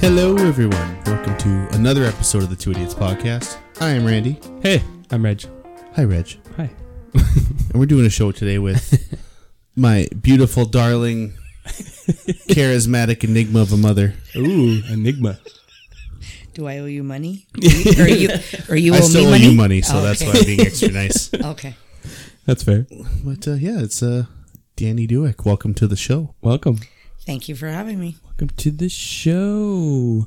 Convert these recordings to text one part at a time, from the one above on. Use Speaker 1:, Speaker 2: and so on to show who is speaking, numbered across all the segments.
Speaker 1: Hello, everyone. Welcome to another episode of the Two Idiots Podcast. I am Randy.
Speaker 2: Hey, I'm Reg.
Speaker 1: Hi, Reg.
Speaker 2: Hi.
Speaker 1: And we're doing a show today with my beautiful, darling, charismatic enigma of a mother.
Speaker 2: Ooh, Enigma.
Speaker 3: Do I owe you money? Or you, or you
Speaker 1: I
Speaker 3: owe
Speaker 1: still
Speaker 3: me
Speaker 1: owe
Speaker 3: money?
Speaker 1: you money, so
Speaker 3: Oh,
Speaker 1: that's
Speaker 3: okay.
Speaker 1: why I'm being extra nice.
Speaker 3: Okay.
Speaker 2: That's fair.
Speaker 1: But uh, yeah, it's uh, Danny Duick. Welcome to the show.
Speaker 2: Welcome.
Speaker 3: Thank you for having me.
Speaker 2: Welcome to the show.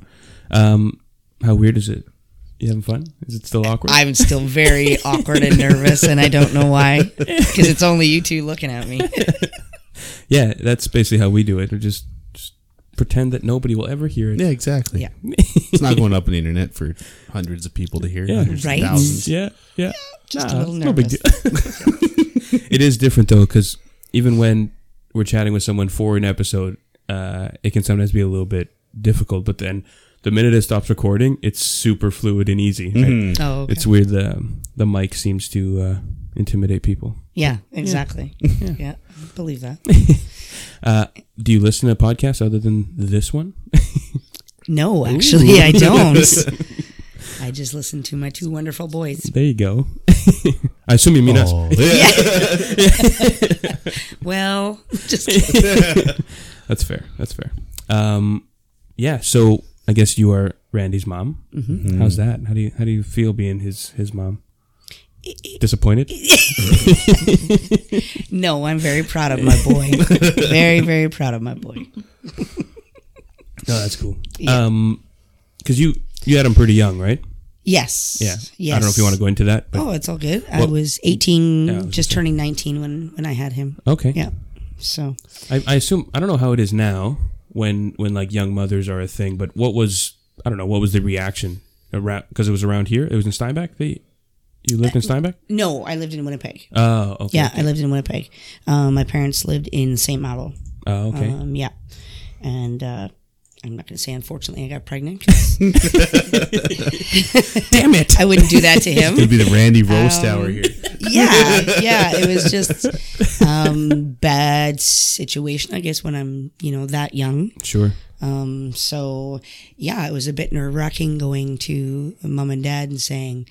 Speaker 2: Um, how weird is it? You having fun? Is it still awkward?
Speaker 3: I'm still very awkward and nervous, and I don't know why, because it's only you two looking at me.
Speaker 2: yeah, that's basically how we do it. We just, just pretend that nobody will ever hear it.
Speaker 1: Yeah, exactly.
Speaker 3: Yeah.
Speaker 1: It's not going up on the internet for hundreds of people to hear.
Speaker 2: Yeah.
Speaker 1: hundreds of
Speaker 3: Right?
Speaker 1: thousands.
Speaker 2: yeah, yeah.
Speaker 3: Just
Speaker 2: Nah,
Speaker 3: a little
Speaker 2: it's
Speaker 3: nervous.
Speaker 2: no big it is different though, because even when we're chatting with someone for an episode, uh, it can sometimes be a little bit difficult. But then the minute it stops recording, it's super fluid and easy. right?
Speaker 1: Mm-hmm.
Speaker 3: Oh, okay.
Speaker 2: It's weird. The the mic seems to uh, intimidate people.
Speaker 3: yeah, exactly. Yeah. I believe that.
Speaker 2: Uh, do you listen to podcasts other than this one?
Speaker 3: No, actually, I don't. I just listen to my two wonderful boys.
Speaker 2: There you go. I assume you mean us.
Speaker 1: Oh, yeah.
Speaker 3: Well, just kidding. Oh.
Speaker 2: That's fair. That's fair. Um, yeah. So I guess you are Randy's mom.
Speaker 3: Mm-hmm. Mm.
Speaker 1: Mm-hmm.
Speaker 2: How's that? How do you how do you feel being his his mom? Disappointed?
Speaker 3: no, I'm very proud of my boy. Very, very proud of my boy.
Speaker 2: No, that's cool.
Speaker 3: Yeah.
Speaker 2: Um, because you you had him pretty young, right?
Speaker 3: Yes.
Speaker 2: Yeah.
Speaker 3: Yes.
Speaker 2: I don't know if you want to go into that, but
Speaker 3: Oh, it's all good. I
Speaker 2: Well-
Speaker 3: was 18,
Speaker 2: Yeah, I was
Speaker 3: just turning 19 when when I had him.
Speaker 2: okay.
Speaker 3: Oh. Yeah. So
Speaker 2: I, I assume I don't know how it is now when when like young mothers are a thing, but what was I don't know what was the reaction around because it was around here. It was in Steinbeck. They you lived in Steinbeck.
Speaker 3: no, I lived in Winnipeg.
Speaker 2: Oh, okay.
Speaker 3: Yeah, I lived in Winnipeg. Um, my parents lived in St. Malo.
Speaker 2: Oh, okay.
Speaker 3: Um, yeah, and uh, I'm not going to say unfortunately I got pregnant. 'cause
Speaker 2: Damn it!
Speaker 3: I wouldn't do that to him.
Speaker 1: It'd be the Randy Roast
Speaker 3: Um,
Speaker 1: Hour here.
Speaker 3: Yeah, yeah. It was just um, bad situation, I guess, when I'm you know that young.
Speaker 2: Sure.
Speaker 3: Um, so yeah, it was a bit nerve wracking going to mom and dad and saying,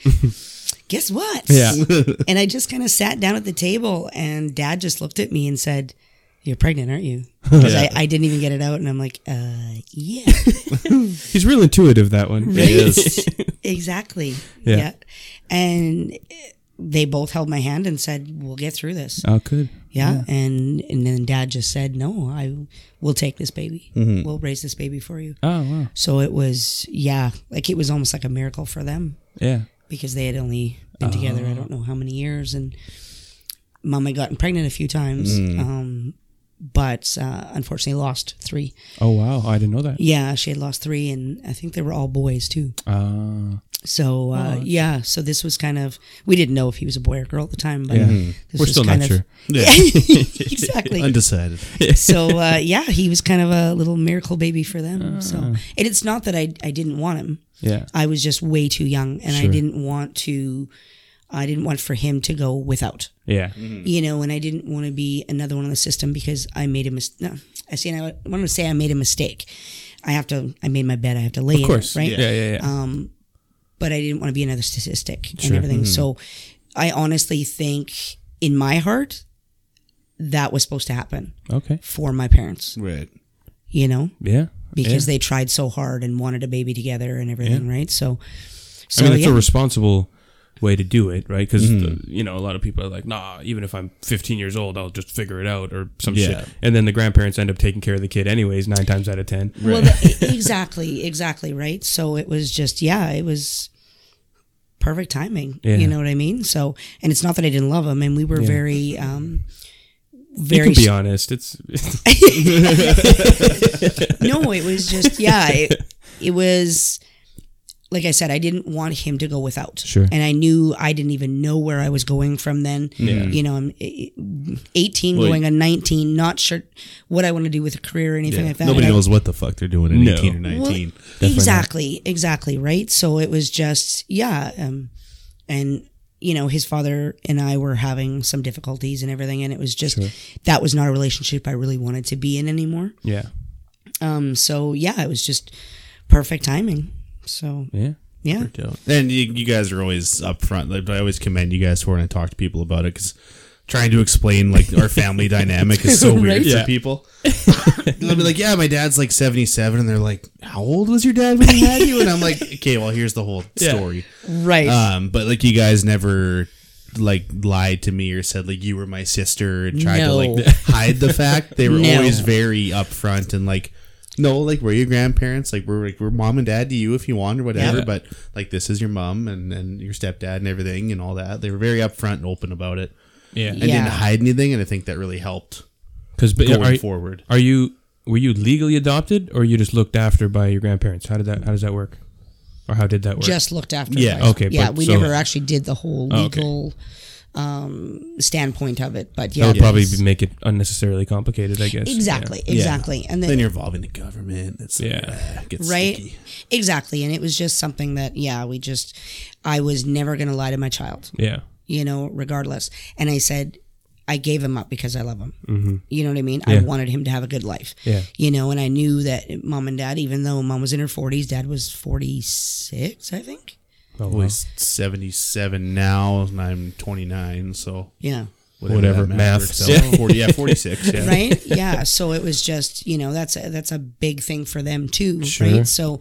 Speaker 3: guess what?
Speaker 2: Yeah.
Speaker 3: and I just kind of sat down at the table and dad just looked at me and said, you're pregnant, aren't you? 'Cause
Speaker 1: Yeah.
Speaker 3: I, I didn't even get it out. And I'm like, uh, yeah,
Speaker 2: He's real intuitive that one.
Speaker 1: It is.
Speaker 3: exactly.
Speaker 2: Yeah.
Speaker 3: And they both held my hand and said, we'll get through this.
Speaker 2: Oh, good.
Speaker 3: Yeah. And, and then dad just said, no, I will take this baby. We'll raise this baby for you.
Speaker 2: Oh wow.
Speaker 3: So it was, yeah, like it was almost like a miracle for them
Speaker 2: Yeah.
Speaker 3: because they had only
Speaker 2: Oh.
Speaker 3: been together, I don't know how many years. And mom had gotten pregnant a few times,
Speaker 2: Mm.
Speaker 3: um, but uh, unfortunately lost three.
Speaker 2: Oh wow. I didn't know that.
Speaker 3: Yeah, she had lost three, and I think they were all boys too.
Speaker 2: Ah.
Speaker 3: So, uh, yeah, so this was kind of, we didn't know if he was a boy or girl at the time, but
Speaker 2: Yeah. Mm-hmm.
Speaker 3: this
Speaker 2: We're
Speaker 3: was
Speaker 2: still
Speaker 3: kind
Speaker 2: not
Speaker 3: of,
Speaker 2: sure.
Speaker 1: Yeah.
Speaker 3: exactly.
Speaker 1: Undecided.
Speaker 3: so uh, yeah, he was kind of a little miracle baby for them. So,
Speaker 2: Ah.
Speaker 3: and it's not that I I didn't want him.
Speaker 2: Yeah.
Speaker 3: I was just way too young, and I
Speaker 2: Sure.
Speaker 3: didn't want to. I didn't want for him to go without,
Speaker 2: Yeah.
Speaker 3: you know, and I didn't want to be another one in the system because I made a mistake. No, I see, and I want to say I made a mistake. I have to. I made my bed. I have to lay
Speaker 2: Of course.
Speaker 3: in it, right? Uh-huh.
Speaker 2: Yeah. Yeah. Yeah.
Speaker 3: but I didn't want to be another statistic
Speaker 2: Sure.
Speaker 3: and everything. So I honestly think in my heart that was supposed to happen
Speaker 2: okay.
Speaker 3: for my parents,
Speaker 1: Right.
Speaker 3: you know,
Speaker 2: Yeah.
Speaker 3: because they tried so hard and wanted a baby together and everything, right? So, so
Speaker 2: I mean, it's
Speaker 3: yeah, Mm-hmm.
Speaker 2: a responsible way to do it, right? Because you know, a lot of people are like, "Nah, even if I'm 15 years old, I'll just figure it out" or some
Speaker 1: Yeah.
Speaker 2: shit. And then the grandparents end up taking care of the kid anyways, nine times out of ten.
Speaker 3: well, the- e, exactly, exactly, right? So it was just, yeah, it was perfect timing.
Speaker 2: Yeah.
Speaker 3: You know what I mean? So, and it's not that I didn't love him, and we were very, um,
Speaker 2: You
Speaker 3: very
Speaker 2: can be honest. It's
Speaker 3: no, it was just yeah, it, it was like I said, I didn't want him to go without.
Speaker 2: Sure.
Speaker 3: And I knew I didn't even know where I was going from then.
Speaker 2: Yeah.
Speaker 3: You know, I'm eh, 18 going on 19, not sure what I want to do with a career or anything like that.
Speaker 1: Nobody
Speaker 3: And I-
Speaker 1: knows what the fuck they're doing at
Speaker 2: No.
Speaker 1: 18 or
Speaker 3: well,
Speaker 1: 19.
Speaker 3: exactly, exactly, right? So it was just yeah, um and you know, his father and I were having some difficulties and everything and it was just that was not a relationship I really wanted to be in anymore.
Speaker 2: yeah,
Speaker 3: Um, so yeah, it was just perfect timing. So
Speaker 2: Yeah.
Speaker 3: yeah,
Speaker 1: And you, you guys are always upfront. Like, I always commend you guys for when I talk to people about it because trying to explain like our family dynamic is so weird
Speaker 3: Right?
Speaker 1: for
Speaker 2: Yeah.
Speaker 1: people. They'll be like, "Yeah, my dad's like 77," and they're like, "How old was your dad when he had you?" And I'm like, "Okay, well, here's the whole
Speaker 2: Yeah.
Speaker 1: story."
Speaker 3: right.
Speaker 2: Uh,
Speaker 1: Um, but like, you guys never like lied to me or said like you were my sister and tried
Speaker 3: No.
Speaker 1: to like hide the fact. They were
Speaker 3: No.
Speaker 1: always very upfront and like. No, like we're your grandparents. Like we're like we're mom and dad to you if you want or whatever.
Speaker 2: Yeah.
Speaker 1: But like this is your mom and and your stepdad and everything and all that. They were very upfront and open about it.
Speaker 2: Yeah.
Speaker 1: I didn't
Speaker 3: Yeah.
Speaker 1: hide anything, and I think that really helped
Speaker 2: Because
Speaker 1: going
Speaker 2: are,
Speaker 1: forward.
Speaker 2: are you were you legally adopted or you just looked after by your grandparents? How did that How does that work? Or how did that work?
Speaker 3: just looked after.
Speaker 1: Yeah,
Speaker 3: by-
Speaker 2: okay,
Speaker 3: Yeah,
Speaker 2: but
Speaker 3: we
Speaker 2: so-
Speaker 3: never actually did the whole
Speaker 2: Oh, okay.
Speaker 3: legal um, standpoint of it, but yeah,
Speaker 2: that would probably
Speaker 3: it's-
Speaker 2: make it unnecessarily complicated. I guess.
Speaker 3: exactly, exactly, and then,
Speaker 1: Then you're involved in the government. It's
Speaker 2: Yeah.
Speaker 1: yeah, gets
Speaker 3: right,
Speaker 1: sticky.
Speaker 3: exactly, and it was just something that yeah, we just, I was never gonna lie to my child,
Speaker 2: Yeah.
Speaker 3: you know, regardless, and I said. I gave him up because I love him. You know what I mean? I
Speaker 2: Yeah.
Speaker 3: wanted him to have a good life.
Speaker 2: Yeah.
Speaker 3: You know, and I knew that mom and dad, even though mom was in her 40s, dad was 46, I think.
Speaker 2: Oh, wow.
Speaker 1: Always 77 now, and I'm 29, so
Speaker 3: Yeah.
Speaker 2: Whatever,
Speaker 1: that math
Speaker 2: math.
Speaker 1: works out. 40, yeah, 46. Yeah.
Speaker 3: right yeah so it was just you know that's a, that's a big thing for them too
Speaker 2: Sure.
Speaker 3: right so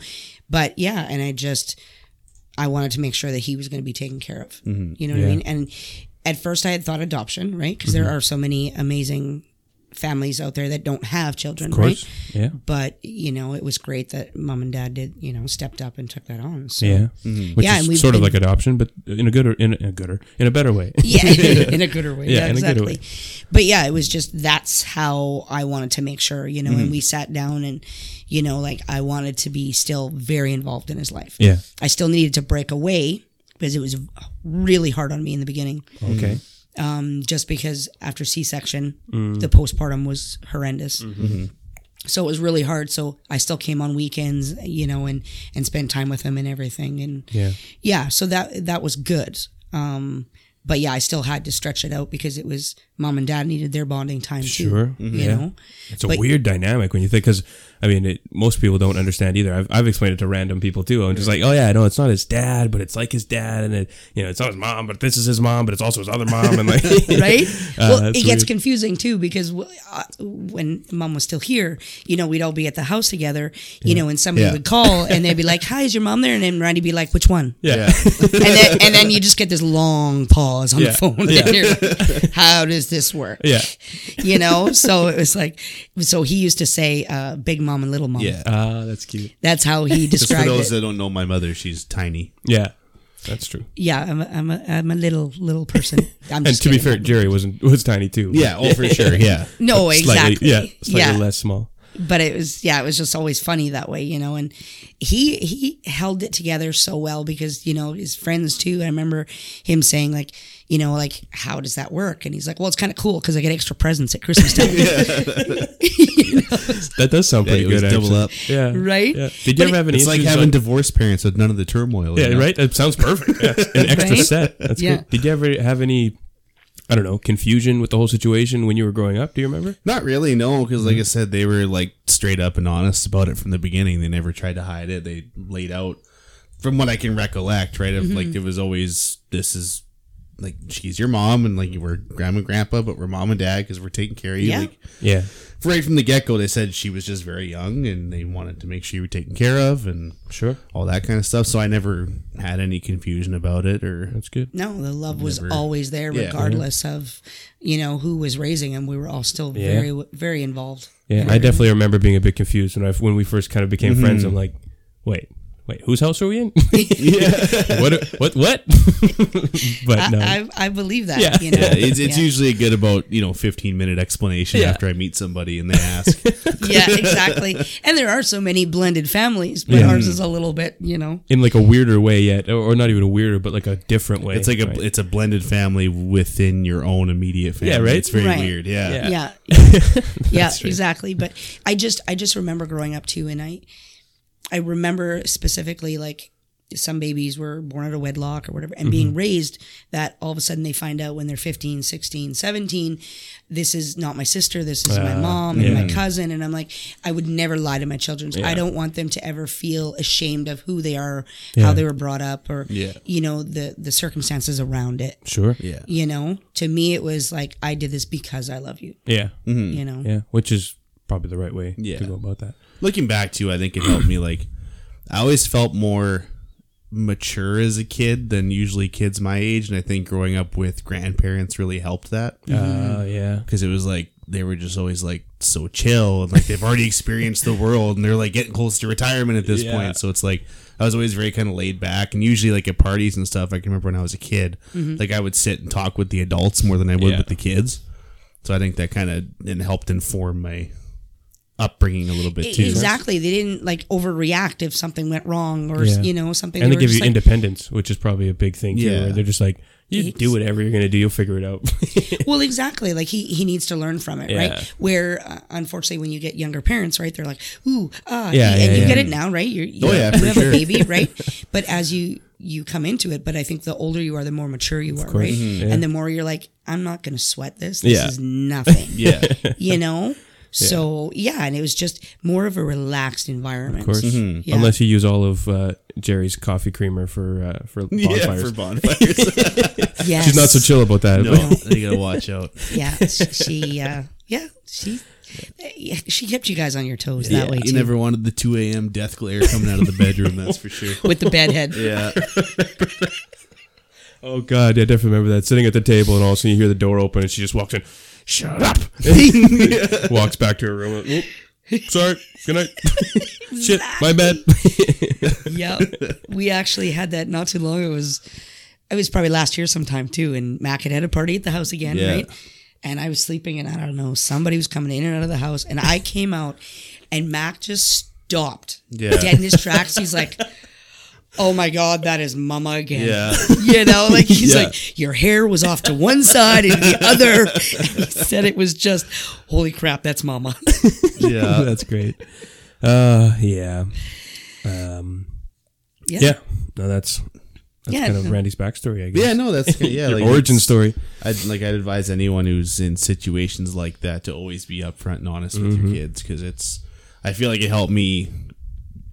Speaker 3: but yeah and i just i wanted to make sure that he was going to be taken care of you know what
Speaker 2: Mm-hmm. Yeah. Mm-hmm.
Speaker 3: i mean and at first i had thought adoption right because there are so many amazing families out there that don't have children
Speaker 2: Of course.
Speaker 3: right
Speaker 2: Yeah.
Speaker 3: but you know it was great that mom and dad did you know stepped up and took that on so
Speaker 2: Yeah.
Speaker 1: Mm-hmm.
Speaker 2: Which
Speaker 3: Yeah,
Speaker 2: is
Speaker 3: and we've
Speaker 2: sort of
Speaker 3: been-
Speaker 2: like adoption, but in a gooder, in a, in a gooder, in a better way.
Speaker 3: yeah, in a gooder way.
Speaker 2: Yeah,
Speaker 3: Yeah,
Speaker 2: in a gooder
Speaker 3: exactly.
Speaker 2: way.
Speaker 3: But yeah, it was just that's how I wanted to make sure, you know.
Speaker 2: Mm-hmm.
Speaker 3: And we sat down, and you know, like I wanted to be still very involved in his life.
Speaker 2: Yeah.
Speaker 3: I still needed to break away because it was really hard on me in the beginning.
Speaker 1: Mm-hmm.
Speaker 2: Okay.
Speaker 3: Um, just because after C-section,
Speaker 2: Mm.
Speaker 3: the postpartum was horrendous.
Speaker 2: Mm-hmm.
Speaker 3: So it was really hard. So I still came on weekends, you know, and and spent time with him and everything. And
Speaker 2: Yeah.
Speaker 3: yeah so that that was good um but yeah i still had to stretch it out because it was mom and dad needed their bonding time too
Speaker 2: Sure. Mm-hmm.
Speaker 3: you
Speaker 2: Yeah.
Speaker 3: know
Speaker 2: It's a
Speaker 3: But-
Speaker 2: weird dynamic when you think, because I mean, it, most people don't understand either. I've, I've explained it to random people too. I'm just like, oh yeah, I know it's not his dad, but it's like his dad, and it, you know, it's not his mom, but this is his mom, but it's also his other mom, and like,
Speaker 3: right
Speaker 2: Uh,
Speaker 3: well it
Speaker 2: that's
Speaker 3: gets
Speaker 2: weird.
Speaker 3: confusing too because w- uh, when mom was still here you know we'd all be at the house together you know and somebody
Speaker 1: Yeah.
Speaker 3: would call and they'd be like hi is your mom there and then randy'd be like which one
Speaker 2: yeah,
Speaker 1: Yeah.
Speaker 3: and then and then you just get this long pause on
Speaker 2: Yeah.
Speaker 3: the phone
Speaker 2: Yeah.
Speaker 3: and you're like, how does this work
Speaker 2: yeah.
Speaker 3: you know so it was like so he used to say uh, big mom and little mom
Speaker 1: Yeah.
Speaker 2: Ah, that's cute.
Speaker 3: that's how he
Speaker 1: Just for
Speaker 3: described it
Speaker 1: those that don't know my mother, she's tiny.
Speaker 2: Yeah, that's true.
Speaker 3: Yeah, I'm a, I'm a, I'm a little little person. I'm
Speaker 2: And
Speaker 3: just
Speaker 2: to be
Speaker 3: kidding.
Speaker 2: fair, Jerry wasn't was tiny too.
Speaker 1: Yeah, oh, for sure. Yeah.
Speaker 3: no,
Speaker 2: Slightly,
Speaker 3: Oh, exactly.
Speaker 2: yeah, slightly
Speaker 3: yeah,
Speaker 2: less small.
Speaker 3: but it was yeah, it was just always funny that way, you know. And he he held it together so well because you know his friends too. I remember him saying like, you know, like how does that work? And he's like, well, it's kind of cool because I get extra presents at Christmas time,
Speaker 2: That does sound pretty
Speaker 1: it was
Speaker 2: good.
Speaker 1: double
Speaker 2: actually.
Speaker 1: up.
Speaker 2: Yeah.
Speaker 3: right?
Speaker 2: Yeah. Did you
Speaker 3: But
Speaker 2: ever
Speaker 3: it-
Speaker 2: have any?
Speaker 1: It's like
Speaker 2: issues
Speaker 1: having
Speaker 2: on-
Speaker 1: divorced parents with none of the turmoil.
Speaker 2: Yeah,
Speaker 1: you know?
Speaker 2: right. That sounds perfect. Yeah. An extra
Speaker 3: Right?
Speaker 2: set. That's
Speaker 3: Yeah.
Speaker 2: good. Did you ever have any? I don't know confusion with the whole situation when you were growing up. Do you remember?
Speaker 1: Not really, no, because like I said, they were like straight up and honest about it from the beginning. They never tried to hide it. They laid out, from what I can recollect, right? Of
Speaker 3: Mm-hmm.
Speaker 1: like it was always this is like she's your mom, and like you were grandma and grandpa, but we're mom and dad because we're taking care of you.
Speaker 3: Yeah.
Speaker 1: Like
Speaker 2: Yeah.
Speaker 1: right from the get go, they said she was just very young, and they wanted to make sure you were taken care of, and
Speaker 2: Sure.
Speaker 1: all that kind of stuff. So I never had any confusion about it or
Speaker 2: That's good.
Speaker 3: No, the love was
Speaker 1: Never-
Speaker 3: always there,
Speaker 1: Yeah.
Speaker 2: mm-hmm.
Speaker 3: regardless of you know who was raising him. We were all still
Speaker 2: Yeah.
Speaker 3: very very involved.
Speaker 2: Yeah. I definitely remember being a bit confused when I when we first kind of
Speaker 3: Mm-hmm.
Speaker 2: became friends. I'm like, wait, wait, whose house are we in? yeah. what? What? What? but no.
Speaker 3: I, I I believe that.
Speaker 2: Yeah.
Speaker 3: you know?
Speaker 1: Yeah, it's, it's
Speaker 3: Yeah.
Speaker 1: usually a good about you know fifteen minute explanation
Speaker 2: Yeah.
Speaker 1: after I meet somebody and they ask.
Speaker 3: yeah, exactly. And there are so many blended families, but
Speaker 2: Yeah.
Speaker 3: ours is a little bit, you know.
Speaker 2: in like a weirder way yet, or, or not even a weirder, but like a different way.
Speaker 1: It's like a
Speaker 2: right?
Speaker 1: it's a blended family within your own immediate family.
Speaker 2: Yeah, right?
Speaker 1: It's very
Speaker 3: Right.
Speaker 1: weird. Yeah.
Speaker 2: Yeah.
Speaker 3: Yeah. yeah, exactly. But I just I just remember growing up too and I I remember specifically like some babies were born out of wedlock or whatever and
Speaker 2: Mm-hmm.
Speaker 3: being raised that all of a sudden they find out when they're 15 16 17 this is not my sister this is
Speaker 2: Uh,
Speaker 3: my mom and my cousin and i'm like i would never lie to my children so i don't want them to ever feel ashamed of who they are how they were brought up or
Speaker 1: Yeah.
Speaker 3: you know the the circumstances around it
Speaker 2: Sure.
Speaker 1: Yeah.
Speaker 3: you know to me it was like i did this because i love you
Speaker 2: Yeah.
Speaker 3: you know
Speaker 2: Hmm. Yeah. Which is probably the right way
Speaker 1: Yeah.
Speaker 2: to go about that.
Speaker 1: Looking back too, I think it helped me. Like, I always felt more mature as a kid than usually kids my age, and I think growing up with grandparents really helped that.
Speaker 2: Uh, yeah.
Speaker 1: because it was like they were just always like so chill and like they've already experienced the world and they're like getting close to retirement at this
Speaker 2: Yeah.
Speaker 1: point so it's like i was always very kind of laid back and usually like at parties and stuff i can remember when i was a kid like i would sit and talk with the adults more than i would
Speaker 2: Mm-hmm. Yeah.
Speaker 1: with the kids so i think that kind of and helped inform my upbringing a little bit too
Speaker 3: E, Exactly. They didn't like overreact if something went wrong or
Speaker 2: Yeah.
Speaker 3: you know something.
Speaker 2: And
Speaker 3: they
Speaker 2: they
Speaker 3: were
Speaker 2: give you
Speaker 3: just like,
Speaker 2: independence, which is probably a big thing too.
Speaker 1: Yeah.
Speaker 2: Where they're just like, you do whatever you're gonna do, you'll figure it out.
Speaker 3: well, exactly. Like he he needs to learn from it,
Speaker 2: Yeah.
Speaker 3: right? Where uh, unfortunately, when you get younger parents, right, they're like, ooh, ah,
Speaker 2: Yeah,
Speaker 3: and
Speaker 2: yeah,
Speaker 3: you
Speaker 2: yeah.
Speaker 3: get it now, right? You're, you
Speaker 1: Oh, yeah,
Speaker 3: you
Speaker 1: for
Speaker 3: have
Speaker 1: sure.
Speaker 3: a baby, right? but as you you come into it, but I think the older you are, the more mature you are, right? And the more you're like, I'm not going to sweat this. This
Speaker 2: Mm-hmm. Yeah.
Speaker 3: is nothing.
Speaker 1: yeah
Speaker 3: you know. So yeah, and it was just more of a relaxed environment.
Speaker 2: Of course.
Speaker 1: Mm-hmm.
Speaker 3: Yeah.
Speaker 2: Unless you use all of uh, Jerry's coffee creamer for uh, for bonfires.
Speaker 1: yeah for bonfires
Speaker 3: yes.
Speaker 2: She's not so chill about that.
Speaker 1: no they gotta watch out
Speaker 3: yeah, she, uh, yeah, she, yeah, she kept you guys on your toes that way
Speaker 1: you
Speaker 3: too.
Speaker 1: never wanted the 2 a.m death glare coming out of the bedroom that's for sure
Speaker 3: with the bedhead.
Speaker 1: yeah
Speaker 2: Oh god, yeah, I definitely remember that. Sitting at the table and all of a sudden you hear the door open and she just walks in. Shut up. walks back to her room. Oop. Sorry. Good night. Shit. My bad.
Speaker 3: yeah, we actually had that not too long. It was, it was probably last year sometime too. And Mac had had a party at the house again,
Speaker 1: Yeah.
Speaker 3: right? And I was sleeping, and I don't know, somebody was coming in and out of the house, and I came out, and Mac just stopped,
Speaker 1: Yeah.
Speaker 3: dead in his tracks. He's like. Oh my God, that is Mama again.
Speaker 1: Yeah.
Speaker 3: You know, like he's
Speaker 1: Yeah.
Speaker 3: like, your hair was off to one side and the other. And he said it was just, holy crap, that's Mama.
Speaker 1: yeah
Speaker 2: That's great. Uh yeah. Um
Speaker 3: Yeah.
Speaker 2: Yeah. No, that's that's
Speaker 3: Yeah,
Speaker 2: kind of
Speaker 3: no.
Speaker 2: Randy's backstory, I guess.
Speaker 1: Yeah, no, that's yeah.
Speaker 2: Your
Speaker 1: like
Speaker 2: origin
Speaker 1: it's-
Speaker 2: story.
Speaker 1: I'd like I'd advise anyone who's in situations like that to always be upfront and honest with
Speaker 2: Mm-hmm.
Speaker 1: your kids because it's. I feel like it helped me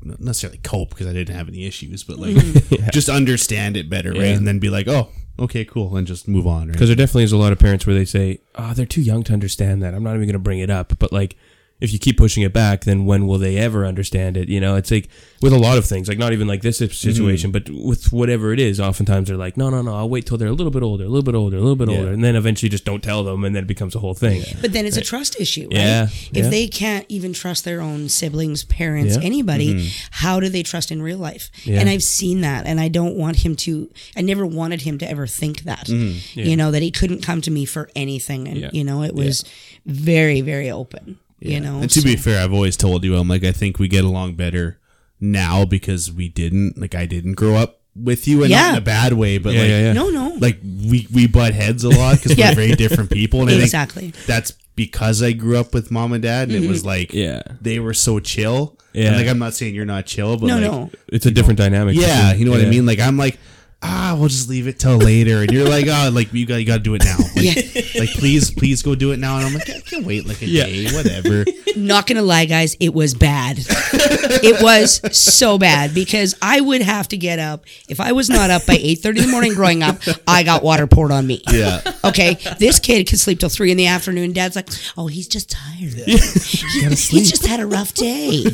Speaker 1: not necessarily cope because I didn't have any issues, but like just understand it better, right?
Speaker 2: Mm-hmm. Yeah.
Speaker 1: And then be like, oh, okay, cool, and just move on, right?
Speaker 2: Because there definitely is a lot of parents where they say, "Oh, they're too young to understand that. I'm not even going to bring it up." But like, if you keep pushing it back, then when will they ever understand it? You know, it's like with a lot of things, like not even like this
Speaker 1: Mm-hmm.
Speaker 2: situation, but with whatever it is. Oftentimes they're like, "No, no, no. I'll wait till they're a little bit older, a little bit older, a little bit older," and then eventually just don't tell them, and then it becomes a whole thing.
Speaker 3: But then it's a trust issue, right?
Speaker 2: Yeah,
Speaker 3: If
Speaker 2: yeah.
Speaker 3: they can't even trust their own siblings, parents,
Speaker 2: Yeah.
Speaker 3: anybody, how do they trust in real life?
Speaker 2: Yeah.
Speaker 3: And I've seen that, and I don't want him to. I never wanted him to ever think that. You know that he couldn't come to me for anything, and
Speaker 2: Yeah.
Speaker 3: you know it was very, very open. You know,
Speaker 1: And to
Speaker 3: so-
Speaker 1: be fair, I've always told you, I'm like, I think we get along better now because we didn't, like, I didn't grow up with you, and not
Speaker 3: Yeah.
Speaker 1: in a bad way, but
Speaker 2: Yeah,
Speaker 1: like,
Speaker 2: yeah, yeah.
Speaker 3: no, no,
Speaker 1: like we we butt heads a lot because
Speaker 3: Yeah.
Speaker 1: we're very different people, and I think
Speaker 3: exactly. Mm-hmm.
Speaker 1: that's because I grew up with mom and dad, and it was like
Speaker 2: Yeah.
Speaker 1: they were so chill.
Speaker 2: Yeah.
Speaker 1: and like I'm not saying you're not chill, but
Speaker 3: No,
Speaker 1: like,
Speaker 3: no.
Speaker 2: It's a different dynamic.
Speaker 1: yeah, you know what
Speaker 2: Yeah.
Speaker 1: I mean. Like I'm like ah, we'll just leave it till later, and you're like oh, like you got you got to do it now. Like,
Speaker 3: Yeah.
Speaker 1: like please please go do it now, and I'm like I can wait like a
Speaker 2: Yeah.
Speaker 1: day, whatever.
Speaker 3: Not gonna lie, guys, it was bad. it was so bad because I would have to get up if I was not up by eight thirty in the morning. Growing up, I got water poured on me.
Speaker 1: Yeah,
Speaker 3: Okay, this kid could sleep till three in the afternoon. Dad's like, "Oh, he's just tired. He- he's just had a rough day."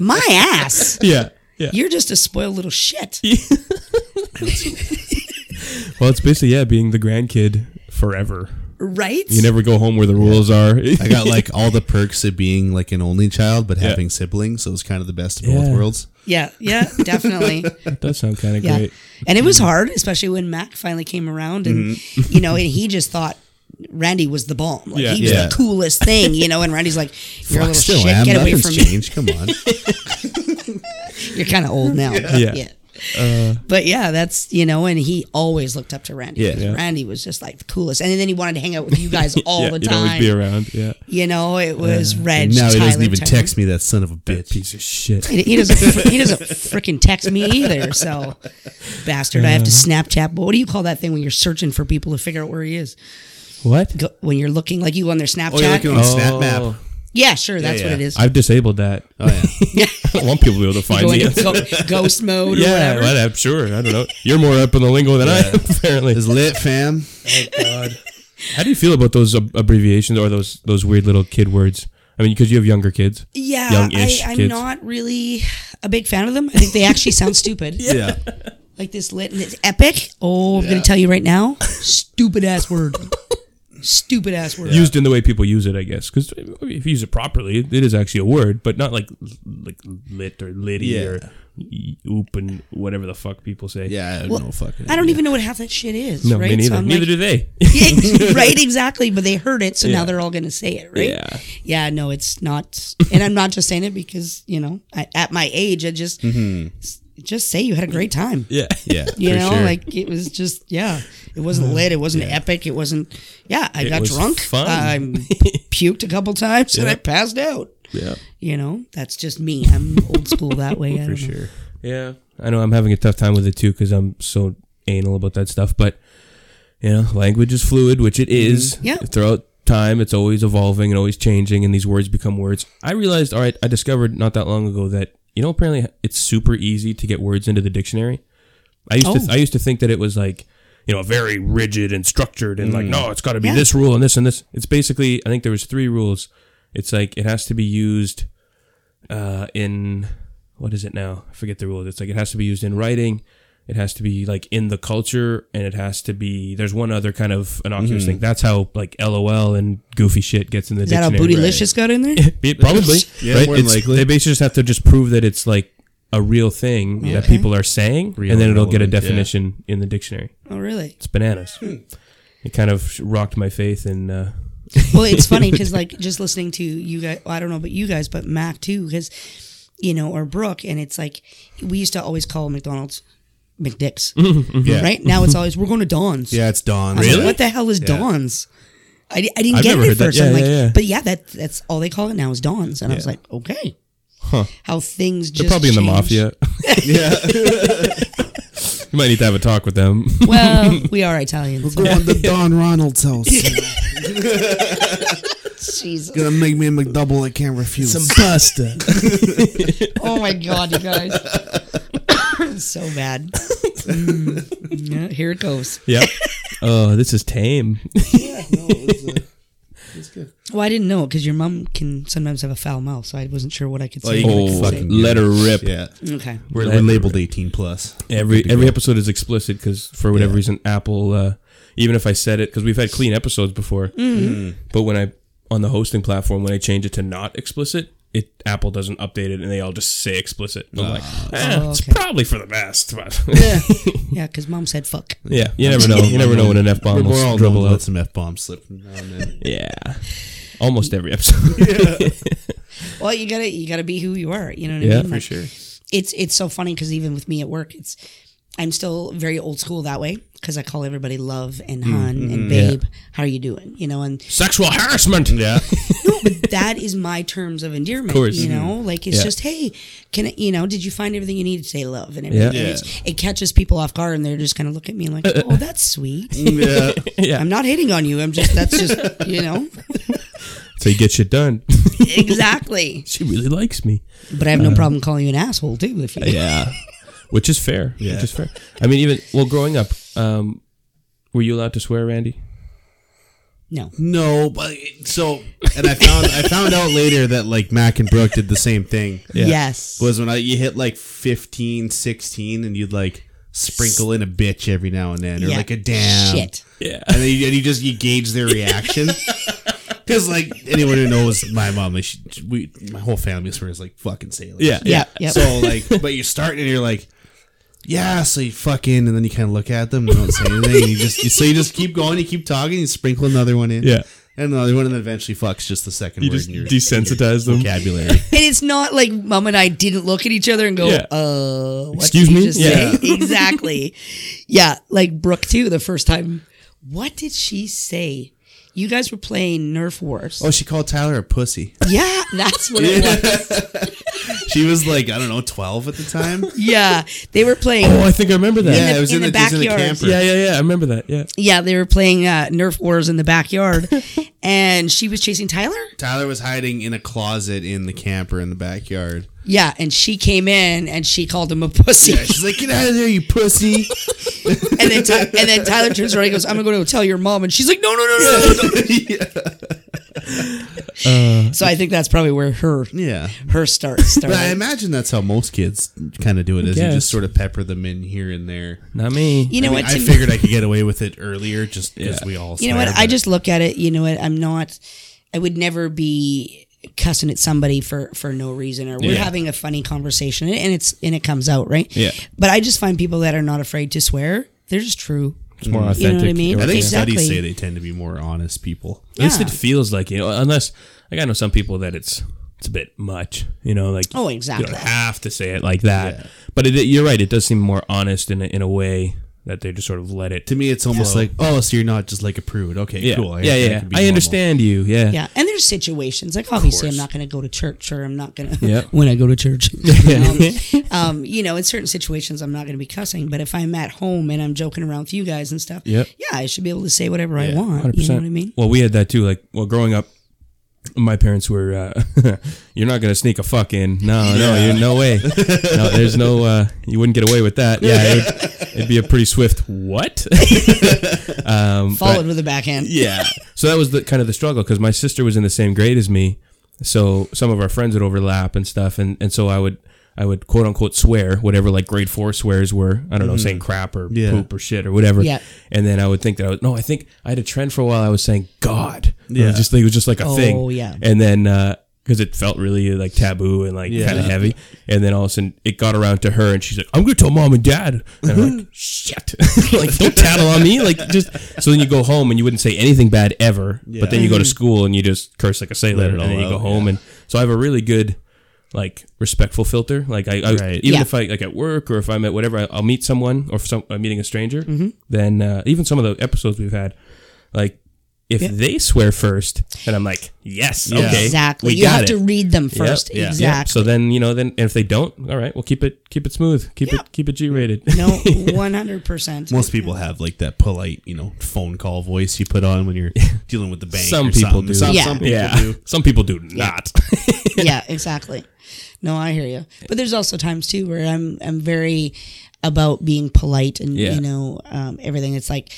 Speaker 3: My ass,
Speaker 2: Yeah. Yeah.
Speaker 3: you're just a spoiled little shit.
Speaker 2: Well, it's basically yeah, being the grandkid forever.
Speaker 3: Right?
Speaker 2: You never go home where the rules are.
Speaker 1: I got like all the perks of being like an only child, but having siblings, so it's kind of the best of both
Speaker 2: Yeah.
Speaker 1: worlds.
Speaker 3: yeah, yeah, definitely.
Speaker 2: that does sound kind of
Speaker 3: Yeah.
Speaker 2: great.
Speaker 3: And it was hard, especially when Mac finally came around and you know, and he just thought Randy was the bomb. Like
Speaker 2: Yeah.
Speaker 3: he was
Speaker 1: Mm-hmm. Yeah.
Speaker 3: the coolest thing, you know, and Randy's like, You're a
Speaker 1: Fuck,
Speaker 3: little
Speaker 1: still
Speaker 3: shit,
Speaker 1: am.
Speaker 3: get away
Speaker 1: Nothing's
Speaker 3: from me.
Speaker 1: changed. Come on.
Speaker 3: You're kinda old now.
Speaker 2: Yeah.
Speaker 3: yeah. but yeah, that's you know, and he always looked up to Randy.
Speaker 1: Uh, Yeah. Yeah.
Speaker 3: Randy was just like the coolest, and then he wanted to hang out with you guys all
Speaker 2: yeah,
Speaker 3: the
Speaker 2: you'd always
Speaker 3: time.
Speaker 2: be around. Yeah.
Speaker 3: You know, it was Reg.
Speaker 1: now he doesn't
Speaker 3: Tyler,
Speaker 1: even
Speaker 3: Tyler.
Speaker 1: text me. That son of a bitch.
Speaker 2: Piece of shit.
Speaker 3: He he doesn't. fr- He doesn't freaking text me either. So, bastard, I have to Snapchat. But what do you call that thing when you're searching for people to figure out where he is?
Speaker 2: What?
Speaker 3: Go, when you're looking, like you on their Snapchat.
Speaker 1: Oh, you're looking on Snap Map.
Speaker 2: Oh.
Speaker 3: yeah, sure, that's
Speaker 1: yeah.
Speaker 3: what it is.
Speaker 2: I've disabled that. I
Speaker 1: Oh yeah.
Speaker 2: don't want people to be able to find
Speaker 3: Go
Speaker 2: me.
Speaker 3: into go, ghost mode. or
Speaker 2: Yeah,
Speaker 3: whatever.
Speaker 2: right, I'm sure. I don't know. You're more up on the lingo than I am, apparently.
Speaker 1: It's lit, fam.
Speaker 2: How do you feel about those ab- abbreviations or those those weird little kid words? I mean, because you have younger kids.
Speaker 3: Yeah,
Speaker 2: Young-ish
Speaker 3: I, I'm
Speaker 2: kids.
Speaker 3: not really a big fan of them. I think they actually sound stupid.
Speaker 1: Yeah.
Speaker 3: Like this lit and it's epic. Oh, I'm gonna tell you right now, stupid ass word. stupid ass word.
Speaker 2: Used in the way people use it, I guess. Because if you use it properly, it is actually a word, but not like like lit or litty
Speaker 1: Yeah.
Speaker 2: or y- oop and whatever the fuck people say.
Speaker 1: Yeah. I don't know. Fucking.
Speaker 3: I don't even know what half that shit is.
Speaker 2: No,
Speaker 3: right?
Speaker 2: me
Speaker 3: So
Speaker 2: neither.
Speaker 3: I'm
Speaker 2: neither
Speaker 3: like-
Speaker 2: do they.
Speaker 3: Yeah, right, exactly. But they heard it, so
Speaker 2: Yeah.
Speaker 3: now they're all going to say it, right?
Speaker 2: Yeah.
Speaker 3: Yeah, no, it's not. And I'm not just saying it because, you know, I, at my age, I just, s- just say you had a great time.
Speaker 2: Mm-hmm. yeah.
Speaker 1: Yeah.
Speaker 3: You
Speaker 1: for
Speaker 3: know,
Speaker 1: sure.
Speaker 3: like it was just, yeah, it wasn't lit. It wasn't epic. It wasn't, yeah, I got
Speaker 2: was
Speaker 3: drunk.
Speaker 2: fun.
Speaker 3: I puked a couple times and I passed out.
Speaker 2: Yeah.
Speaker 3: You know, that's just me. I'm old school that way. I don't know.
Speaker 1: sure.
Speaker 2: Yeah, I know I'm having a tough time with it too because I'm so anal about that stuff. But you know, language is fluid, which it is.
Speaker 3: Yeah.
Speaker 2: Throughout time, it's always evolving and always changing, and these words become words. I realized, all right, I discovered not that long ago that you know apparently it's super easy to get words into the dictionary. I used
Speaker 3: Oh.
Speaker 2: to I used to think that it was like you know very rigid and structured and like no, it's got to be
Speaker 3: Yeah.
Speaker 2: this rule and this and this. It's basically I think there was three rules. It's like it has to be used uh, in what is it now? I forget the rule. It's like it has to be used in writing. It has to be like in the culture, and it has to be. There's one other kind of
Speaker 1: Hmm.
Speaker 2: innocuous thing. That's how like LOL and goofy shit gets in the
Speaker 3: Is that how
Speaker 2: dictionary.
Speaker 3: Bootylicious got in there?
Speaker 2: Be- Probably,
Speaker 1: Yeah,
Speaker 2: right?
Speaker 1: more than
Speaker 2: It's-
Speaker 1: likely.
Speaker 2: They basically just have to just prove that it's like a real thing that people are saying,
Speaker 1: Real
Speaker 2: and then
Speaker 1: and
Speaker 2: it'll get a
Speaker 1: relevant, yeah. Hmm.
Speaker 2: definition in the dictionary.
Speaker 3: Oh, really?
Speaker 2: It's bananas. it kind of rocked my faith in. Uh,
Speaker 3: well, it's funny because like just listening to you guys, well, I don't know about you guys, but Mac too, because you know, or Brooke, and it's like we used to always call McDonald's McDicks,
Speaker 2: Mm.
Speaker 1: Yeah.
Speaker 3: right? Now
Speaker 2: Mm-hmm.
Speaker 3: it's always we're going to Don's.
Speaker 1: Yeah, it's Don.
Speaker 3: I'm like, what the hell is Don's? I, di- I didn't
Speaker 2: I've
Speaker 3: get
Speaker 2: never
Speaker 3: it
Speaker 2: heard
Speaker 3: at
Speaker 2: that.
Speaker 3: first.
Speaker 2: Yeah,
Speaker 3: I'm like,
Speaker 2: yeah, yeah.
Speaker 3: but yeah, that that's all they call it now is Don's, and I was like, okay, how things just
Speaker 2: they're probably in the mafia.
Speaker 3: change.
Speaker 1: Yeah.
Speaker 2: you might need to have a talk with them.
Speaker 3: Well, we are Italians.
Speaker 1: Go on the Don Ronald's house.
Speaker 3: Jesus.
Speaker 1: Gonna make me a McDouble I can't refuse.
Speaker 2: pasta.
Speaker 3: Oh my god, you guys. so bad. Mm. Yeah, here it goes.
Speaker 2: Yep. oh, this is tame.
Speaker 3: Well, I didn't know because your mom can sometimes have a foul mouth, so I wasn't sure what I could
Speaker 1: Oh,
Speaker 3: say.
Speaker 1: you can
Speaker 3: what I
Speaker 1: fucking
Speaker 3: couldn't
Speaker 2: let her rip.
Speaker 1: yeah.
Speaker 3: say. Okay.
Speaker 1: We're, we're labeled 18 plus.
Speaker 2: Every every episode is explicit because for whatever reason Apple, uh, even if I said it because we've had clean episodes before,
Speaker 3: Mm-hmm.
Speaker 2: but when I on the hosting platform when I change it to not explicit, it Apple doesn't update it and they all just say explicit. I'm like, "Eh,
Speaker 3: Oh,
Speaker 2: it's
Speaker 3: okay.
Speaker 2: probably for the best. but-"
Speaker 3: Yeah, because mom said fuck.
Speaker 2: yeah, you never know. You never know when an f bomb
Speaker 1: We're
Speaker 2: will
Speaker 1: all known to
Speaker 2: dribble
Speaker 1: let
Speaker 2: out.
Speaker 1: some F bombs slip from now and then.
Speaker 2: Yeah, almost every episode.
Speaker 3: Well, you gotta you gotta be who you are. You know what I
Speaker 2: yeah,
Speaker 3: mean? Like, It's it's so funny because even with me at work, it's I'm still very old school that way because I call everybody love and hun
Speaker 1: Mm-hmm.
Speaker 3: and babe. How are you doing? You know, and
Speaker 2: Sexual harassment. Yeah,
Speaker 3: no, but that is my terms of endearment.
Speaker 2: course. Mm-hmm.
Speaker 3: You know, like it's
Speaker 2: Yeah.
Speaker 3: just, hey, can I, you know, did you find everything you needed to say love and everything?
Speaker 2: Yeah.
Speaker 3: And it's- It catches people off guard and they're just kind of look at me like, oh, that's sweet.
Speaker 1: Yeah.
Speaker 2: yeah.
Speaker 3: I'm not hating on you. I'm just, that's just, you know,
Speaker 2: So you get shit done.
Speaker 3: exactly.
Speaker 2: she really likes me.
Speaker 3: But I have no problem calling you an asshole too. If you,
Speaker 2: Uh-huh. Yeah. Which is fair.
Speaker 1: Yeah.
Speaker 2: Which is fair. I mean, even, well, growing up, um, were you allowed to swear, Randy?
Speaker 3: no,
Speaker 1: No, but so and I found I found out later that like Mac and Brooke did the same thing.
Speaker 2: Yeah.
Speaker 3: yes,
Speaker 1: Was when I you hit like 15, 16 and you'd like sprinkle in a bitch every now and then or
Speaker 3: Yeah.
Speaker 1: like a damn.
Speaker 3: shit.
Speaker 2: Yeah.
Speaker 1: and then you, and you just you gauge their reaction. Because like anyone who knows my mom, like she, we my whole family swears like fucking sailors.
Speaker 2: Yeah.
Speaker 3: Yeah, yeah.
Speaker 1: So like, but you start and you're like, yeah. So you fucking, and then you kind of look at them, and don't say anything. And you just so you just keep going, you keep talking, you sprinkle another one in.
Speaker 2: Yeah.
Speaker 1: And And another one, and then eventually fucks just the second
Speaker 2: You
Speaker 1: word
Speaker 2: just
Speaker 1: in your
Speaker 2: desensitize them.
Speaker 1: vocabulary.
Speaker 3: And it's not like mom and I didn't look at each other and go,
Speaker 2: Yeah.
Speaker 3: uh, what
Speaker 2: Excuse
Speaker 3: did you
Speaker 2: me?
Speaker 3: just
Speaker 2: Yeah.
Speaker 3: say? exactly. Yeah. Like Brooke, too, the first time. What did she say? You guys were playing Nerf Wars.
Speaker 1: oh, she called Tyler a pussy.
Speaker 3: Yeah, that's what it was.
Speaker 1: She was like, I don't know, 12 at the time.
Speaker 3: Yeah. They were playing.
Speaker 2: Oh, I think I remember that.
Speaker 1: Yeah,
Speaker 3: the-
Speaker 1: it was
Speaker 3: in
Speaker 1: in the,
Speaker 3: the
Speaker 1: it was in the
Speaker 3: backyard.
Speaker 1: camper.
Speaker 2: yeah, yeah, yeah. I remember that. Yeah.
Speaker 3: Yeah, they were playing uh, Nerf Wars in the backyard, and she was chasing Tyler.
Speaker 1: Tyler was hiding in a closet in the camper in the backyard.
Speaker 3: Yeah, and she came in and she called him a pussy.
Speaker 1: Yeah, she's like, get out of there, you pussy.
Speaker 3: and then Ty- and then Tyler turns around and goes, "I'm gonna go tell your mom," and she's like, "No, no, no, no." no, no." so I think that's probably where her
Speaker 1: yeah.
Speaker 3: her start started.
Speaker 1: But I imagine that's how most kids kind of do it, is you
Speaker 2: guess.
Speaker 1: just sort of pepper them in here and there.
Speaker 2: Not me.
Speaker 3: you know
Speaker 1: I, mean,
Speaker 3: what?
Speaker 1: I
Speaker 3: to me-
Speaker 1: figured I could get away with it earlier just because we all
Speaker 3: you know
Speaker 1: swear,
Speaker 3: what? I
Speaker 1: but-
Speaker 3: just look at it. You know what? I'm not. I would never be cussing at somebody for for no reason or we're
Speaker 2: Yeah.
Speaker 3: having a funny conversation and it's and it comes out right
Speaker 2: Yeah.
Speaker 3: but i just find people that are not afraid to swear they're just true
Speaker 2: It's more authentic.
Speaker 3: You know what I mean?
Speaker 1: I think
Speaker 3: Exactly.
Speaker 1: studies say they tend to be more honest people.
Speaker 2: At least
Speaker 3: Yeah.
Speaker 2: it feels like you know. Unless like I know some people that it's it's a bit much. You know, like
Speaker 3: oh
Speaker 2: you
Speaker 3: exactly
Speaker 2: don't have to say it like that. But it, you're right. It does seem more honest in a, in a way that they just sort of let it.
Speaker 1: To me, it's almost like, oh, so you're not just like a prude. Okay,
Speaker 2: yeah,
Speaker 1: cool.
Speaker 2: yeah,
Speaker 1: guess that
Speaker 2: yeah.
Speaker 1: could be
Speaker 2: I
Speaker 1: normal.
Speaker 2: understand you. Yeah,
Speaker 3: Yeah, and there's situations like obviously I'm
Speaker 2: course.
Speaker 3: not going to go to church or I'm not going to
Speaker 2: Yeah.
Speaker 3: when I go to church. um, um, you know, in certain situations I'm not going to be cussing, but if I'm at home and I'm joking around with you guys and stuff,
Speaker 2: Yep.
Speaker 3: yeah, I should be able to say whatever I want. You
Speaker 2: 100%.
Speaker 3: know what I mean?
Speaker 2: Well, we had that too. Like, well, growing up, my parents were, uh, you're not gonna sneak a fuck in. No, no, you no way. No, there's no, uh, you wouldn't get away with that. Yeah, it'd, it'd be a pretty swift what.
Speaker 3: Followed with a backhand.
Speaker 2: yeah. So that was the kind of the struggle because my sister was in the same grade as me, so some of our friends would overlap and stuff, and and so I would. I would quote unquote swear whatever like grade four swears were. I don't know, saying crap or
Speaker 1: Yeah.
Speaker 2: poop or shit or whatever.
Speaker 3: Yeah.
Speaker 2: And then I would think that I was no. I think I had a trend for a while. I was saying God. Yeah. It
Speaker 1: Yeah.
Speaker 2: was just like it was just like a
Speaker 3: Oh,
Speaker 2: thing.
Speaker 3: yeah.
Speaker 2: And then because it felt really like taboo and like
Speaker 1: Yeah.
Speaker 2: kind of heavy. And then all of a sudden it got around to her and she's like, I'm gonna tell mom and dad. And I'm like, shit. like don't tattle on me. Like just so then you go home and you wouldn't say anything bad ever. But then you go to school and you just curse like a sailor
Speaker 1: it
Speaker 2: and then
Speaker 1: all
Speaker 2: you go
Speaker 1: out,
Speaker 2: home and so I have a really good like respectful filter. Like I, I
Speaker 1: Right.
Speaker 2: even
Speaker 3: Yeah.
Speaker 2: if I like at work or if I'm at whatever, I, I'll meet someone or if some, I'm meeting a stranger.
Speaker 1: Mm-hmm.
Speaker 2: Then uh, even some of the episodes we've had, like if they swear first, and I'm like, yes, okay, we
Speaker 3: Exactly. you
Speaker 2: got
Speaker 3: have
Speaker 2: it.
Speaker 3: to read them
Speaker 2: Yep,
Speaker 3: first.
Speaker 1: yeah, yep.
Speaker 2: Yep.
Speaker 3: Exactly.
Speaker 2: So then you know then and if they don't, all right, we'll keep it keep it smooth, keep it keep it G rated.
Speaker 3: No, one hundred percent.
Speaker 1: Most people have like that polite, you know, phone call voice you put on when you're dealing with the bank.
Speaker 2: Some
Speaker 1: or
Speaker 2: people
Speaker 1: something.
Speaker 2: do.
Speaker 1: Some,
Speaker 3: Yeah.
Speaker 1: some people
Speaker 2: yeah,
Speaker 1: do.
Speaker 2: some people do not.
Speaker 3: yeah, exactly. No, I hear you. But there's also times too where I'm I'm very about being polite and
Speaker 2: Yeah.
Speaker 3: you know um, everything. It's like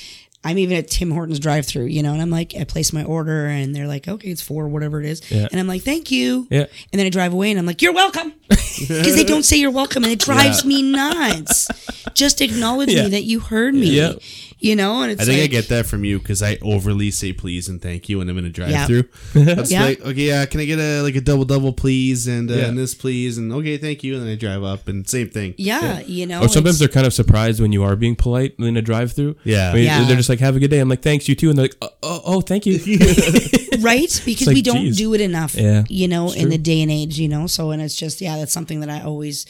Speaker 3: I'm even at Tim Hortons drive-through, you know, and I'm like I place my order and they're like, okay, it's four, whatever it is,
Speaker 2: Yeah.
Speaker 3: and I'm like, thank you,
Speaker 2: Yeah.
Speaker 3: and then I drive away and I'm like, you're welcome, because they don't say you're welcome and it drives me nuts. Just acknowledge
Speaker 2: Yeah.
Speaker 3: me that you heard me,
Speaker 2: Yeah.
Speaker 3: you know, and it's
Speaker 1: I think
Speaker 3: like,
Speaker 1: I get that from you because I overly say please and thank you when I'm in a drive-through. That's
Speaker 3: Yeah.
Speaker 1: like, okay, yeah, can I get a like a double double please and uh,
Speaker 2: Yeah.
Speaker 1: and this please and okay, thank you, and then I drive up and same thing.
Speaker 3: yeah, you know,
Speaker 2: Or sometimes
Speaker 3: it's-
Speaker 2: they're kind of surprised when you are being polite in a drive-through.
Speaker 1: Yeah.
Speaker 2: I mean,
Speaker 3: Yeah.
Speaker 2: they're just like, "Have a good day." I'm like, "Thanks, you too." And they're like, "Oh, oh, oh thank you."
Speaker 3: right because
Speaker 2: like,
Speaker 3: we don't
Speaker 2: geez.
Speaker 3: do it enough
Speaker 2: Yeah,
Speaker 3: you know in
Speaker 2: true.
Speaker 3: the day and age you know so and it's just yeah that's something that i always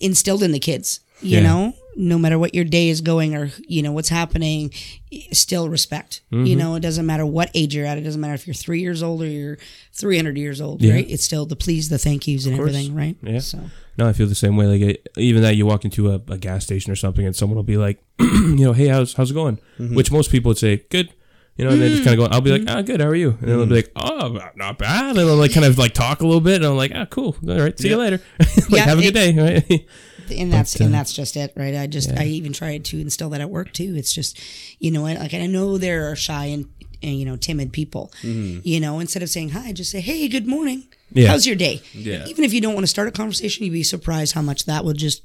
Speaker 3: instilled in the kids you
Speaker 2: Yeah.
Speaker 3: know no matter what your day is going or you know what's happening y- still respect you
Speaker 2: Mm-hmm.
Speaker 3: know it doesn't matter what age you're at it doesn't matter if you're three years old or you're 300 years old
Speaker 2: Yeah.
Speaker 3: right it's still the please the thank yous and everything right
Speaker 2: Yeah.
Speaker 3: so
Speaker 2: No, I feel the same way. Like it, even that you walk into a, a gas station or something, and someone will be like, you know, hey, how's how's it going?
Speaker 3: Mm-hmm.
Speaker 2: Which most people would say good. You know, and they just kind of go. I'll be like, ah, good. How are you? And they'll be like, oh, not bad. And they'll like kind of like talk a little bit, and I'm like, ah, cool. All right, see you later. like,
Speaker 3: Yeah,
Speaker 2: have a
Speaker 3: it-
Speaker 2: good day. Right?
Speaker 3: and that's and that's just it right i just i even tried to instill that at work too it's just you know I, like i know there are shy and, and you know timid people you know instead of saying hi just say hey good morning
Speaker 2: Yeah.
Speaker 3: how's your day
Speaker 1: Yeah.
Speaker 3: even if you don't want to start a conversation you'd be surprised how much that would just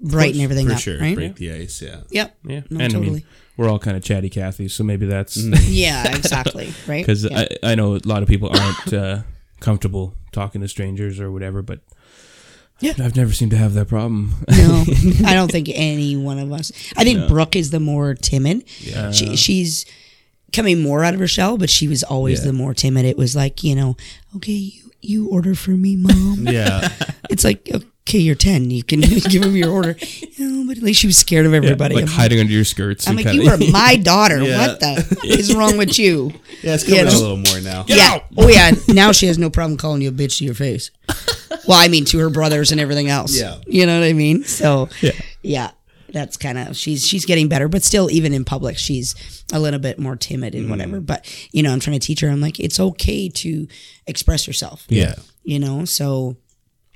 Speaker 3: brighten everything
Speaker 1: for
Speaker 3: up
Speaker 1: sure.
Speaker 3: right
Speaker 1: Break the ice, yeah.
Speaker 3: yep
Speaker 2: yeah.
Speaker 3: no,
Speaker 2: and I
Speaker 3: totally
Speaker 2: mean, we're all kind of chatty Cathy's, so maybe that's
Speaker 3: yeah exactly right
Speaker 2: because
Speaker 3: Mm. yeah.
Speaker 2: I, I know a lot of people aren't uh, comfortable talking to strangers or whatever, but
Speaker 3: Yeah.
Speaker 2: I've never seemed to have that problem.
Speaker 3: No, I don't think any one of us. I think Brooke is the more timid. She, she's coming more out of her shell, but she was always
Speaker 1: Yeah.
Speaker 3: the more timid. It was like, you know, okay, you, you order for me, mom.
Speaker 1: Yeah.
Speaker 3: it's like, okay, you're 10. You can give him your order. You know, but at least she was scared of everybody.
Speaker 2: like
Speaker 3: I'm,
Speaker 2: hiding under your skirts.
Speaker 3: I'm
Speaker 2: and
Speaker 3: like,
Speaker 2: kinda-
Speaker 3: you are my daughter.
Speaker 1: Yeah.
Speaker 3: What the is wrong with you?
Speaker 1: Yeah, it's coming
Speaker 3: Yeah,
Speaker 1: out
Speaker 3: just-
Speaker 1: a little more now.
Speaker 3: yeah. Oh, yeah. Now she has no problem calling you a bitch to your face. well, I mean, to her brothers and everything else.
Speaker 1: Yeah.
Speaker 3: You know what I mean? So, yeah. Yeah. That's kind of she's she's getting better, but still, even in public, she's a little bit more timid and whatever. But you know, I'm trying to teach her. I'm like, it's okay to express yourself.
Speaker 1: Yeah.
Speaker 3: You know, so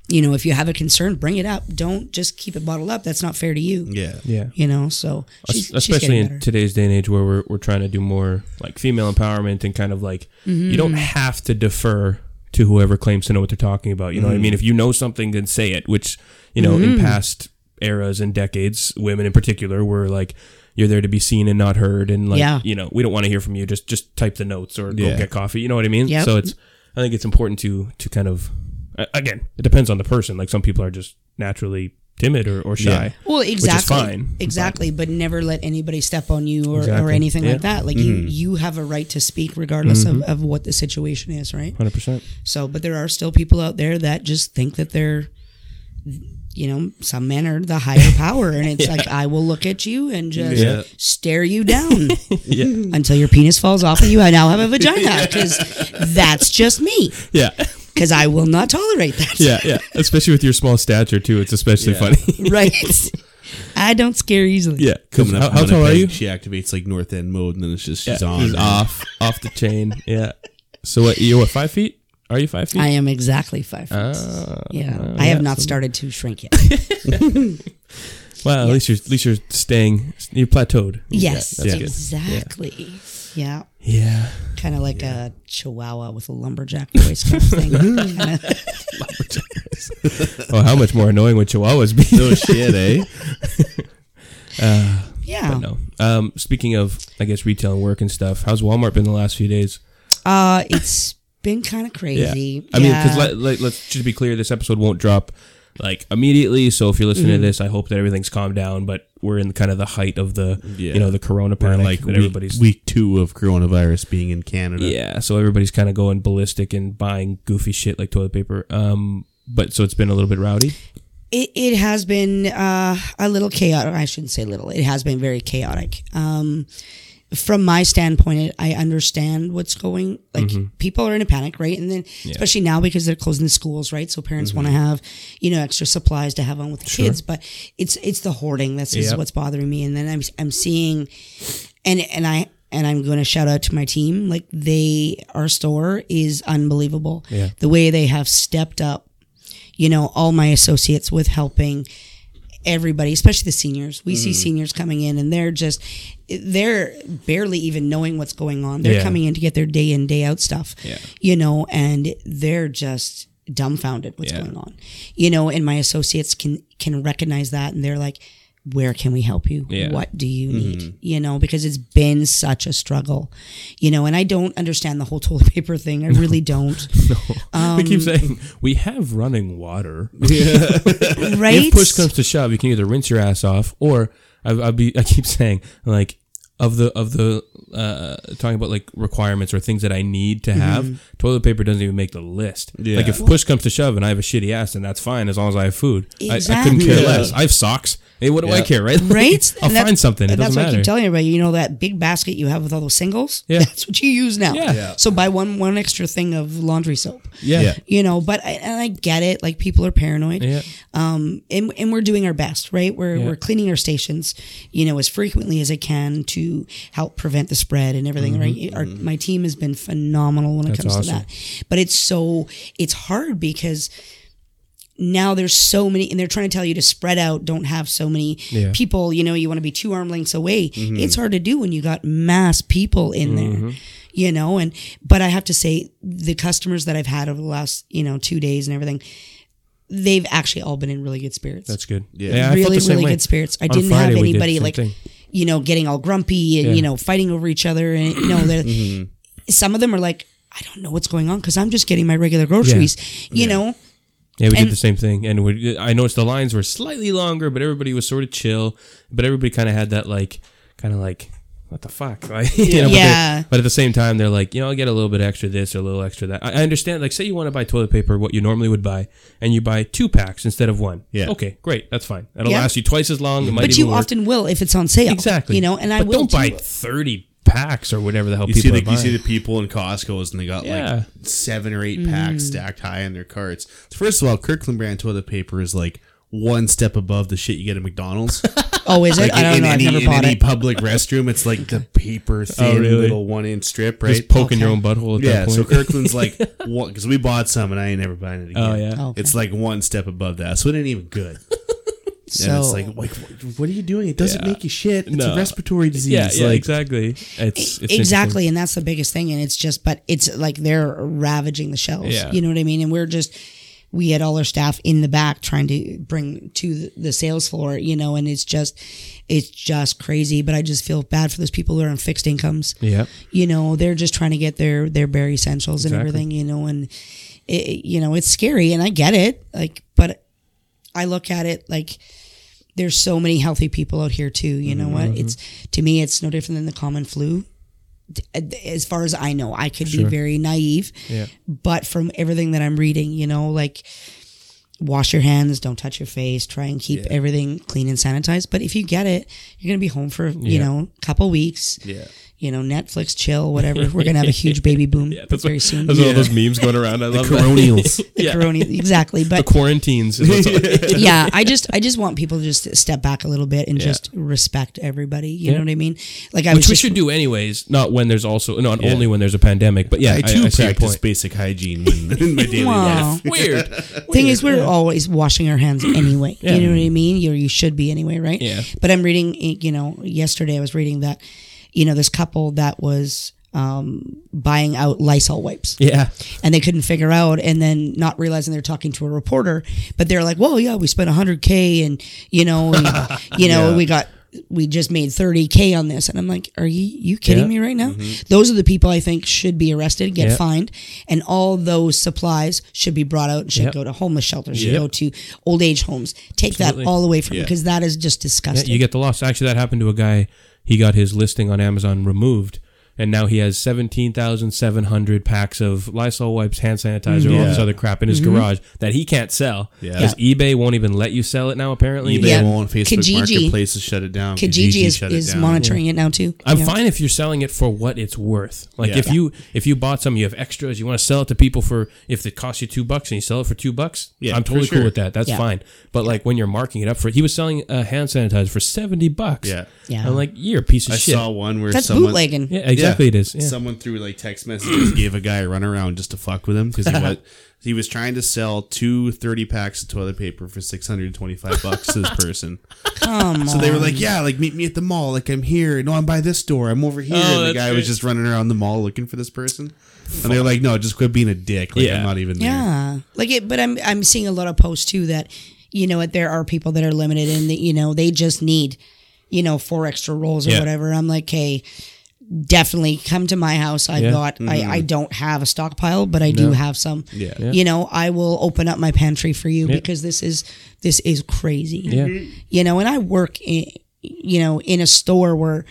Speaker 3: you know, if you have a concern, bring it up. Don't just keep it bottled up. That's not fair to you.
Speaker 1: Yeah.
Speaker 2: yeah.
Speaker 3: You know, so she's, she's
Speaker 2: especially
Speaker 3: getting
Speaker 2: in
Speaker 3: better.
Speaker 2: today's day and age where we're, we're trying to do more like female empowerment and kind of like you
Speaker 3: Mm-hmm.
Speaker 2: don't have to defer to whoever claims to know what they're talking about you know what
Speaker 1: Mm.
Speaker 2: i mean if you know something then say it which you know
Speaker 3: Mm-hmm.
Speaker 2: in past eras and decades women in particular were like you're there to be seen and not heard and like
Speaker 3: Yeah.
Speaker 2: you know we don't want to hear from you just just type the notes or go
Speaker 1: Yeah.
Speaker 2: get coffee you know what i mean
Speaker 3: Yep.
Speaker 2: so it's i think it's important to to kind of a- again it depends on the person like some people are just naturally timid or, or shy
Speaker 1: Yeah.
Speaker 3: Well, exactly.
Speaker 2: fine, but-
Speaker 3: Exactly, but never let anybody step on you or, or
Speaker 2: Exactly.
Speaker 3: anything
Speaker 2: Yeah. Mm. Mm-hmm.
Speaker 3: like that. Like you, you have a right to speak regardless of, of what the situation is, right?
Speaker 2: 100%
Speaker 3: So, but there are still people out there that just think that they're, you know, some men are the higher power, and it's like I will look at you and just
Speaker 1: Yeah.
Speaker 3: stare you down until your penis falls off and you now have a vagina because that's just me
Speaker 2: yeah
Speaker 3: because I will not tolerate that.
Speaker 2: yeah, yeah. Especially with your small stature too, it's especially
Speaker 1: Yeah.
Speaker 2: funny.
Speaker 3: Right? I don't scare easily.
Speaker 2: yeah.
Speaker 1: Coming up.
Speaker 2: how, how
Speaker 1: on
Speaker 2: tall
Speaker 1: a
Speaker 2: are
Speaker 1: peg,
Speaker 2: you?
Speaker 1: She activates like north end mode, and then it's just she's
Speaker 2: Yeah,
Speaker 1: on.
Speaker 2: he's off, off the chain. Yeah. So what? You what? Five feet? Are you five feet?
Speaker 3: I am exactly five feet.
Speaker 2: Uh,
Speaker 3: Yeah, I have not started to shrink yet.
Speaker 2: well, at least you're at least you're staying. You're plateaued.
Speaker 3: yes,
Speaker 2: Yeah, that's good.
Speaker 3: exactly. Yeah,
Speaker 2: Yeah.
Speaker 3: kind of like a chihuahua with a lumberjack voice kind of thing. Kinda-
Speaker 2: Oh, how much more annoying would Chihuahuas be?
Speaker 1: No shit, eh?
Speaker 3: yeah.
Speaker 2: no. Um, speaking of, I guess retail and work and stuff. How's Walmart been the last few days?
Speaker 3: Uh, it's been kind of
Speaker 2: Yeah.
Speaker 3: crazy.
Speaker 2: I mean,
Speaker 3: Yeah.
Speaker 2: because let, let, let's just be clear, this episode won't drop like immediately. So if you're listening to this, I hope that everything's calmed down. But we're in kind of the height of the
Speaker 1: Yeah.
Speaker 2: you know the corona
Speaker 1: We're
Speaker 2: panic
Speaker 1: like
Speaker 2: that
Speaker 1: week,
Speaker 2: everybody's
Speaker 1: week two of coronavirus being in Canada.
Speaker 2: yeah. So everybody's kind of going ballistic and buying goofy shit like toilet paper. Um, but so it's been a little bit rowdy.
Speaker 3: it, it has been uh, a little chaotic. I shouldn't say little. It has been very chaotic. Um, from my standpoint, I understand what's going. Like
Speaker 2: Mm-hmm.
Speaker 3: people are in a panic, right? And then especially now because they're closing the schools, right? So parents want to
Speaker 2: Mm-hmm.
Speaker 3: have you know extra supplies to have on with the kids. But it's it's the hoarding. That's is
Speaker 2: Yep.
Speaker 3: what's bothering me. And then I'm I'm seeing and and I and I'm going to shout out to my team. Like they, our store is unbelievable.
Speaker 2: Yeah.
Speaker 3: The way they have stepped up, you know, all my associates with helping everybody, especially the seniors. We
Speaker 2: Mm.
Speaker 3: see seniors coming in and they're just they're barely even knowing what's going on. They're
Speaker 2: Yeah.
Speaker 3: coming in to get their day in day out stuff.
Speaker 2: Yeah.
Speaker 3: You know, and they're just dumbfounded what's
Speaker 2: Yeah.
Speaker 3: going on. You know, and my associates can can recognize that and they're like where can we help you?
Speaker 2: Yeah. Mm-hmm.
Speaker 3: What do you need? You know, because it's been such a struggle, you know, and I don't understand the whole toilet paper thing. I really don't.
Speaker 2: we keep saying we have running water.
Speaker 3: right?
Speaker 2: If push comes to shove, you can either rinse your ass off, or I, I'll be. I keep saying like of the of the uh, talking about like requirements or things that I need to have.
Speaker 3: Mm-hmm.
Speaker 2: Toilet paper doesn't even make the list. Like if push comes to shove and I have a shitty ass, then that's fine as long as I have food. I, I couldn't care
Speaker 3: Exactly.
Speaker 2: less. I have socks. Hey, what do I care, right? Like,
Speaker 3: Right?
Speaker 2: I'll
Speaker 3: And that's-
Speaker 2: find something. It
Speaker 3: and that's
Speaker 2: doesn't
Speaker 3: what I
Speaker 2: matter.
Speaker 3: keep telling everybody. You know that big basket you have with all those singles?
Speaker 2: Yeah.
Speaker 3: That's what you use now.
Speaker 2: Yeah. Yeah.
Speaker 3: So buy one one extra thing of laundry soap.
Speaker 2: yeah.
Speaker 1: Yeah.
Speaker 3: You know, but I, and I get it. Like people are paranoid.
Speaker 2: Yeah.
Speaker 3: Um, and, and we're doing our best, right? We're, we're cleaning our stations, you know, as frequently as I can to help prevent the spread and everything, right? Our, my team has been phenomenal when it comes
Speaker 2: Mm-hmm. awesome.
Speaker 3: to that. But it's so, it's hard because now there's so many, and they're trying to tell you to spread out, don't have so many
Speaker 2: Yeah. Mm-hmm.
Speaker 3: people, you know, you want to be two arm lengths away. It's hard to do when you got mass people in there, you know, and, but I have to say, the customers that I've had over the last, you know, two days and everything, they've actually all been in really good spirits.
Speaker 2: That's good.
Speaker 1: Yeah.
Speaker 2: I felt
Speaker 3: really,
Speaker 2: the same
Speaker 3: really
Speaker 2: way.
Speaker 3: good spirits. I
Speaker 2: On
Speaker 3: didn't
Speaker 2: Friday,
Speaker 3: have
Speaker 2: we did the
Speaker 3: anybody
Speaker 2: same
Speaker 3: like,
Speaker 2: thing.
Speaker 3: you know, getting all grumpy and,
Speaker 2: Yeah. Mm-hmm.
Speaker 3: you know, fighting over each other. And, you know, they're- some of them are like, I don't know what's going on because I'm just getting my regular groceries, you know?
Speaker 2: Yeah, we
Speaker 3: And-
Speaker 2: did the same thing, and we, I noticed the lines were slightly longer, but everybody was sort of chill. But everybody kind of had that like, kind of like, what the fuck? Like, you know, but
Speaker 3: Yeah.
Speaker 2: they're- But, at the same time, they're like, you know, I'll get a little bit extra this or a little extra that. I, I understand. Like, say you want to buy toilet paper, what you normally would buy, and you buy two packs instead of one.
Speaker 1: Yeah.
Speaker 2: Okay, great. That's fine. That'll
Speaker 3: Yeah.
Speaker 2: last you twice as long. It might
Speaker 3: but
Speaker 2: even
Speaker 3: you
Speaker 2: work.
Speaker 3: often will if it's on sale.
Speaker 2: exactly.
Speaker 3: You know, and I
Speaker 2: But
Speaker 3: will
Speaker 2: don't buy
Speaker 3: too.
Speaker 2: thirty packs or whatever the hell
Speaker 1: You see,
Speaker 2: people
Speaker 1: the,
Speaker 2: are buying.
Speaker 1: you see the people in Costco's and they got
Speaker 2: Yeah. Mm.
Speaker 1: like seven or eight packs stacked high in their carts. First of all, Kirkland brand toilet paper is like one step above the shit you get at McDonald's.
Speaker 3: Oh, is it?
Speaker 1: Like
Speaker 3: I don't
Speaker 1: in,
Speaker 3: know. I've
Speaker 1: any,
Speaker 3: never
Speaker 1: in
Speaker 3: bought
Speaker 1: any
Speaker 3: it.
Speaker 1: public restroom, it's like the paper thin
Speaker 2: Oh, really?
Speaker 1: little one inch strip, right?
Speaker 2: Just poking your own butthole at
Speaker 1: yeah,
Speaker 2: that point.
Speaker 1: so Kirkland's like, because we bought some and I ain't never buying it again.
Speaker 2: oh yeah.
Speaker 3: Oh. Okay.
Speaker 1: It's like one step above that, so it ain't even good.
Speaker 3: So
Speaker 1: and it's like, like, wh- what are you doing? It doesn't
Speaker 2: Yeah.
Speaker 1: make you shit. It's
Speaker 2: No.
Speaker 1: a respiratory disease.
Speaker 2: Yeah, yeah,
Speaker 1: like,
Speaker 2: exactly. It's, it's
Speaker 3: exactly, and that's the biggest thing. And it's just, but it's like they're ravaging the shelves.
Speaker 2: Yeah.
Speaker 3: You know what I mean? And we're just, we had all our staff in the back trying to bring to the- the sales floor. You know, and it's just, it's just crazy. But I just feel bad for those people who are on fixed incomes.
Speaker 2: Yeah.
Speaker 3: You know, they're just trying to get their their bare essentials and
Speaker 2: Exactly.
Speaker 3: everything. You know, and it- it, you know it's scary, and I get it. Like, but I look at it like there's so many healthy people out here too. You know
Speaker 2: Mm-hmm,
Speaker 3: what? It's to me, it's no different than the common flu. D- As far as I know, I could be very naive,
Speaker 2: Yeah.
Speaker 3: but from everything that I'm reading, you know, like wash your hands, don't touch your face, try and keep everything clean and sanitized. But if you get it, you're gonna be home for you
Speaker 2: Yeah.
Speaker 3: know a couple weeks.
Speaker 1: Yeah.
Speaker 3: You know, Netflix, chill, whatever. We're gonna have a huge baby boom very soon.
Speaker 2: There's all
Speaker 1: Yeah.
Speaker 2: those memes going around. I
Speaker 1: the
Speaker 2: love that.
Speaker 1: coronials.
Speaker 3: The
Speaker 2: yeah.
Speaker 3: corona- exactly.
Speaker 2: The
Speaker 3: But
Speaker 2: quarantines. is what's-
Speaker 3: yeah, I just I just want people to just step back a little bit and
Speaker 2: Yeah.
Speaker 3: just respect everybody. You know what I mean? Like I
Speaker 2: Which
Speaker 3: was
Speaker 2: we
Speaker 3: just,
Speaker 2: should do anyways, not when there's also not only when there's a pandemic, but yeah,
Speaker 1: I too
Speaker 2: see your
Speaker 1: practice
Speaker 2: point.
Speaker 1: basic hygiene when, in my daily life.
Speaker 3: Wow.
Speaker 2: Weird.
Speaker 3: Thing is, we're always washing our hands anyway.
Speaker 2: Yeah.
Speaker 3: You know what I mean? You you should be anyway, right?
Speaker 2: Yeah.
Speaker 3: But I'm reading. You know, yesterday I was reading that, you know, this couple that was um, buying out Lysol wipes.
Speaker 2: yeah.
Speaker 3: and they couldn't figure out and then not realizing they're talking to a reporter but they're like well yeah we spent 100k and you know and, you know we got we just made 30k on this and i'm like are you you kidding
Speaker 2: Yeah.
Speaker 3: me right now those are the people i think should be arrested get
Speaker 2: Yeah.
Speaker 3: fined and all those supplies should be brought out and should
Speaker 2: Yep.
Speaker 3: go to homeless shelters should
Speaker 2: Yep.
Speaker 3: go to old age homes take
Speaker 2: Absolutely.
Speaker 3: that all away from
Speaker 1: Yeah.
Speaker 3: because that is just
Speaker 2: Yeah,
Speaker 3: disgusting
Speaker 2: you get the loss. Actually, that happened to a guy. He got his listing on Amazon removed, and now he has seventeen thousand seven hundred packs of Lysol wipes, hand sanitizer, all this
Speaker 1: Yeah.
Speaker 2: other crap in his garage that he can't sell
Speaker 1: Mm-hmm. Yeah.
Speaker 2: because eBay won't even let you sell it now. Apparently,
Speaker 1: eBay
Speaker 3: Yeah.
Speaker 1: won't. Facebook
Speaker 3: Kijiji.
Speaker 1: marketplaces shut it down.
Speaker 3: kijiji is,
Speaker 1: shut it
Speaker 3: is
Speaker 1: down.
Speaker 3: monitoring it now too
Speaker 2: I'm
Speaker 3: Yeah.
Speaker 2: fine if you're selling it for what it's worth. Like
Speaker 1: Yeah.
Speaker 2: if you if you bought some, you have extras, you want to sell it to people for if it costs you two bucks and you sell it for two bucks,
Speaker 1: Yeah,
Speaker 2: I'm
Speaker 1: for
Speaker 2: totally
Speaker 1: sure.
Speaker 2: cool with that. That's
Speaker 3: Yeah.
Speaker 2: fine. But like when you're marking it up for, he was selling a hand sanitizer for seventy bucks.
Speaker 1: Yeah.
Speaker 3: Yeah.
Speaker 2: I'm like, you're a piece of
Speaker 1: I
Speaker 2: shit.
Speaker 1: saw one where
Speaker 3: that's
Speaker 1: someone,
Speaker 3: bootlegging
Speaker 2: yeah, exactly.
Speaker 1: Yeah.
Speaker 2: It is. Yeah.
Speaker 1: Someone through like text messages gave a guy a runaround just to fuck with him because he was he was trying to sell two 30 packs of toilet paper for six hundred and twenty five bucks to this person.
Speaker 3: Come
Speaker 1: So they were
Speaker 3: on.
Speaker 1: like, "Yeah, like meet me at the mall. Like I'm here. No, I'm by this door. I'm over here."
Speaker 2: Oh,
Speaker 1: and the
Speaker 2: that's
Speaker 1: guy was
Speaker 2: great.
Speaker 1: just running around the mall looking for this person. And they're like, "No, just quit being a dick. Like
Speaker 2: Yeah.
Speaker 1: I'm not even there."
Speaker 3: Yeah, like it. But I'm I'm seeing a lot of posts too that you know what there are people that are limited and that you know they just need you know four extra rolls or
Speaker 2: Yeah.
Speaker 3: whatever. I'm like, hey, definitely come to my house. I've
Speaker 2: Yeah. Mm-hmm.
Speaker 3: got I, I don't have a stockpile, but I do have some.
Speaker 1: Yeah.
Speaker 3: You know, I will open up my pantry for you because this is this is crazy.
Speaker 2: Yeah.
Speaker 3: You know, and I work in you know in a store where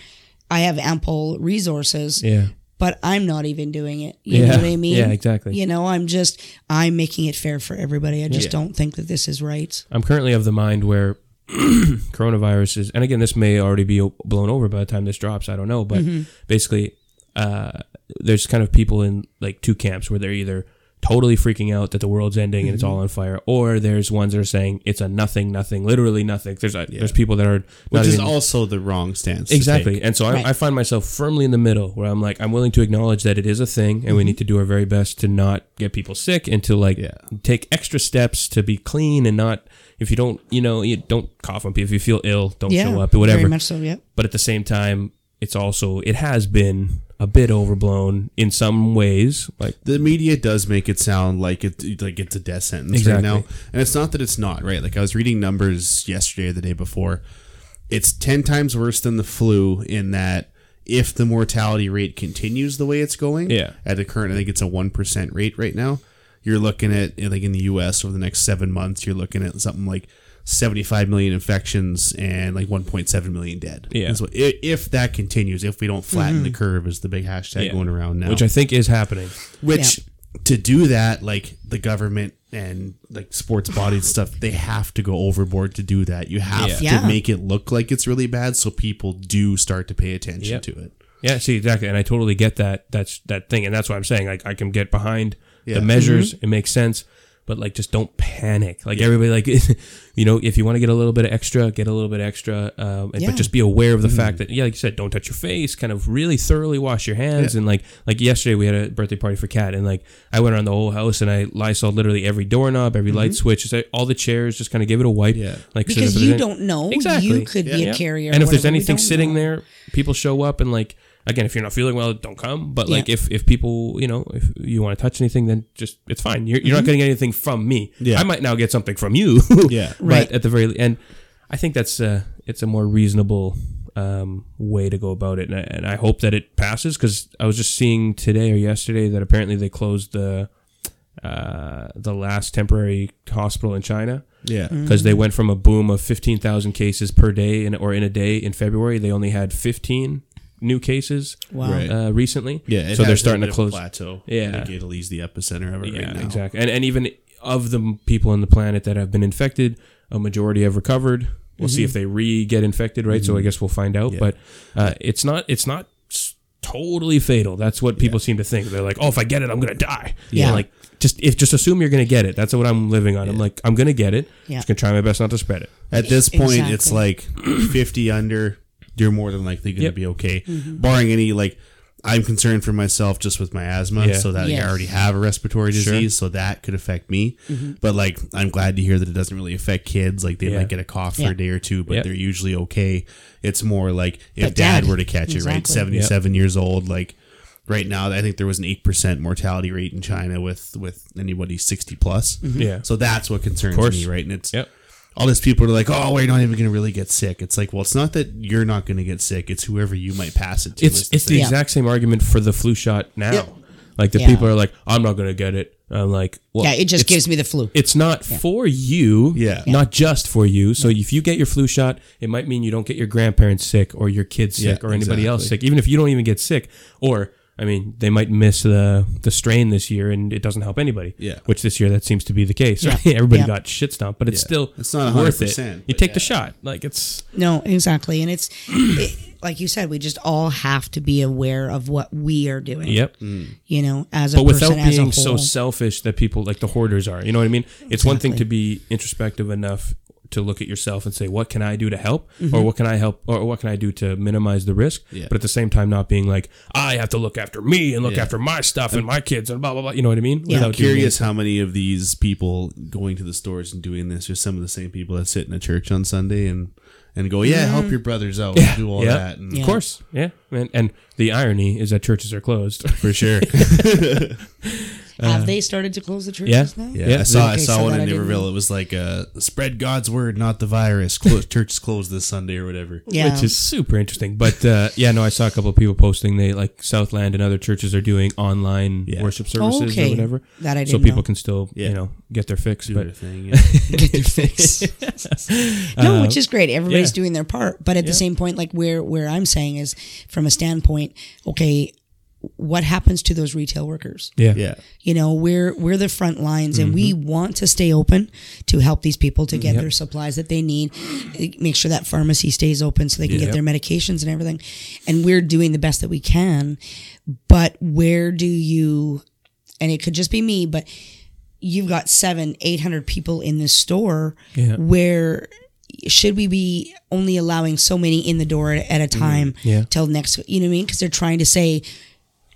Speaker 3: I have ample resources
Speaker 2: Yeah.
Speaker 3: but I'm not even doing it. You
Speaker 2: Yeah.
Speaker 3: know what I mean?
Speaker 2: Yeah, exactly.
Speaker 3: You know, I'm just I'm making it fair for everybody. I just don't think that this is right.
Speaker 2: I'm currently of the mind where coronavirus is, and again, this may already be o- blown over by the time this drops. I don't know, but basically, uh, there's kind of people in like two camps where they're either totally freaking out that the world's ending and it's all on fire, or there's ones that are saying it's a nothing, nothing, literally nothing. There's a, there's people that are not
Speaker 1: Which is
Speaker 2: even-
Speaker 1: also the wrong stance. to
Speaker 2: Exactly.
Speaker 1: take.
Speaker 2: And so
Speaker 3: Right.
Speaker 2: I, I find myself firmly in the middle where I'm like, I'm willing to acknowledge that it is a thing and we
Speaker 3: Mm-hmm.
Speaker 2: need to do our very best to not get people sick and to like
Speaker 1: Yeah.
Speaker 2: take extra steps to be clean and not, if you don't, you know, you don't cough on people. If you feel ill, don't
Speaker 3: yeah.
Speaker 2: show up or whatever.
Speaker 3: Very much so. Yeah.
Speaker 2: But at the same time, it's also, it has been a bit overblown in some ways. Like,
Speaker 1: the media does make it sound like it like it's a death sentence
Speaker 2: Exactly.
Speaker 1: right now, and it's not that it's not right. Like I was reading numbers yesterday or the day before, it's ten times worse than the flu in that if the mortality rate continues the way it's going,
Speaker 2: Yeah.
Speaker 1: at the current I think it's a one percent rate right now. You're looking at like in the U.S. over the next seven months, you're looking at something like 75 million infections and like 1.7 million dead.
Speaker 2: Yeah. Mm-hmm.
Speaker 1: And so if, if that continues, if we don't flatten the curve, is the big hashtag
Speaker 2: Yeah.
Speaker 1: going around now.
Speaker 2: which
Speaker 3: Oh.
Speaker 2: I think is happening.
Speaker 1: Which to do that, like the government and like sports bodies and stuff, they have to go overboard to do that. You have
Speaker 2: Yeah.
Speaker 1: to
Speaker 3: Yeah.
Speaker 1: make it look like it's really bad so people do start to pay attention
Speaker 2: Yep.
Speaker 1: to it.
Speaker 2: Yeah, see exactly, and I totally get that. That's that thing, and that's what I'm saying. Like I can get behind
Speaker 1: Yeah.
Speaker 2: the measures;
Speaker 3: Mm-hmm.
Speaker 2: it makes sense. But like, just don't panic. Like everybody, like you know, if you want to get a little bit of extra, get a little bit extra. Um, and,
Speaker 3: Yeah. Mm-hmm.
Speaker 2: But just be aware of the fact that, yeah, like you said, don't touch your face. Kind of really thoroughly wash your hands. And like, like yesterday we had a birthday party for Kat, and like I went around the whole house and I Lysol literally every doorknob, every light switch, just, like, all the chairs. Just kind of give it a wipe.
Speaker 1: Yeah.
Speaker 2: Like so if
Speaker 3: Mm-hmm. because
Speaker 2: there's
Speaker 3: you
Speaker 2: any-
Speaker 3: don't know. You could be
Speaker 2: yeah.
Speaker 3: a carrier.
Speaker 2: And
Speaker 3: or
Speaker 2: if there's
Speaker 3: whatever, we
Speaker 2: anything
Speaker 3: don't
Speaker 2: sitting
Speaker 3: know.
Speaker 2: there, people show up and like again, if you're not feeling well, don't come. But like
Speaker 3: Yeah.
Speaker 2: if if people, you know, if you want to touch anything, then just it's fine. You're, you're
Speaker 3: Mm-hmm.
Speaker 2: not getting anything from me.
Speaker 1: Yeah.
Speaker 2: I might now get something from you.
Speaker 1: Yeah.
Speaker 3: Right.
Speaker 2: But at the very le- and I think that's uh it's a more reasonable um way to go about it, and I, and I hope that it passes because I was just seeing today or yesterday that apparently they closed the. Uh, the last temporary hospital in China,
Speaker 1: Yeah.
Speaker 2: because they went from a boom of 15,000 cases per day in, or in a day in February. They only had 15 new cases
Speaker 3: Wow.
Speaker 1: Right.
Speaker 2: uh, recently.
Speaker 1: Yeah. it
Speaker 2: so they're
Speaker 1: has a
Speaker 2: starting
Speaker 1: bit
Speaker 2: to
Speaker 1: of
Speaker 2: close.
Speaker 1: plateau.
Speaker 2: Yeah.
Speaker 1: Like Italy's the epicenter of it
Speaker 2: Yeah,
Speaker 1: right now.
Speaker 2: exactly. And, and even of the m- people on the planet that have been infected, a majority have recovered. We'll
Speaker 3: Mm-hmm.
Speaker 2: see if they re get infected, right?
Speaker 1: Mm-hmm.
Speaker 2: So I guess we'll find out. But uh, it's not it's not s- totally fatal. That's what people seem to think. They're like, oh, if I get it, I'm gonna die.
Speaker 3: Yeah.
Speaker 2: And, like just if just assume you're gonna get it. That's what I'm living on. I'm like, I'm gonna get it.
Speaker 3: Yeah.
Speaker 2: Just gonna try my best not to spread it.
Speaker 1: At this point, it's
Speaker 3: Exactly.
Speaker 1: like 50 under, you're more than likely going
Speaker 2: Yep.
Speaker 1: to be okay.
Speaker 3: Mm-hmm.
Speaker 1: Barring any, like, I'm concerned for myself just with my asthma,
Speaker 2: Yeah.
Speaker 1: so that like,
Speaker 3: Yes.
Speaker 1: I already have a respiratory disease, so that could affect me.
Speaker 3: Mm-hmm.
Speaker 1: But, like, I'm glad to hear that it doesn't really affect kids. Like, they
Speaker 2: Yeah.
Speaker 1: might get a cough for
Speaker 3: Yeah.
Speaker 1: a day or two, but
Speaker 2: Yep.
Speaker 1: they're usually okay. It's more like if
Speaker 3: But
Speaker 1: dad,
Speaker 3: dad-
Speaker 1: were to catch it, right?
Speaker 3: Exactly.
Speaker 1: 77 years old, like, right now, I think there was an 8% mortality rate in China with, with anybody 60 plus.
Speaker 2: Yeah.
Speaker 1: So that's what concerns
Speaker 2: course.
Speaker 1: me, right? And it's
Speaker 2: Yep.
Speaker 1: all these people are like, "Oh, we're not even going to really get sick." It's like, well, it's not that you're not going to get sick; it's whoever you might pass it to.
Speaker 2: It's
Speaker 1: is
Speaker 2: it's the
Speaker 1: thing.
Speaker 3: Yeah.
Speaker 2: exact same argument for the flu shot now. Like the
Speaker 3: Yeah.
Speaker 2: people are like, I'm not gonna get it. I'm like, well,
Speaker 3: Yeah, it just
Speaker 2: it's,
Speaker 3: gives me the flu.
Speaker 2: It's not for you,
Speaker 1: Yeah. Yeah.
Speaker 2: not just for you. So if you get your flu shot, it might mean you don't get your grandparents sick or your kids
Speaker 1: Yeah,
Speaker 2: sick or anybody else
Speaker 1: exactly.
Speaker 2: sick. Even if you don't even get sick, or I mean, they might miss the the strain this year, and it doesn't help anybody.
Speaker 1: Yeah.
Speaker 2: which this year that seems to be the case.
Speaker 3: Yeah.
Speaker 2: right? Everybody
Speaker 3: Yeah.
Speaker 2: got shit stomped, but it's still
Speaker 1: It's not
Speaker 2: worth it.
Speaker 1: 100%,
Speaker 2: You
Speaker 1: but
Speaker 2: take
Speaker 1: yeah.
Speaker 2: the shot, like it's
Speaker 3: No, exactly. And it's it, like you said, we just all have to be aware of what we are doing.
Speaker 2: yep.
Speaker 3: You know, as a
Speaker 2: but without
Speaker 3: person, as a
Speaker 2: being so
Speaker 3: whole.
Speaker 2: selfish that people like the hoarders are. You know what I mean? It's one thing to be introspective enough to look at yourself and say, "What can I do to help?" or "What can I help?" or "What can I do to minimize the risk?"
Speaker 1: Yeah.
Speaker 2: But at the same time, not being like, "I have to look after me and look after my stuff and my kids and blah blah blah." You know what I mean?
Speaker 3: Yeah.
Speaker 2: Without doing
Speaker 1: Curious how many of these people going to the stores and doing this are some of the same people that sit in a church on Sunday and and go, "Yeah, help your brothers out, and do all
Speaker 2: Yeah.
Speaker 1: that." And
Speaker 2: it. of course, yeah. And, and the irony is that churches are closed.
Speaker 1: for sure.
Speaker 3: have they started to close the churches
Speaker 2: uh, yeah.
Speaker 3: now?
Speaker 1: Yeah,
Speaker 2: Yeah.
Speaker 1: I saw I
Speaker 3: Okay,
Speaker 1: saw
Speaker 3: so
Speaker 1: one
Speaker 3: that
Speaker 1: in
Speaker 3: I didn't-
Speaker 1: Naperville. It was like, uh, "Spread God's word, not the virus." Close, church closed this Sunday or whatever.
Speaker 3: Yeah.
Speaker 2: which is super interesting. But uh, yeah, no, I saw a couple of people posting they like Southland and other churches are doing online
Speaker 1: Yeah.
Speaker 2: worship services
Speaker 3: okay.
Speaker 2: or whatever.
Speaker 3: That I
Speaker 2: so
Speaker 3: didn't
Speaker 2: people
Speaker 3: know.
Speaker 2: can still
Speaker 1: Yeah.
Speaker 2: you know get their fix.
Speaker 1: Do
Speaker 2: but
Speaker 1: their thing, yeah.
Speaker 3: Get their fix. no, which is great. Everybody's
Speaker 2: yeah.
Speaker 3: doing their part, but at the same point, like where where I'm saying is from a standpoint, okay, what happens to those retail workers?
Speaker 2: yeah,
Speaker 1: yeah,
Speaker 3: You know, we're we're the front lines, and we
Speaker 2: Mm-hmm.
Speaker 3: want to stay open to help these people to get their supplies that they need, make sure that pharmacy stays open so they can
Speaker 2: Yeah.
Speaker 3: get their medications and everything. And we're doing the best that we can, but where do you? And it could just be me, but you've got seven, eight hundred people in this store
Speaker 2: Yeah.
Speaker 3: where. Should we be only allowing so many in the door at a time
Speaker 2: Mm-hmm. Yeah.
Speaker 3: till next? You know what I mean? Because they're trying to say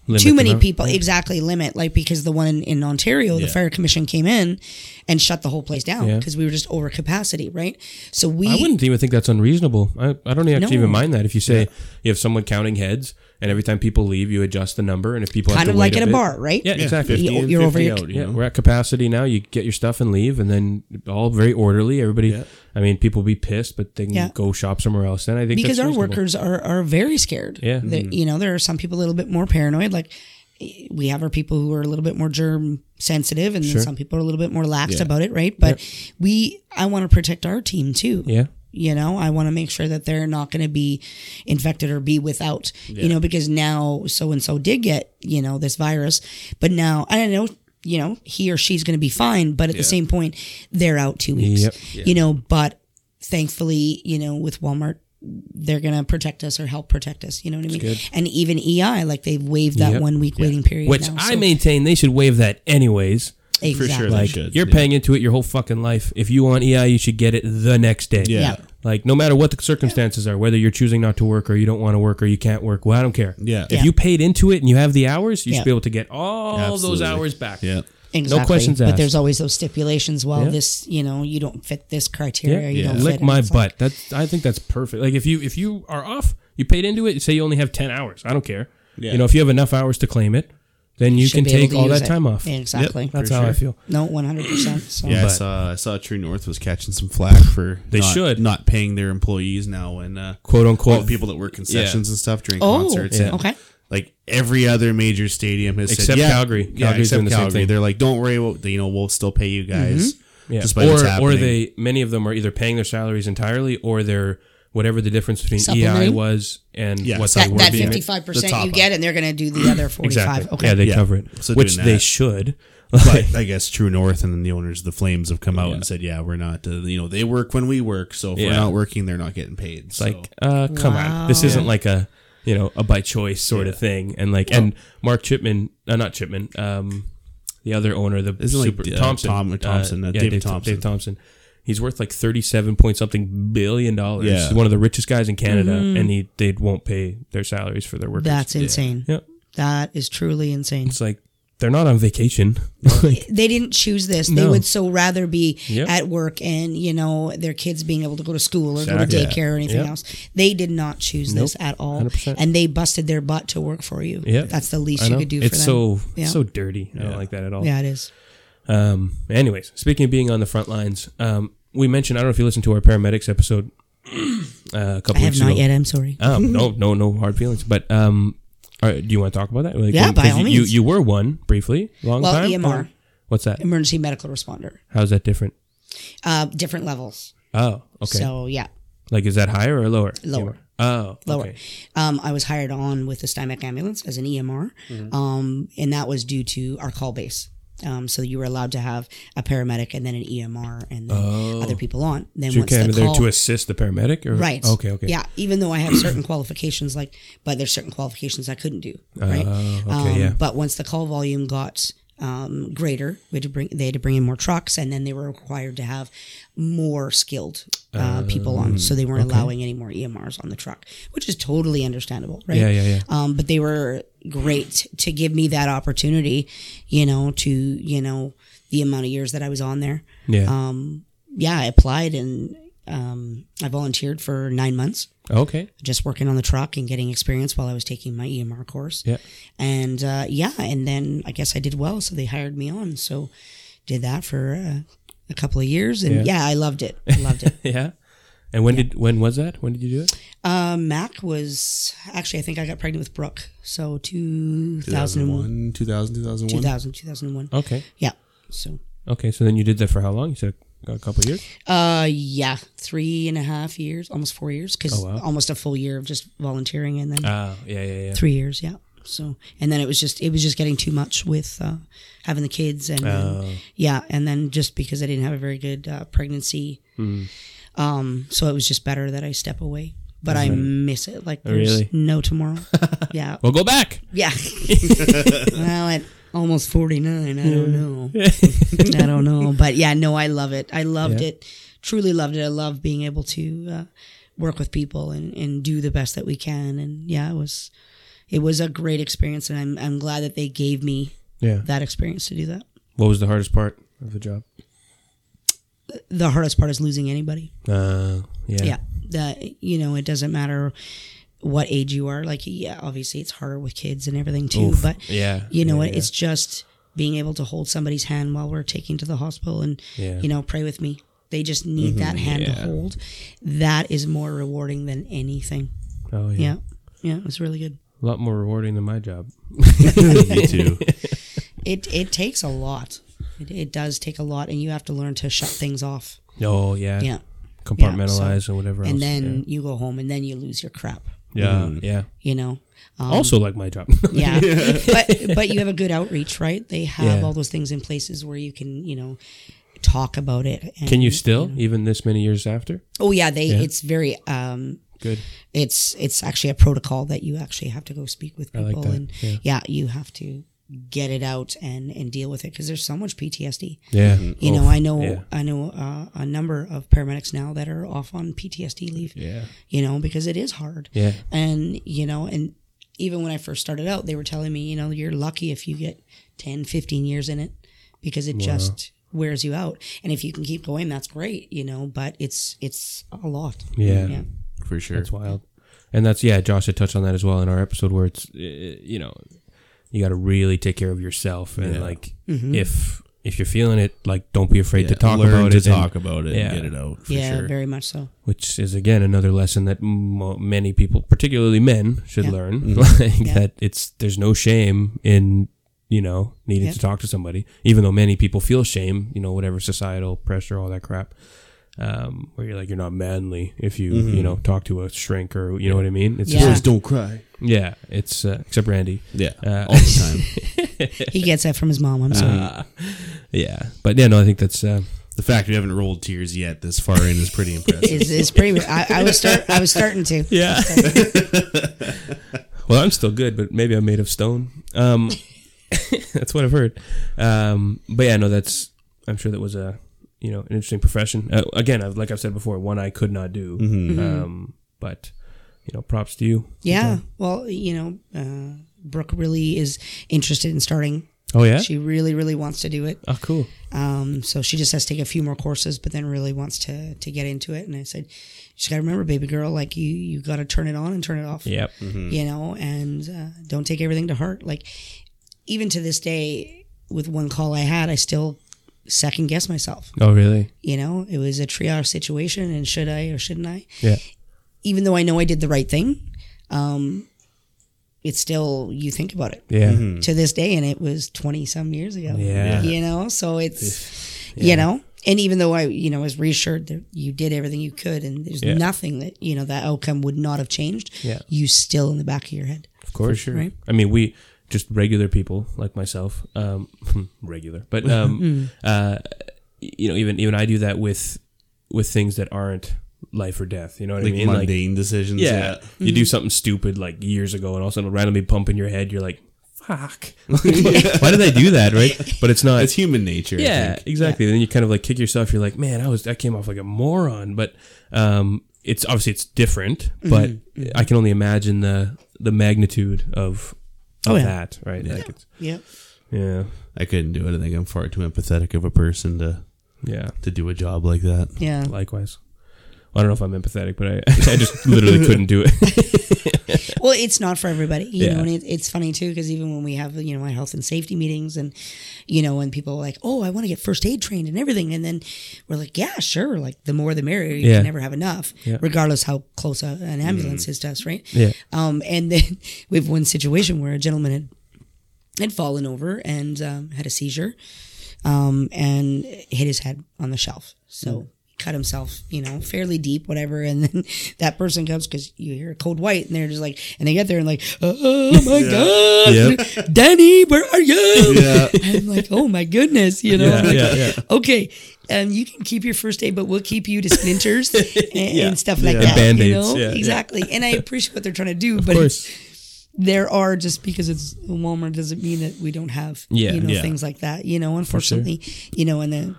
Speaker 2: Limit
Speaker 3: too
Speaker 2: the
Speaker 3: many
Speaker 2: amount.
Speaker 3: people exactly limit like because the one in, in ontario the fire commission came in and shut the whole place down
Speaker 2: Yeah.
Speaker 3: because we were just over capacity right so we
Speaker 2: I wouldn't even think that's unreasonable. I, I don't actually
Speaker 3: No.
Speaker 2: even mind that if you say you have someone counting heads, and every time people leave, you adjust the number, and if people
Speaker 3: kind
Speaker 2: have
Speaker 3: of
Speaker 2: to
Speaker 3: like
Speaker 2: wait
Speaker 3: at a
Speaker 2: bit-
Speaker 3: bar right
Speaker 2: yeah, exactly.
Speaker 1: 50
Speaker 3: You're-
Speaker 1: in,
Speaker 3: you're over
Speaker 1: 50
Speaker 3: your-
Speaker 1: out, you
Speaker 2: yeah,
Speaker 1: know?
Speaker 2: we're at capacity now. You get your stuff and leave, and then all very orderly. Everybody, I mean, people be pissed, but they can
Speaker 3: Yeah.
Speaker 2: go shop somewhere else. Then I think
Speaker 3: because
Speaker 2: that's
Speaker 3: our
Speaker 2: reasonable.
Speaker 3: workers are, are very scared
Speaker 2: Yeah. Mm-hmm.
Speaker 3: They- you know there are some people a little bit more paranoid like eh, we have our people who are a little bit more germ sensitive and
Speaker 2: Sure.
Speaker 3: then some people are a little bit more laxed
Speaker 1: Yeah.
Speaker 3: about it, right? But we I want to protect our team too.
Speaker 2: Yeah.
Speaker 3: You know, I want to make sure that they're not going to be infected or be without, you know, because now so and so did get, you know, this virus, but now I don't know, you know, he or she's going to be fine, but at the same point, they're out two weeks,
Speaker 2: Yep.
Speaker 3: you know, but thankfully, you know, with Walmart, they're going to protect us or help protect us, you know what I mean? And even EI, like they've waived that
Speaker 2: Yep.
Speaker 3: one week waiting period.
Speaker 2: Which
Speaker 3: now,
Speaker 2: I
Speaker 3: so-
Speaker 2: maintain they should waive that anyways.
Speaker 1: For
Speaker 3: exactly.
Speaker 1: sure, they
Speaker 2: Like
Speaker 1: should.
Speaker 2: you're
Speaker 1: yeah.
Speaker 2: paying into it your whole fucking life. If you want EI, you should get it the next day.
Speaker 1: Yeah.
Speaker 3: Yeah.
Speaker 2: Like no matter what the circumstances are, whether you're choosing not to work or you don't want to work or you can't work, well, I don't care.
Speaker 1: Yeah.
Speaker 2: If you paid into it and you have the hours, you
Speaker 3: Yeah.
Speaker 2: should be able to get all those
Speaker 1: Absolutely.
Speaker 2: hours back.
Speaker 1: Yeah.
Speaker 3: Exactly.
Speaker 2: questions
Speaker 3: But
Speaker 2: asked.
Speaker 3: there's always those stipulations. Well,
Speaker 2: Yeah.
Speaker 3: this, you know, you don't fit this criteria.
Speaker 2: Yeah.
Speaker 3: You don't fit.
Speaker 2: Lick
Speaker 3: and
Speaker 2: my
Speaker 3: it's
Speaker 2: butt.
Speaker 3: like-
Speaker 2: that's I think that's perfect. Like if you if you are off, you paid into it, say you only have 10 hours. I don't care.
Speaker 1: Yeah.
Speaker 2: You know, if you have enough hours to claim it, then you
Speaker 3: should
Speaker 2: can
Speaker 3: be able
Speaker 2: take
Speaker 3: to
Speaker 2: all
Speaker 3: use
Speaker 2: that
Speaker 3: it.
Speaker 2: time off.
Speaker 3: Yeah, exactly.
Speaker 2: That's how I feel.
Speaker 3: No, 100%. So.
Speaker 1: Yeah, I
Speaker 2: But-
Speaker 1: saw I saw True North was catching some flack for
Speaker 2: They
Speaker 1: not,
Speaker 2: should.
Speaker 1: not paying their employees now and uh,
Speaker 2: Quote unquote
Speaker 1: all the people that work concessions and stuff during
Speaker 3: Oh,
Speaker 1: concerts.
Speaker 3: yeah.
Speaker 1: and,
Speaker 3: okay.
Speaker 1: Like every other major stadium has said,
Speaker 2: Except
Speaker 1: yeah,
Speaker 2: Calgary.
Speaker 1: yeah,
Speaker 2: Calgary's
Speaker 1: except
Speaker 2: doing the same
Speaker 1: Calgary.
Speaker 2: thing.
Speaker 1: They're like, don't worry, we'll, you know, we'll still pay you
Speaker 3: Mm-hmm.
Speaker 1: guys.
Speaker 2: Yeah.
Speaker 1: despite
Speaker 2: or,
Speaker 1: what's
Speaker 2: or
Speaker 1: happening.
Speaker 2: they many of them are either paying their salaries entirely or they're whatever the difference between EI
Speaker 3: Supplementing?
Speaker 2: was and
Speaker 1: Yeah,
Speaker 2: what
Speaker 3: That,
Speaker 2: they were
Speaker 3: that
Speaker 2: being-
Speaker 1: fifty-
Speaker 3: 55%
Speaker 1: top
Speaker 3: you get, and they're going to do the other 45.
Speaker 2: exactly.
Speaker 3: Okay.
Speaker 2: Yeah, they
Speaker 1: Yeah.
Speaker 2: cover it,
Speaker 1: So
Speaker 2: which
Speaker 1: doing
Speaker 2: they
Speaker 1: that.
Speaker 2: should.
Speaker 1: But I guess True North and then the owners of the Flames have come out and said, yeah, we're not, uh, you know, they work when we work. So if we're
Speaker 2: Yeah.
Speaker 1: not working, they're not getting paid. so.
Speaker 2: like uh come on this isn't like a you know a by choice sort of thing and like and mark chipman uh, not chipman um the other owner the
Speaker 1: Isn't it like
Speaker 2: super
Speaker 1: D- uh,
Speaker 2: thompson
Speaker 1: Tom- Thompson, uh, David Thompson.
Speaker 2: Dave thompson he's worth like 37 point something billion dollars
Speaker 1: Yeah.
Speaker 2: he's one of the richest guys in canada and he they won't pay their salaries for their workers
Speaker 3: Mm-hmm. That's insane.
Speaker 2: yeah
Speaker 3: That is truly insane.
Speaker 2: it's like they're not on vacation
Speaker 3: They didn't choose this. They
Speaker 2: No.
Speaker 3: would so rather be
Speaker 2: Yep.
Speaker 3: at work and, you know, their kids being able to go to school or
Speaker 2: Exactly.
Speaker 3: go to daycare or anything
Speaker 2: Yep.
Speaker 3: else. They did not choose this at all.
Speaker 2: 100%.
Speaker 3: And they busted their butt to work for you.
Speaker 2: Yep.
Speaker 3: That's the least
Speaker 2: I
Speaker 3: you
Speaker 2: know.
Speaker 3: could do
Speaker 2: it's
Speaker 3: for them.
Speaker 2: so
Speaker 3: Yeah.
Speaker 2: so dirty i don't like that at all
Speaker 3: yeah, it is.
Speaker 2: Um, anyways, speaking of being on the front lines, um, we mentioned I don't know if you listened to our paramedics episode uh, a
Speaker 3: I
Speaker 2: couple
Speaker 3: have
Speaker 2: weeks
Speaker 3: not
Speaker 2: ago.
Speaker 3: yet. I'm sorry.
Speaker 2: Um, no, no, no hard feelings. But um, all right, do you want to talk about that? Like,
Speaker 3: Yeah,
Speaker 2: when-
Speaker 3: by
Speaker 2: 'cause
Speaker 3: all
Speaker 2: you,
Speaker 3: means.
Speaker 2: You, you were one briefly, long
Speaker 3: Well, E
Speaker 2: time.
Speaker 3: EMR.
Speaker 2: or- What's that?
Speaker 3: Emergency medical responder.
Speaker 2: How's that different?
Speaker 3: Uh, different levels.
Speaker 2: Oh, okay.
Speaker 3: So yeah,
Speaker 2: like, is that higher or lower?
Speaker 3: Lower.
Speaker 2: Oh,
Speaker 3: lower.
Speaker 2: okay.
Speaker 3: Um, I was hired on with the Stymac ambulance as an EMR,
Speaker 2: Mm-hmm.
Speaker 3: um, and that was due to our call base. Um, so you were allowed to have a paramedic and then an EMR and then other people on.
Speaker 2: Oh.
Speaker 3: Then
Speaker 2: So you're
Speaker 3: once
Speaker 2: kind
Speaker 3: the
Speaker 2: of there
Speaker 3: call,
Speaker 2: to assist the paramedic, or
Speaker 3: right?
Speaker 2: Okay, okay.
Speaker 3: Yeah, even though I have certain qualifications, like, but there's certain qualifications I couldn't do. Right.
Speaker 2: Oh.
Speaker 3: um,
Speaker 2: yeah.
Speaker 3: But once the call volume got um, greater, we had to bring they had to bring in more trucks, and then they were required to have more skilled uh, people on, so they
Speaker 2: Oh,
Speaker 3: weren't allowing any more EMRs on the truck, which is totally understandable, right?
Speaker 2: Yeah, yeah, yeah.
Speaker 3: Um, but they were great to give me that opportunity, you know, to you know the amount of years that I was on there.
Speaker 2: Yeah.
Speaker 3: Um, yeah, I applied and um, I volunteered for nine months
Speaker 2: okay.
Speaker 3: just working on the truck and getting experience while I was taking my EMR course.
Speaker 2: Yeah.
Speaker 3: And uh, yeah, and then I guess I did well, so they hired me on. So did that for uh, a couple of years, and yeah, I loved it. I loved it.
Speaker 2: Yeah. And when did when was that? When did you do it?
Speaker 3: uh, Mac was actually I think I got pregnant with Brooke, so 2000,
Speaker 1: 2001, 2000, 2001.
Speaker 3: 2000 2001.
Speaker 2: Okay.
Speaker 3: Yeah. So
Speaker 2: Okay. So then you did that for how long? You said a couple years.
Speaker 3: uh yeah, three and a half years, almost four years, because almost a full year of just volunteering, and then
Speaker 2: Ah, yeah, yeah, yeah.
Speaker 3: three years yeah so and then it was just it was just getting too much with uh, having the kids and then-
Speaker 2: Oh.
Speaker 3: yeah and then just because i didn't have a very good uh, pregnancy
Speaker 2: Hmm.
Speaker 3: um so it was just better that i step away but i miss it like there's
Speaker 2: really?
Speaker 3: no tomorrow yeah
Speaker 2: Well, go back.
Speaker 3: yeah well at almost 49 i don't know i don't know but yeah no i love it i loved it truly loved it i love being able to uh, work with people and, and do the best that we can and yeah it was it was a great experience and i'm, I'm glad that they gave me
Speaker 2: Yeah.
Speaker 3: that experience to do that
Speaker 2: What was the hardest part of the job?
Speaker 3: the hardest part is losing anybody
Speaker 2: Uh, yeah.
Speaker 3: yeah that you know it doesn't matter what age you are like yeah obviously it's harder with kids and everything too
Speaker 2: Oof.
Speaker 3: but
Speaker 2: yeah.
Speaker 3: you know
Speaker 2: yeah,
Speaker 3: what? It's just being able to hold somebody's hand while we're taking to the hospital and
Speaker 2: Yeah. Mm-hmm.
Speaker 3: you know pray with me. They just need that hand to hold. That is more rewarding than anything.
Speaker 2: Oh yeah.
Speaker 3: Yeah. yeah, it was really good.
Speaker 2: A lot more rewarding than my job.
Speaker 1: Me too.
Speaker 3: It it takes a lot. It, it does take a lot, and you have to learn to shut things off.
Speaker 2: Oh yeah.
Speaker 3: Yeah,
Speaker 2: Compartmentalize and whatever
Speaker 3: and
Speaker 2: else.
Speaker 3: then you go home, and then you lose your crap.
Speaker 2: yeah. Yeah. yeah.
Speaker 3: You know. Um,
Speaker 2: also like my job.
Speaker 3: yeah, but but you have a good outreach, right? They have
Speaker 2: Yeah.
Speaker 3: all those things in places where you can, you know, talk about it. And,
Speaker 2: Can you still, even this many years after?
Speaker 3: Oh yeah, they. It's very. um
Speaker 2: Good.
Speaker 3: It's it's actually a protocol that you actually have to go speak with
Speaker 2: like
Speaker 3: people,
Speaker 2: that,
Speaker 3: and
Speaker 2: yeah.
Speaker 3: yeah. you have to get it out and and deal with it because there's so much PTSD.
Speaker 2: Yeah.
Speaker 3: You
Speaker 2: Oh,
Speaker 3: know, I know,
Speaker 2: yeah.
Speaker 3: I know uh, a number of paramedics now that are off on PTSD leave.
Speaker 1: Yeah.
Speaker 3: You know, because it is hard.
Speaker 2: Yeah.
Speaker 3: And you know, and even when I first started out, they were telling me, you know, you're lucky if you get 10, 15 years in it because it just wears you out. And if you can keep going, that's great, you know, but it's it's a lot.
Speaker 2: Yeah.
Speaker 1: For sure.
Speaker 2: That's wild. And that's yeah, Josh had touched on that as well in our episode where it's uh, you know you got to really take care of yourself and
Speaker 1: Yeah.
Speaker 2: like
Speaker 3: Mm-hmm.
Speaker 2: if if you're feeling it, like don't be afraid to
Speaker 1: Yeah,
Speaker 2: talk
Speaker 1: learn
Speaker 2: about
Speaker 1: to
Speaker 2: it. and-
Speaker 1: talk about it
Speaker 2: yeah.
Speaker 1: and get it out. For
Speaker 3: yeah,
Speaker 1: sure.
Speaker 3: very much so.
Speaker 2: which is again another lesson that mo many people, particularly men, should
Speaker 3: Yeah.
Speaker 2: learn.
Speaker 1: Mm-hmm.
Speaker 2: Like
Speaker 3: Yeah.
Speaker 2: that it's there's no shame in you know needing
Speaker 3: Yeah.
Speaker 2: to talk to somebody, even though many people feel shame. You know whatever societal pressure, all that crap. Um, where you're like you're not manly if you
Speaker 1: Mm-hmm.
Speaker 2: you know talk to a shrink or you know what I mean. It's
Speaker 3: Yeah.
Speaker 1: Boys don't cry.
Speaker 2: Yeah, it's uh, except Randy.
Speaker 1: Yeah.
Speaker 2: Uh,
Speaker 1: all the time.
Speaker 3: He gets that from his mom. I'm sorry.
Speaker 2: Yeah, but yeah, no, I think that's uh,
Speaker 1: the fact we haven't rolled tears yet this far in is pretty impressive.
Speaker 3: It's, it's pretty. I, I was start. I was starting to.
Speaker 2: yeah. well, I'm still good, but maybe I'm made of stone. Um, that's what I've heard. Um, but yeah, no, that's I'm sure that was a you know an interesting profession. Uh, again, I've, like I've said before, one I could not do. Um, but you know, props to you.
Speaker 3: Yeah. Well, you know, uh, Brooke really is interested in starting.
Speaker 2: Oh yeah.
Speaker 3: She really, really wants to do it.
Speaker 2: oh cool.
Speaker 3: Um, so she just has to take a few more courses, but then really wants to to get into it. And I said, you just got to remember, baby girl, like you you got to turn it on and turn it off.
Speaker 2: Yep.
Speaker 3: You know, and uh, don't take everything to heart. Like even to this day, with one call I had, I still second guess myself.
Speaker 2: Oh really?
Speaker 3: You know, it was a triage situation, and should I or shouldn't I?
Speaker 2: Yeah.
Speaker 3: Even though I know I did the right thing, um, it's still you think about it
Speaker 2: Yeah.
Speaker 3: to this day and it was 20 some years ago
Speaker 2: Hmm. Yeah.
Speaker 3: you know so it's you know and even though i you know was reassured that you did everything you could and there's
Speaker 2: Yeah.
Speaker 3: nothing that you know that outcome would not have changed
Speaker 2: Yeah.
Speaker 3: you still in the back of your head
Speaker 2: Of course, sure.
Speaker 3: right?
Speaker 2: I mean, we just regular people like myself, um, regular, but um,
Speaker 3: Mm.
Speaker 2: uh, you know, even even I do that with with things that aren't life or death. You know what
Speaker 1: like
Speaker 2: I mean? Like,
Speaker 1: mundane decisions.
Speaker 2: yeah, you
Speaker 3: Mm-hmm.
Speaker 2: do something stupid like years ago, and all of a sudden, it'll randomly pump in your head. You're like, "Fuck, why did I do that?" Right? But it's not.
Speaker 1: It's human nature. I
Speaker 2: yeah,
Speaker 1: think.
Speaker 2: exactly. Then you kind of like kick yourself. You're like, "Man, I was I came off like a moron." But um, it's obviously it's different,
Speaker 3: Mm-hmm.
Speaker 2: but I can only imagine the the magnitude of of
Speaker 3: Oh, yeah.
Speaker 2: that, right? Like it's,
Speaker 3: yeah
Speaker 2: yeah,
Speaker 1: I couldn't do it. I think I'm far too empathetic of a person to
Speaker 2: yeah.
Speaker 1: to do a job like that.
Speaker 3: yeah
Speaker 2: Likewise. Well, I don't know if I'm empathetic, but I, I just literally couldn't do it.
Speaker 3: well it's not for everybody you
Speaker 2: Yeah.
Speaker 3: know and it, it's funny too because even when we have you know my health and safety meetings and you know when people are like oh i want to get first aid trained and everything and then we're like yeah sure like the more the merrier you
Speaker 2: Yeah.
Speaker 3: can never have enough
Speaker 2: Yeah. Mm.
Speaker 3: regardless how close a, an ambulance is to us right
Speaker 2: Yeah.
Speaker 3: um and then we have one situation where a gentleman had had fallen over and um, had a seizure um, and hit his head on the shelf. So cut himself, you know, fairly deep, whatever. And then that person comes because you hear code white and they're just like, and they get there and like, oh my God, Danny, where are you?
Speaker 1: Yeah.
Speaker 3: I'm like, oh my goodness, you know,
Speaker 2: Yeah,
Speaker 3: like,
Speaker 2: yeah, yeah.
Speaker 3: okay. Um, you can keep your first aid, but we'll keep you to splinters and, and stuff like
Speaker 1: Yeah.
Speaker 2: And
Speaker 3: that.
Speaker 2: Band-Aids,
Speaker 3: You know?
Speaker 2: yeah, yeah.
Speaker 3: exactly. And I appreciate what they're trying to do,
Speaker 2: Of
Speaker 3: but it's,
Speaker 2: course.
Speaker 3: there are just because it's Walmart doesn't mean that we don't have
Speaker 2: Yeah,
Speaker 3: you know
Speaker 2: yeah.
Speaker 3: things like that you know unfortunately you know and the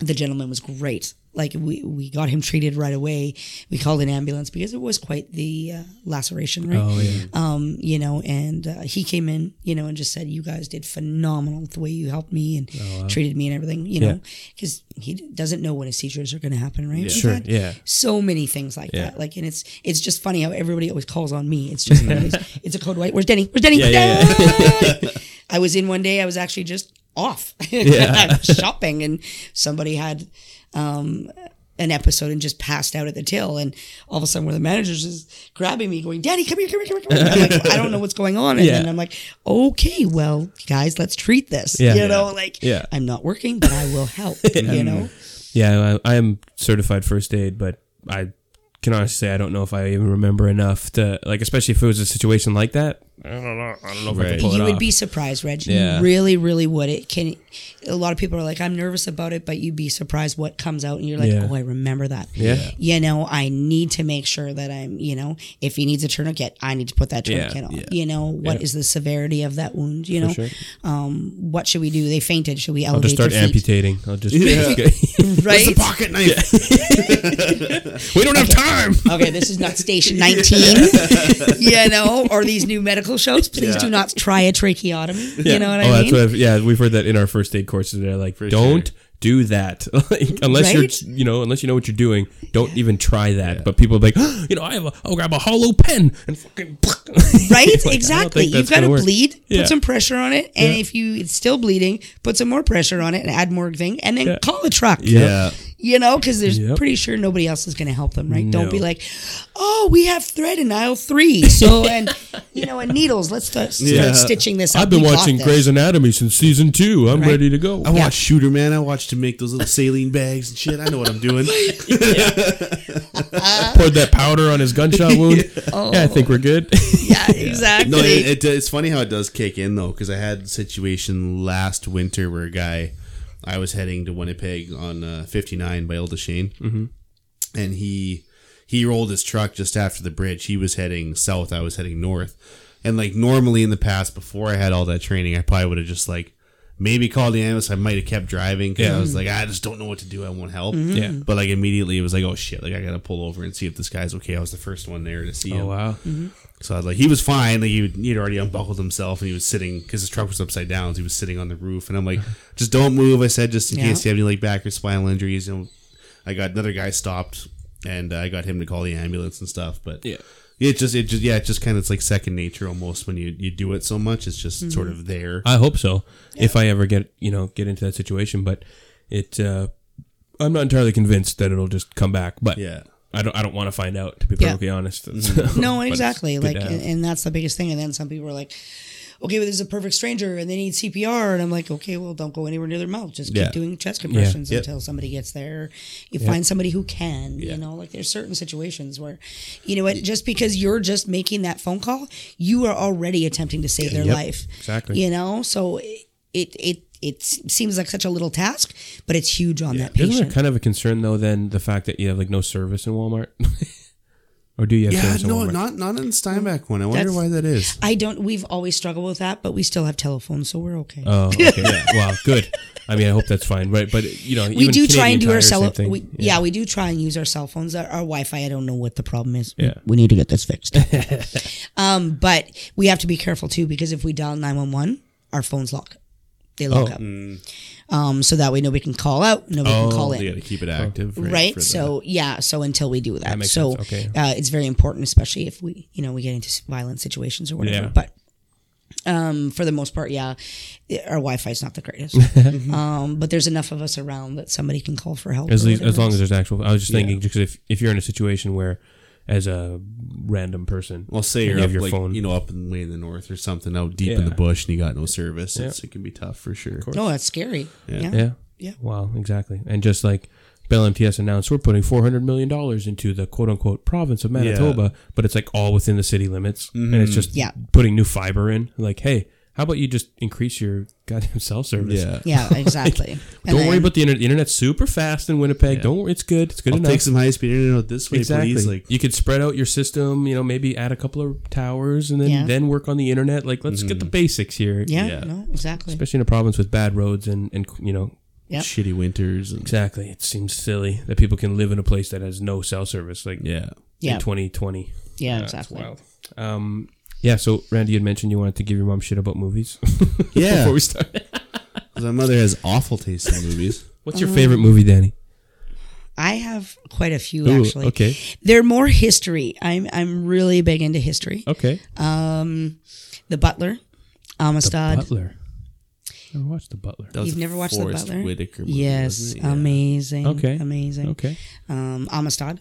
Speaker 3: the gentleman was great like we we got him treated right away we called an ambulance because it was quite the uh, laceration right
Speaker 2: Oh yeah.
Speaker 3: um you know and uh, he came in you know and just said you guys did phenomenal with the way you helped me and
Speaker 2: Oh,
Speaker 3: treated me and everything you know because he doesn't know when his seizures are going to happen right We've
Speaker 2: Sure.
Speaker 3: had-
Speaker 2: Yeah.
Speaker 3: so many things like
Speaker 2: Yeah.
Speaker 3: that. Like, and it's it's just funny how everybody always calls on me. It's just always, it's a code white. Where's Denny? Where's Denny?
Speaker 2: Yeah, yeah,
Speaker 3: Denny! I was in one day. I was actually just off shopping, and somebody had um, an episode and just passed out at the till. And all of a sudden, one of the managers is grabbing me, going, Daddy, come here, come here, come here. Come here. And I'm like, I don't know what's going on. And
Speaker 2: Yeah.
Speaker 3: then I'm like, okay, well, guys, let's treat this.
Speaker 2: Yeah.
Speaker 3: you know, like,
Speaker 2: Yeah.
Speaker 3: I'm not working, but I will help, you know?
Speaker 2: Yeah, I, I am certified first aid, but I can honestly say I don't know if I even remember enough to like, especially if it was a situation like that. I don't know. I don't know if I
Speaker 1: Right.
Speaker 2: can pull
Speaker 3: you
Speaker 2: it
Speaker 3: would
Speaker 2: off.
Speaker 3: be surprised, Reg.
Speaker 2: Yeah.
Speaker 3: You really, really would. It can. A lot of people are like, I'm nervous about it, but you'd be surprised what comes out, and you're like,
Speaker 2: Yeah.
Speaker 3: oh, I remember that.
Speaker 2: Yeah.
Speaker 3: You know, I need to make sure that I'm. You know, if he needs a tourniquet, I need to put that
Speaker 2: Yeah,
Speaker 3: tourniquet on.
Speaker 2: yeah.
Speaker 3: You know, what is the severity of that wound? You know,
Speaker 2: sure.
Speaker 3: um, what should we do? They fainted. Should we
Speaker 2: I'll just
Speaker 3: elevate
Speaker 2: start
Speaker 3: their feet?
Speaker 2: amputating. I'll just
Speaker 1: Yeah. It's
Speaker 3: Right.
Speaker 1: the pocket knife.
Speaker 2: we don't have time.
Speaker 3: okay, this is not station 19, you know, or these new medical shows. Please do not try a tracheotomy. You know what
Speaker 2: oh,
Speaker 3: I mean?
Speaker 2: that's what I've, yeah, we've heard that in our first aid courses. They're like, don't do that like, unless
Speaker 3: Right?
Speaker 2: you're, you know, unless you know what you're doing. Don't even try that. But people are like, "Ah, you know, I have a, I'll grab a hollow pen and fucking,
Speaker 3: right?
Speaker 2: think
Speaker 3: exactly.
Speaker 2: that's
Speaker 3: You've got to
Speaker 2: gonna work.
Speaker 3: bleed. Put
Speaker 2: Yeah.
Speaker 3: some pressure on it, and if you it's still bleeding, put some more pressure on it and add more thing, and then call a truck.
Speaker 1: Yeah.
Speaker 3: You know, because there's
Speaker 2: Yep.
Speaker 3: pretty sure nobody else is going to help them, right?
Speaker 2: No.
Speaker 3: Don't be like, oh, we have thread in aisle three, so and you know, and needles. Let's start, start
Speaker 1: Yeah.
Speaker 3: stitching this. up.
Speaker 2: I've been
Speaker 3: We got
Speaker 2: watching
Speaker 3: this."
Speaker 2: Grey's Anatomy since season two. I'm
Speaker 3: Right.
Speaker 2: ready to go.
Speaker 1: I watched Shooter Man. I watched to make those little saline bags and shit. I know what I'm doing.
Speaker 2: poured that powder on his gunshot wound. yeah. I think we're good.
Speaker 3: Yeah, exactly.
Speaker 1: No, it, it, it's funny how it does kick in though, because I had a situation last winter where a guy, I was heading to Winnipeg on uh, 59 by Old Shane, and he he rolled his truck just after the bridge. He was heading south. I was heading north, and like normally in the past, before I had all that training, I probably would have just like maybe called the ambulance. I might have kept driving because I was like, I just don't know what to do. I won't help.
Speaker 2: Yeah.
Speaker 1: But like immediately, it was like, oh shit! Like I gotta pull over and see if this guy's okay. I was the first one there to see him.
Speaker 2: wow.
Speaker 1: So I was like, he was fine. Like he, he'd already unbuckled himself, and he was sitting because his truck was upside down. So he was sitting on the roof, and I'm like, just don't move. I said, just in
Speaker 3: Yeah.
Speaker 1: case you have any like back or spinal injuries. You know, I got another guy stopped, and uh, I got him to call the ambulance and stuff. But
Speaker 2: Yeah.
Speaker 1: it just, it just, yeah, it just kind of it's like second nature almost when you you do it so much. It's just sort
Speaker 3: Mm-hmm.
Speaker 1: of there.
Speaker 2: I hope so. If I ever get you know get into that situation, but it uh, I'm not entirely convinced that it'll just come back. But
Speaker 1: Yeah. Mm-hmm.
Speaker 2: I don't I don't want to find out to be
Speaker 3: Yeah.
Speaker 2: perfectly honest.
Speaker 3: No, exactly.
Speaker 2: good
Speaker 3: Like,
Speaker 2: to have.
Speaker 3: and, and that's the biggest thing. And then some people are like, okay, but there's a perfect stranger and they need CPR. And I'm like, okay, well, don't go anywhere near their mouth. Just
Speaker 1: Yeah.
Speaker 3: keep doing chest compressions
Speaker 1: Yep.
Speaker 3: until somebody gets there. You find somebody who can, you know, like there's certain situations where, you know what, just because you're just making that phone call, you are already attempting to save their
Speaker 2: Yep.
Speaker 3: life.
Speaker 2: Exactly.
Speaker 3: You know, so it, it, it, it seems like such a little task, but it's huge on that
Speaker 2: Isn't that
Speaker 3: patient.
Speaker 2: kind of a concern though? Then the fact that you have like no service in Walmart, or do you have
Speaker 1: Yeah,
Speaker 2: service
Speaker 1: no,
Speaker 2: in Walmart?
Speaker 1: not not in the Steinbeck one. I wonder
Speaker 3: That's-
Speaker 1: why that is.
Speaker 3: I don't, we've always struggled with that, but we still have telephones, so we're okay.
Speaker 2: oh, okay. wow, good. I mean, I hope that's fine, right? But you know,
Speaker 3: we
Speaker 2: even
Speaker 3: do try
Speaker 2: Canadian
Speaker 3: and do
Speaker 2: Tire,
Speaker 3: our cell.
Speaker 2: same thing.
Speaker 3: We, yeah. we do try and use our cell phones. Our, our Wi-Fi. I don't know what the problem is.
Speaker 2: Yeah.
Speaker 3: we need to get this fixed. um, but we have to be careful too because if we dial nine one one, our phones lock. They lock
Speaker 2: Oh.
Speaker 3: up. Um, so that way nobody can call out. Nobody can
Speaker 2: Oh,
Speaker 3: call in
Speaker 1: They got to Oh, keep it active, right?
Speaker 3: right
Speaker 1: for the-
Speaker 3: so yeah so until we do that,
Speaker 2: makes
Speaker 3: so
Speaker 2: sense. Okay.
Speaker 3: uh, it's very important especially if we you know we get into s- violent situations or whatever
Speaker 2: Yeah.
Speaker 3: but um for the most part yeah i- our wi-fi is not the greatest um but there's enough of us around that somebody can call for help
Speaker 2: As,
Speaker 3: or
Speaker 2: le- as
Speaker 3: whatever.
Speaker 2: long as there's actual. I was just thinking because if, if you're in a situation where, as a random person,
Speaker 1: Well, say
Speaker 2: and
Speaker 1: you're up,
Speaker 2: you have your
Speaker 1: like,
Speaker 2: phone.
Speaker 1: you know, up in way in the north or something, out deep in the
Speaker 2: Yeah.
Speaker 1: bush, and you got no service. It's, it can be tough for sure.
Speaker 3: no that's scary yeah yeah,
Speaker 2: yeah,
Speaker 3: Yeah.
Speaker 2: wow, exactly. And just like Bell MTS announced, we're putting 400 million dollars into the quote unquote province of Manitoba, but it's like all within the city limits, and
Speaker 1: Mm-hmm.
Speaker 2: it's just
Speaker 3: Yeah.
Speaker 2: putting new fiber in. Like, hey, how about you just increase your goddamn cell service?
Speaker 1: Yeah.
Speaker 3: exactly
Speaker 2: Don't worry about the internet. The internet's super fast in Winnipeg. Don't worry, it's good. It's good
Speaker 1: I'll
Speaker 2: enough.
Speaker 1: take some high speed internet this way,
Speaker 2: Exactly.
Speaker 1: please. Like,
Speaker 2: you could spread out your system, you know, maybe add a couple of towers and then,
Speaker 3: Yeah.
Speaker 2: then work on the internet. Like, let's
Speaker 1: Mm-hmm.
Speaker 2: get the basics here.
Speaker 3: yeah,
Speaker 1: Yeah.
Speaker 3: no exactly
Speaker 2: Especially in a province with bad roads and, and you know,
Speaker 3: Yep.
Speaker 1: shitty winters. And,
Speaker 2: exactly. It seems silly that people can live in a place that has no cell service, like
Speaker 1: yeah.
Speaker 3: yeah
Speaker 2: in 2020.
Speaker 3: yeah
Speaker 2: That's
Speaker 3: exactly
Speaker 2: wild. Um, yeah, so Randy had mentioned you wanted to give your mom shit about movies
Speaker 1: Yeah.
Speaker 2: before we start.
Speaker 1: my mother has awful taste in movies.
Speaker 2: What's
Speaker 3: Um,
Speaker 2: your favorite movie, Danny?
Speaker 3: I have quite a few
Speaker 2: Ooh,
Speaker 3: actually.
Speaker 2: okay.
Speaker 3: They're more history. I'm I'm really big into history.
Speaker 2: Okay.
Speaker 3: Um The Butler, Amistad,
Speaker 2: Butler. Never watched The Butler.
Speaker 1: That was
Speaker 3: You've
Speaker 1: a
Speaker 3: never watched The
Speaker 1: Forrest
Speaker 3: Butler?
Speaker 1: Whitaker movie,
Speaker 3: Yes,
Speaker 1: wasn't it? Yeah.
Speaker 3: amazing.
Speaker 2: Okay.
Speaker 3: amazing.
Speaker 2: Okay.
Speaker 3: Um, Amistad.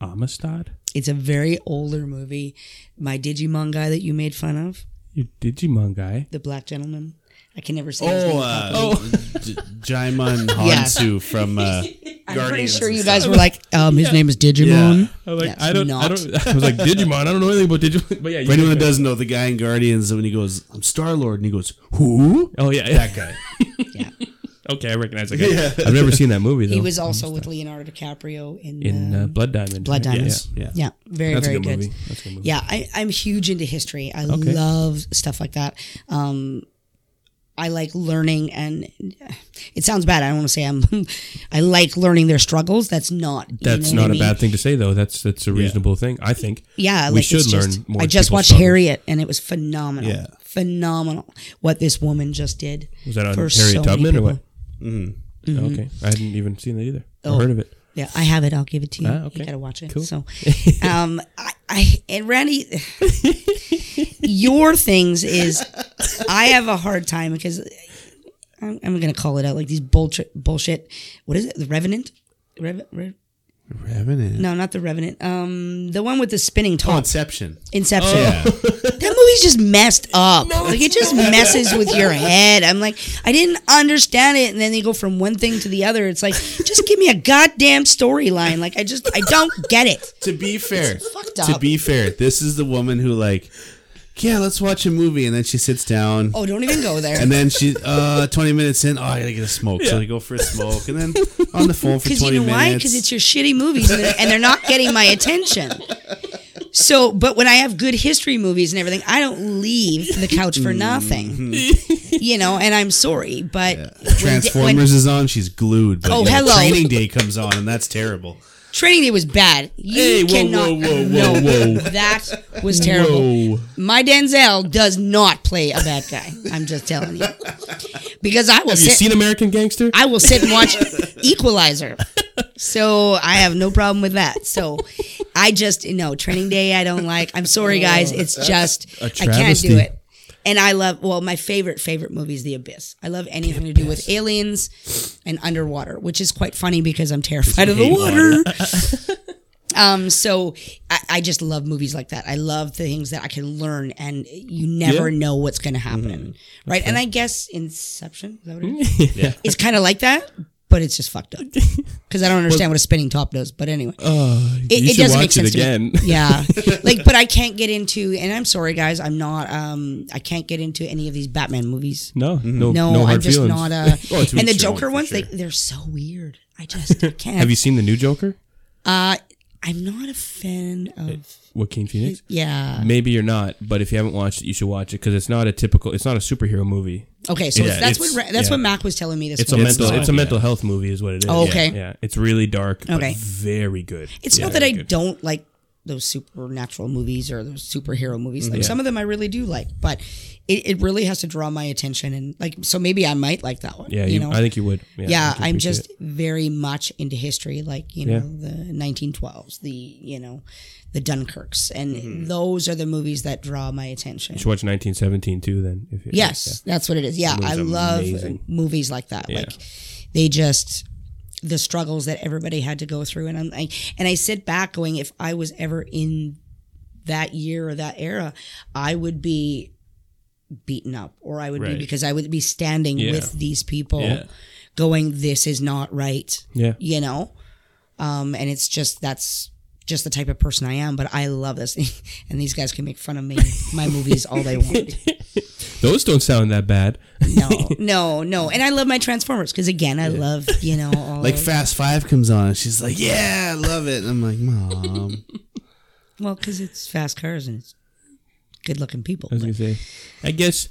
Speaker 2: Amistad.
Speaker 3: It's a very older movie. My Digimon guy that you made fun of,
Speaker 2: Your Digimon guy.
Speaker 3: the black gentleman. I can never say. his name
Speaker 1: Oh, uh,
Speaker 3: properly.
Speaker 1: oh. J- Jaimon Hansu from uh,
Speaker 3: I'm pretty
Speaker 1: Guardians.
Speaker 3: sure
Speaker 1: and
Speaker 3: you
Speaker 1: stuff.
Speaker 3: guys were like, um, his name is Digimon.
Speaker 1: Yeah.
Speaker 2: I like.
Speaker 3: That's
Speaker 2: I don't. I
Speaker 3: not-
Speaker 2: don't. I was like Digimon. I don't know anything about Digimon. But yeah, you
Speaker 1: For anyone that doesn't know, the guy in Guardians, when he goes, "I'm Star Lord," and he goes, "Who?"
Speaker 2: Oh yeah,
Speaker 1: That guy.
Speaker 2: Okay, I recognize. that guy. I've never seen that movie though.
Speaker 3: He was also with Leonardo DiCaprio in,
Speaker 2: in
Speaker 3: uh,
Speaker 2: uh, Blood Diamond.
Speaker 3: Blood
Speaker 2: Yeah.
Speaker 3: Diamonds.
Speaker 1: yeah.
Speaker 3: yeah. very
Speaker 2: That's a
Speaker 3: very
Speaker 2: good
Speaker 3: good.
Speaker 2: movie. That's a good movie.
Speaker 3: Yeah, I, I'm huge into history. I love stuff like that. Um, I like learning, and it sounds bad. I don't want to say I'm. I like learning their struggles. That's not. you
Speaker 2: That's
Speaker 3: know what
Speaker 2: not
Speaker 3: I
Speaker 2: a
Speaker 3: mean?
Speaker 2: bad thing to say though. That's that's a reasonable thing. I think.
Speaker 3: Yeah,
Speaker 2: we
Speaker 3: like
Speaker 2: should
Speaker 3: it's
Speaker 2: learn
Speaker 3: just,
Speaker 2: more.
Speaker 3: I just
Speaker 2: people's
Speaker 3: watched
Speaker 2: struggles.
Speaker 3: Harriet, and it was phenomenal.
Speaker 1: Yeah.
Speaker 3: Phenomenal what this woman just did.
Speaker 2: Was that on
Speaker 3: for
Speaker 2: Harriet
Speaker 3: so many
Speaker 2: Tubman or
Speaker 3: people. Mm-hmm.
Speaker 2: what? Mm-hmm. Oh, Okay, I hadn't even seen that either.
Speaker 3: Oh.
Speaker 2: Or heard of it.
Speaker 3: Yeah, I have it. I'll give it to you.
Speaker 2: Ah, okay.
Speaker 3: You gotta watch it.
Speaker 2: Cool.
Speaker 3: So, um, I, I and Randy, your things is I have a hard time because I'm, I'm gonna call it out like these bullshit. Bullshit. What is it? The Revenant. Rev, Rev-
Speaker 1: Revenant.
Speaker 3: no, not the Revenant. Um, the one with the spinning
Speaker 1: Oh,
Speaker 3: top.
Speaker 1: Inception.
Speaker 2: oh,
Speaker 3: Inception.
Speaker 1: Yeah.
Speaker 3: That movie's just messed up. like it just messes with your head. I'm like, I didn't understand it, and then they go from one thing to the other. It's like, just give me a goddamn storyline. Like I just, I don't get it.
Speaker 1: to be fair,
Speaker 3: fucked
Speaker 1: to
Speaker 3: up.
Speaker 1: be fair, this is the woman who like, yeah, let's watch a movie, and then she sits down.
Speaker 3: Oh, don't even go there.
Speaker 1: And then she, uh, 20 minutes in, oh, I gotta get a smoke. So I go for a smoke. And then on the phone for 20
Speaker 3: Because you know
Speaker 1: minutes.
Speaker 3: why? Because it's your shitty movies, and they're, and they're not getting my attention. So, but when I have good history movies and everything, I don't leave the couch
Speaker 1: Mm-hmm.
Speaker 3: for nothing. you know, and I'm sorry, but when-
Speaker 1: Transformers
Speaker 3: when
Speaker 1: is on, she's glued. But
Speaker 3: Oh,
Speaker 1: you know,
Speaker 3: hello.
Speaker 1: Training Day comes on, and that's terrible.
Speaker 3: Training Day was bad. You
Speaker 1: Hey, whoa,
Speaker 3: cannot.
Speaker 1: whoa, whoa,
Speaker 3: no,
Speaker 1: whoa, whoa.
Speaker 3: that was terrible. My Denzel does not play a bad guy. I'm just telling you, because I will
Speaker 2: Have you
Speaker 3: sit.
Speaker 2: seen American Gangster?
Speaker 3: I will sit and watch Equalizer. So I have no problem with that. So I just no training day. I don't like. I'm sorry, guys. It's just I can't
Speaker 2: travesty.
Speaker 3: do it. And I love well, my favorite favorite movie is The Abyss. I love anything to do with aliens and underwater, which is quite funny because I'm terrified of the
Speaker 1: hate
Speaker 3: water. um, so I, I just love movies like that. I love things that I can learn, and you never
Speaker 2: Yeah.
Speaker 3: know what's going to happen, right? And I guess Inception. Is that what it is?
Speaker 2: yeah.
Speaker 3: It's kind of like that, but it's just fucked up because I don't understand what a spinning top does. But anyway, it,
Speaker 2: Oh, you
Speaker 3: it
Speaker 2: should
Speaker 3: doesn't make
Speaker 2: watch it
Speaker 3: sense
Speaker 2: again.
Speaker 3: to me. Yeah, like, but I can't get into. And I'm sorry, guys, I'm not. Um, I can't get into any of these Batman movies.
Speaker 2: No, no,
Speaker 3: No,
Speaker 2: no, hard
Speaker 3: I'm just
Speaker 2: feelings.
Speaker 3: not. Uh,
Speaker 1: Oh, it's
Speaker 3: and the
Speaker 1: each their own,
Speaker 3: Joker
Speaker 1: for
Speaker 3: ones,
Speaker 1: sure.
Speaker 3: they they're so weird. I just I can't.
Speaker 2: Have you seen the new Joker?
Speaker 3: Uh, I'm not a fan of.
Speaker 2: Joaquin Phoenix.
Speaker 3: Yeah.
Speaker 2: Maybe you're not, but if you haven't watched it, you should watch it because it's not a typical. It's not a superhero movie.
Speaker 3: Okay, so
Speaker 1: Yeah,
Speaker 3: that's
Speaker 1: it's-
Speaker 3: what Ra- that's
Speaker 2: yeah.
Speaker 3: what Mac was telling me this.
Speaker 2: It's a
Speaker 3: morning.
Speaker 2: mental.
Speaker 1: not,
Speaker 2: it's a
Speaker 1: yeah.
Speaker 2: mental health movie, is what it is.
Speaker 3: Oh, okay.
Speaker 2: Yeah, yeah. it's really dark,
Speaker 3: Okay.
Speaker 2: but very good.
Speaker 3: It's
Speaker 2: Yeah,
Speaker 3: not that I
Speaker 2: very good.
Speaker 3: don't like those supernatural movies or those superhero movies. Like some of them I really do like, but it, it really has to draw my attention and like so maybe I might like that one.
Speaker 2: Yeah,
Speaker 3: you,
Speaker 2: you,
Speaker 3: know.
Speaker 2: I think you would. Yeah, I
Speaker 3: yeah,
Speaker 2: think you'd
Speaker 3: I'm
Speaker 2: appreciate
Speaker 3: just
Speaker 2: it.
Speaker 3: very much into history, like you know
Speaker 2: Yeah.
Speaker 3: the 1912s, the you know the Dunkirks, and
Speaker 2: Mm-hmm.
Speaker 3: those are the movies that draw my attention.
Speaker 2: You should watch 1917 too. Then, if you,
Speaker 3: Yes, that's what it is. Yeah, I
Speaker 2: movie's
Speaker 3: love
Speaker 2: amazing.
Speaker 3: movies like that.
Speaker 2: Yeah.
Speaker 3: Like they just the struggles that everybody had to go through, and I'm like, and I sit back going, if I was ever in that year or that era, I would be beaten up, or I would be
Speaker 2: Right.
Speaker 3: because I would be standing
Speaker 2: Yeah.
Speaker 3: with these people,
Speaker 2: Yeah.
Speaker 3: going, "This is not right."
Speaker 2: Yeah. yeah.
Speaker 3: you know um and it's just that's just the type of person i am but i love this and these guys can make fun of me my movies all they want
Speaker 2: Those don't sound that bad.
Speaker 3: no no no and i love my transformers because again i love you know all
Speaker 1: Like
Speaker 3: of-
Speaker 1: Fast Five comes on, and she's like, "Yeah, I love it." And I'm like, "Mom,
Speaker 3: well because it's fast cars and it's good looking people
Speaker 2: I was gonna say. I guess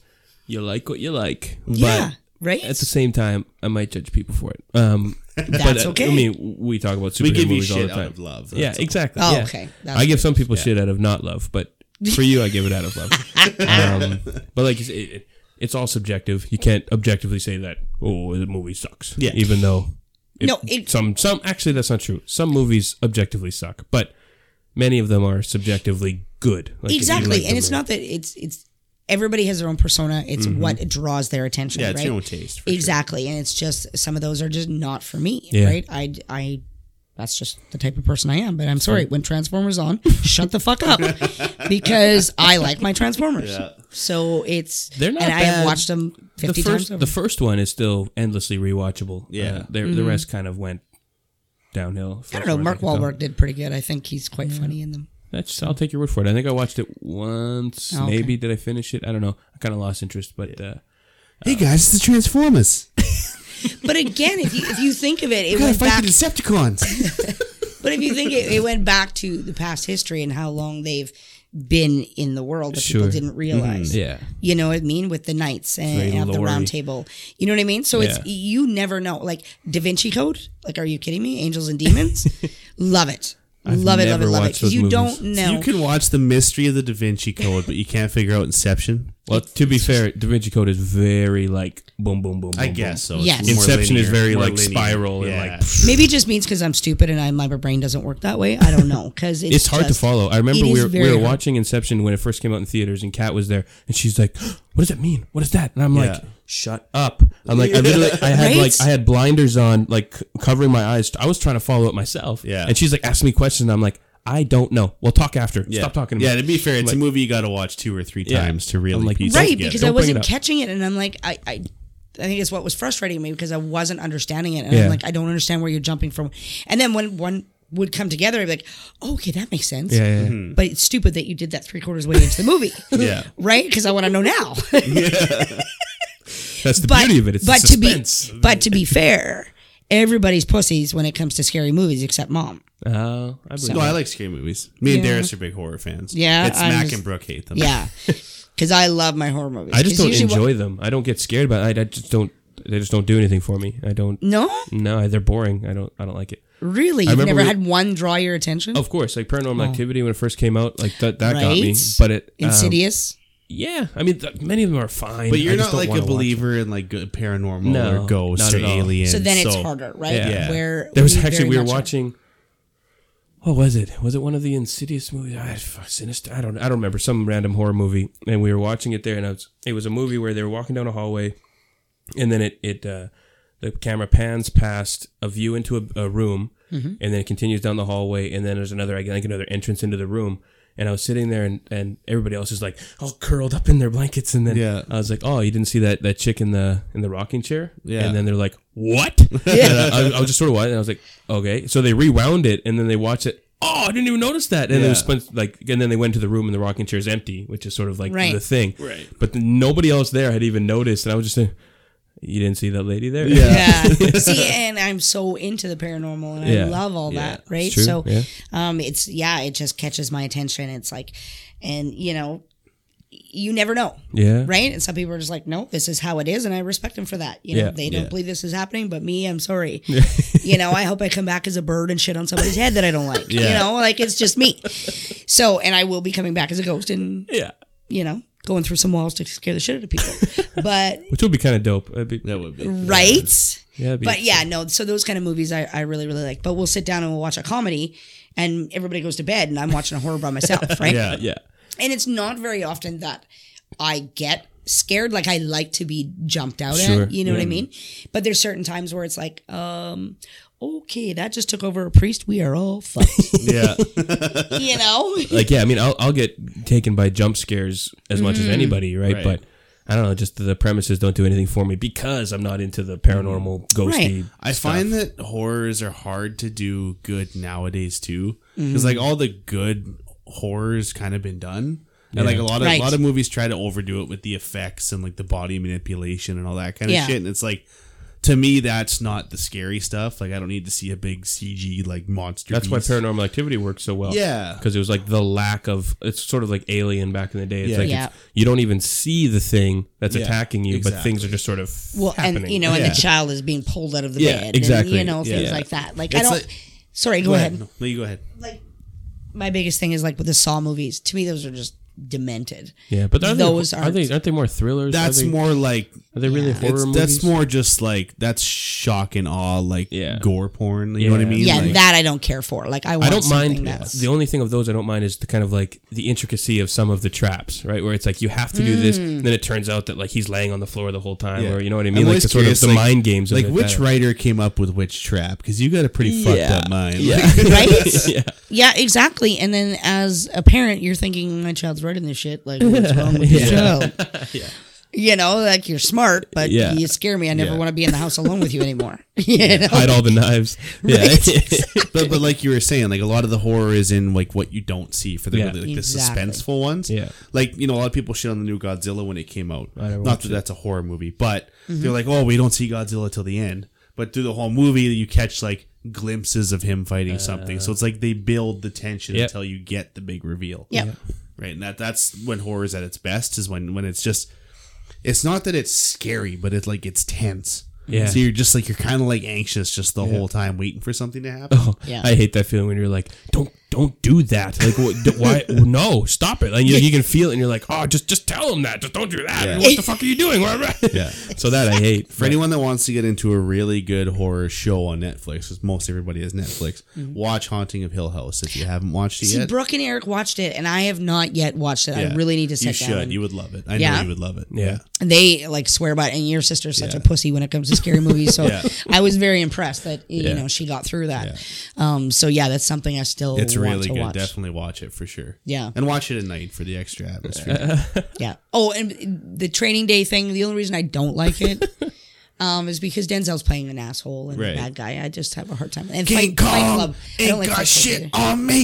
Speaker 2: you like what you like, but
Speaker 3: yeah right
Speaker 2: at the same time, I might judge people for it. Um,
Speaker 3: That's
Speaker 2: but, uh,
Speaker 3: okay.
Speaker 2: I mean, we talk about
Speaker 1: we
Speaker 2: superhero
Speaker 1: give you
Speaker 2: movies all
Speaker 1: shit
Speaker 2: the time.
Speaker 1: out of love."
Speaker 2: yeah, exactly.
Speaker 3: Oh,
Speaker 2: yeah.
Speaker 3: okay. That's
Speaker 2: I give some people shit out of not love, but for you, I give it out of love. um, but like, you say, it, it, it's all subjective. You can't objectively say that. Oh, the movie sucks.
Speaker 1: Yeah.
Speaker 2: even though it-
Speaker 3: No, it-
Speaker 2: some some actually that's not true. Some movies objectively suck, but many of them are subjectively good. Like, if you
Speaker 3: exactly
Speaker 2: like
Speaker 3: and
Speaker 2: them
Speaker 3: it's
Speaker 2: or-
Speaker 3: not that it's it's everybody has their own persona. It's
Speaker 2: Mm-hmm.
Speaker 3: what draws their attention.
Speaker 1: Yeah, it's
Speaker 3: right?
Speaker 1: your own taste. For sure.
Speaker 3: exactly and it's just some of those are just not for me
Speaker 2: Yeah.
Speaker 3: right i i that's just the type of person i am but i'm sorry when transformers on shut the fuck up because i like my transformers so it's
Speaker 2: They're not
Speaker 3: and i
Speaker 2: bad.
Speaker 3: have watched them
Speaker 2: The
Speaker 3: 50
Speaker 2: first,
Speaker 3: times over. Mm-hmm.
Speaker 2: the first one is still endlessly rewatchable.
Speaker 1: Yeah.
Speaker 2: Uh, the, the rest kind of went downhill.
Speaker 3: i don't know mark Wahlberg did pretty good i think he's quite funny in them
Speaker 2: That's. I'll take your word for it. I think I watched it once.
Speaker 3: Oh, okay.
Speaker 2: Maybe did I finish it? I don't know. I kind of lost interest, but uh,
Speaker 1: Hey guys, it's the Transformers.
Speaker 3: but again if you, if you think of it
Speaker 1: We
Speaker 3: it
Speaker 1: gotta
Speaker 3: went
Speaker 1: fight
Speaker 3: back
Speaker 1: the Decepticons.
Speaker 3: but if you think it, it went back to the past history and how long they've been in the world that
Speaker 2: Sure. Mm-hmm.
Speaker 3: people didn't realize
Speaker 2: yeah,
Speaker 3: You know what I mean? With the knights and,
Speaker 2: Very
Speaker 3: of the
Speaker 2: lorry.
Speaker 3: round table. You know what I mean? So it's
Speaker 2: Yeah.
Speaker 3: you never know. Like Da Vinci Code. Like, are you kidding me? Angels and Demons. love it. love it, love
Speaker 2: never
Speaker 3: it, love it.
Speaker 2: watched those
Speaker 3: Because you
Speaker 2: movies.
Speaker 3: don't know.
Speaker 1: You can watch the mystery of the Da Vinci Code, but you can't figure out Inception.
Speaker 2: Well, to be fair, Da Vinci Code is very like boom, boom, boom.
Speaker 1: I
Speaker 2: boom,
Speaker 1: guess so.
Speaker 3: It's Yes. more
Speaker 2: Inception is very like spiral and like
Speaker 3: Maybe it just means because I'm stupid and I my brain doesn't work that way. I don't know. Because it's,
Speaker 2: it's hard to
Speaker 3: just-
Speaker 2: follow. I remember we
Speaker 3: it is
Speaker 2: were, we
Speaker 3: very
Speaker 2: were
Speaker 3: hard.
Speaker 2: watching Inception when it first came out in theaters, and Kat was there, and she's like, "What does that mean? What is that?" And I'm like,
Speaker 1: Yeah.
Speaker 2: "Shut up!" I'm like, I literally, I had
Speaker 3: Right?
Speaker 2: like, I had blinders on, like c- covering my eyes. I was trying to follow it myself.
Speaker 1: Yeah.
Speaker 2: and she's like asking me questions, and I'm like, "I don't know. We'll talk after. Stop talking." To
Speaker 1: Yeah,
Speaker 2: me.
Speaker 1: to be fair, it's
Speaker 2: Like-
Speaker 1: a movie you got to watch two or three
Speaker 2: Yeah.
Speaker 1: times to really
Speaker 2: I'm like,
Speaker 1: piece it
Speaker 3: Right,
Speaker 1: together.
Speaker 3: because
Speaker 2: Don't
Speaker 3: I
Speaker 2: bring it
Speaker 3: wasn't
Speaker 2: up.
Speaker 3: catching it and I'm like, I, I I think it's what was frustrating me because I wasn't understanding it. And
Speaker 2: Yeah.
Speaker 3: I'm like, I don't understand where you're jumping from. And then when one would come together, I'd be like, oh, okay, that makes sense.
Speaker 2: yeah, yeah,
Speaker 1: Mm-hmm.
Speaker 2: yeah.
Speaker 3: But it's stupid that you did that three quarters way into the movie.
Speaker 1: Yeah.
Speaker 3: Right? Because I want to know now.
Speaker 2: That's the
Speaker 3: but
Speaker 2: beauty of it. It's
Speaker 3: but
Speaker 2: the
Speaker 3: to be
Speaker 2: suspense.
Speaker 3: but to be fair, everybody's pussies when it comes to scary movies except mom.
Speaker 2: Uh, I believe
Speaker 1: No,
Speaker 2: that.
Speaker 1: I like scary movies. Me and Darius are big horror fans.
Speaker 3: Yeah,
Speaker 1: it's
Speaker 3: I'm
Speaker 1: Mac
Speaker 3: just-
Speaker 1: and Brooke hate them.
Speaker 3: Yeah, because I love my horror movies.
Speaker 2: I just
Speaker 3: 'Cause
Speaker 2: don't
Speaker 3: usually what-
Speaker 2: enjoy them. I don't get scared about. It. I, I just don't. They just don't do anything for me. I don't.
Speaker 3: no,
Speaker 2: No, they're boring. I don't. I don't like it.
Speaker 3: really. You've
Speaker 2: remember
Speaker 3: never
Speaker 2: we-
Speaker 3: had one draw your attention.
Speaker 2: Of course, like Paranormal Activity when it first came out, like that that got me.
Speaker 3: Oh. Right?
Speaker 2: But it um,
Speaker 3: Insidious.
Speaker 2: yeah, I mean, th- many of them are fine.
Speaker 1: But you're
Speaker 2: I just
Speaker 1: not
Speaker 2: don't
Speaker 1: like
Speaker 2: wanna
Speaker 1: a
Speaker 2: watch
Speaker 1: believer in like good paranormal
Speaker 2: No,
Speaker 1: or ghosts
Speaker 2: not
Speaker 1: or
Speaker 2: at all.
Speaker 1: aliens.
Speaker 3: so then it's harder, right?
Speaker 2: Yeah.
Speaker 1: Yeah.
Speaker 3: Where
Speaker 2: it. There was
Speaker 3: we
Speaker 2: actually
Speaker 3: very
Speaker 2: we were
Speaker 3: much are-
Speaker 2: watching. What was it? Was it one of the Insidious movies? I, fuck, sinister. I don't. I don't remember some random horror movie, and we were watching it there, and I was, it was a movie where they were walking down a hallway, and then it it uh, the camera pans past a view into a, a room,
Speaker 1: Mm-hmm.
Speaker 2: and then it continues down the hallway, and then there's another I think another entrance into the room. And I was sitting there, and, and everybody else is like all curled up in their blankets, and then
Speaker 1: Yeah.
Speaker 2: I was like, "Oh, you didn't see that that chick in the in the rocking chair?"
Speaker 1: Yeah.
Speaker 2: And then they're like, "What?" Yeah. I, I was just sort of watching, and I was like, "Okay." So they rewound it, and then they watched it. Oh, I didn't even notice that. And it was
Speaker 1: Yeah.
Speaker 2: spun- like, and then they went to the room, and the rocking chair is empty, which is sort of like
Speaker 3: Right.
Speaker 2: the thing.
Speaker 1: Right.
Speaker 2: But then nobody else there had even noticed, and I was just. Saying, you didn't see that lady there?
Speaker 3: yeah. See, and I'm so into the paranormal and
Speaker 2: Yeah.
Speaker 3: I love all
Speaker 2: Yeah.
Speaker 3: that, right?
Speaker 2: It's true.
Speaker 3: So
Speaker 2: Yeah.
Speaker 3: um it's yeah, it just catches my attention. It's like and you know, you never know.
Speaker 2: Yeah.
Speaker 3: Right? And some people are just like, no, this is how it is, and I respect them for that. You know,
Speaker 2: Yeah.
Speaker 3: they don't
Speaker 1: Yeah.
Speaker 3: believe this is happening, but me, I'm sorry. you know, I hope I come back as a bird and shit on somebody's head that I don't like. You
Speaker 1: Yeah.
Speaker 3: know, like it's just me. So, and I will be coming back as a ghost and
Speaker 2: Yeah.
Speaker 3: you know, going through some walls to scare the shit out of people. but
Speaker 2: Which would be kind of dope. It'd be-
Speaker 1: That would be
Speaker 3: right?
Speaker 2: yeah. it'd be-
Speaker 3: But yeah, no. So those kind of movies I, I really really like. But we'll sit down and we'll watch a comedy, and everybody goes to bed, and I'm watching a horror by myself, right?
Speaker 1: Yeah.
Speaker 2: uh, Yeah.
Speaker 3: And it's not very often that I get scared. Like I like to be jumped out
Speaker 2: Sure,
Speaker 3: at. You know what I mean? But there's certain times where it's like, um, okay, that just took over a priest. We are all fucked.
Speaker 1: Yeah.
Speaker 3: you know?
Speaker 2: Like, yeah, I mean, I'll, I'll get taken by jump scares as much
Speaker 3: Mm-hmm.
Speaker 2: as anybody, right?
Speaker 1: Right.
Speaker 2: But I don't know, just the premises don't do anything for me because I'm not into the paranormal, ghosty.
Speaker 3: Right.
Speaker 1: I find that horrors are hard to do good nowadays too,
Speaker 2: Mm-hmm.
Speaker 1: because like all the good horrors kind of been done, and like a lot of
Speaker 3: Right.
Speaker 1: a lot of movies try to overdo it with the effects and like the body manipulation and all that kind
Speaker 3: Yeah.
Speaker 1: of shit, and it's like. To me, that's not the scary stuff. Like, I don't need to see a big CG like monster.
Speaker 2: That's why
Speaker 1: beast.
Speaker 2: Paranormal Activity works so well.
Speaker 1: Yeah.
Speaker 2: because it was like the lack of. It's sort of like Alien back in the day. It's
Speaker 1: Yeah.
Speaker 2: like
Speaker 3: Yeah.
Speaker 2: It's, you don't even see the thing that's
Speaker 1: Yeah,
Speaker 2: attacking you, but
Speaker 1: exactly.
Speaker 2: things are just sort of
Speaker 3: Well,
Speaker 2: happening.
Speaker 3: and you know, and
Speaker 1: Yeah.
Speaker 3: the child is being pulled out of the
Speaker 2: Yeah,
Speaker 3: bed.
Speaker 2: exactly.
Speaker 3: And, you know, things
Speaker 1: Yeah.
Speaker 3: like that. Like I
Speaker 1: It's
Speaker 3: don't.
Speaker 1: like-
Speaker 3: sorry, go,
Speaker 1: Go
Speaker 3: ahead.
Speaker 1: ahead. No, you go ahead.
Speaker 3: like my biggest thing is like with the Saw movies. To me, those are just demented.
Speaker 2: Yeah, but are
Speaker 3: Those
Speaker 2: they, are
Speaker 3: aren't-
Speaker 2: they aren't they more thrillers?
Speaker 1: That's
Speaker 2: are they,
Speaker 1: more like
Speaker 2: Are they really
Speaker 3: Yeah.
Speaker 2: horror
Speaker 1: it's,
Speaker 2: movies?
Speaker 1: that's more just like that's shock and awe, like
Speaker 2: Yeah.
Speaker 1: gore porn. You know what I
Speaker 2: Yeah.
Speaker 1: mean?
Speaker 3: Yeah,
Speaker 1: Like,
Speaker 3: that I don't care for. Like I, want
Speaker 2: I don't mind.
Speaker 3: That's,
Speaker 2: The only thing of those I don't mind is the kind of like the intricacy of some of the traps, right? Where it's like you have to do
Speaker 3: Hmm.
Speaker 2: this, and then it turns out that like he's laying on the floor the whole time,
Speaker 1: yeah.
Speaker 2: or you know what I
Speaker 1: I'm
Speaker 2: mean? like
Speaker 1: always
Speaker 2: the sort
Speaker 1: curious,
Speaker 2: of the
Speaker 1: like-
Speaker 2: mind games.
Speaker 1: Like
Speaker 2: of it,
Speaker 1: which
Speaker 2: that-
Speaker 1: writer came up with which trap? Because you got a pretty
Speaker 2: Yeah.
Speaker 1: fucked up mind.
Speaker 2: Yeah.
Speaker 3: right?
Speaker 2: yeah.
Speaker 3: Yeah, exactly. And then as a parent, you're thinking my child's writing this shit. Like, what's wrong with this child? You know, like you're smart, but
Speaker 2: Yeah.
Speaker 3: you scare me. I never
Speaker 1: Yeah.
Speaker 3: want to be in the house alone with you anymore. You know?
Speaker 2: Hide all the knives. Yeah.
Speaker 1: but but like you were saying, like a lot of the horror is in like what you don't see for the
Speaker 2: Yeah.
Speaker 1: like the
Speaker 3: Exactly.
Speaker 1: suspenseful ones.
Speaker 2: Yeah.
Speaker 1: like you know, a lot of people shit on the new Godzilla when it came out.
Speaker 2: never
Speaker 1: Not
Speaker 2: watched
Speaker 1: that that's a horror movie, but they're like, oh, we don't see Godzilla till the end. But through the whole movie, you catch like glimpses of him fighting something. So it's like they build the tension
Speaker 2: Uh. Yep.
Speaker 1: until you get the big reveal.
Speaker 3: Yep.
Speaker 1: right. And that that's when horror is at its best is when when it's just. It's not that it's scary, but it's like it's tense.
Speaker 2: Yeah.
Speaker 1: So you're just like you're kind of like anxious just the whole time, waiting for something to happen.
Speaker 2: Oh,
Speaker 3: Yeah.
Speaker 2: I hate that feeling when you're like, don't don't do that. Like, wh- d- why? No, stop it. Like you, you can feel it, and you're like, oh, just just tell them that. Just don't do that.
Speaker 1: Yeah.
Speaker 2: What the fuck are you doing? yeah. So that I hate.
Speaker 1: For anyone that wants to get into a really good horror show on Netflix, because most everybody has Netflix, watch Haunting of Hill House if you haven't watched it
Speaker 3: Mm-hmm. See,
Speaker 1: yet.
Speaker 3: Brooke and Eric watched it, and I have not yet watched it. I
Speaker 1: Yeah.
Speaker 3: really need to
Speaker 1: You
Speaker 3: sit
Speaker 1: should.
Speaker 3: down.
Speaker 1: You would love it. I know
Speaker 3: Yeah?
Speaker 1: you would love it.
Speaker 2: Yeah.
Speaker 3: And they like swear by it, and your sister's such
Speaker 1: Yeah.
Speaker 3: a pussy when it comes to scary movies. So
Speaker 1: Yeah.
Speaker 3: I was very impressed that you
Speaker 2: Yeah.
Speaker 3: know she got through that. Um, so yeah, that's something I still
Speaker 1: It's
Speaker 3: want
Speaker 1: really
Speaker 3: to
Speaker 1: good.
Speaker 3: watch.
Speaker 1: Definitely watch it for sure.
Speaker 3: Yeah.
Speaker 1: And watch it at night for the extra atmosphere.
Speaker 3: Yeah. Oh, and the training day thing, the only reason I don't like it um, is because Denzel's playing an asshole and
Speaker 1: Right.
Speaker 3: a bad guy. I just have a hard time. And
Speaker 1: King
Speaker 3: Fight, Fight
Speaker 1: Kong
Speaker 3: Club. I
Speaker 1: ain't
Speaker 3: don't like
Speaker 1: got
Speaker 3: Fight Club
Speaker 1: shit
Speaker 3: either.
Speaker 1: on me.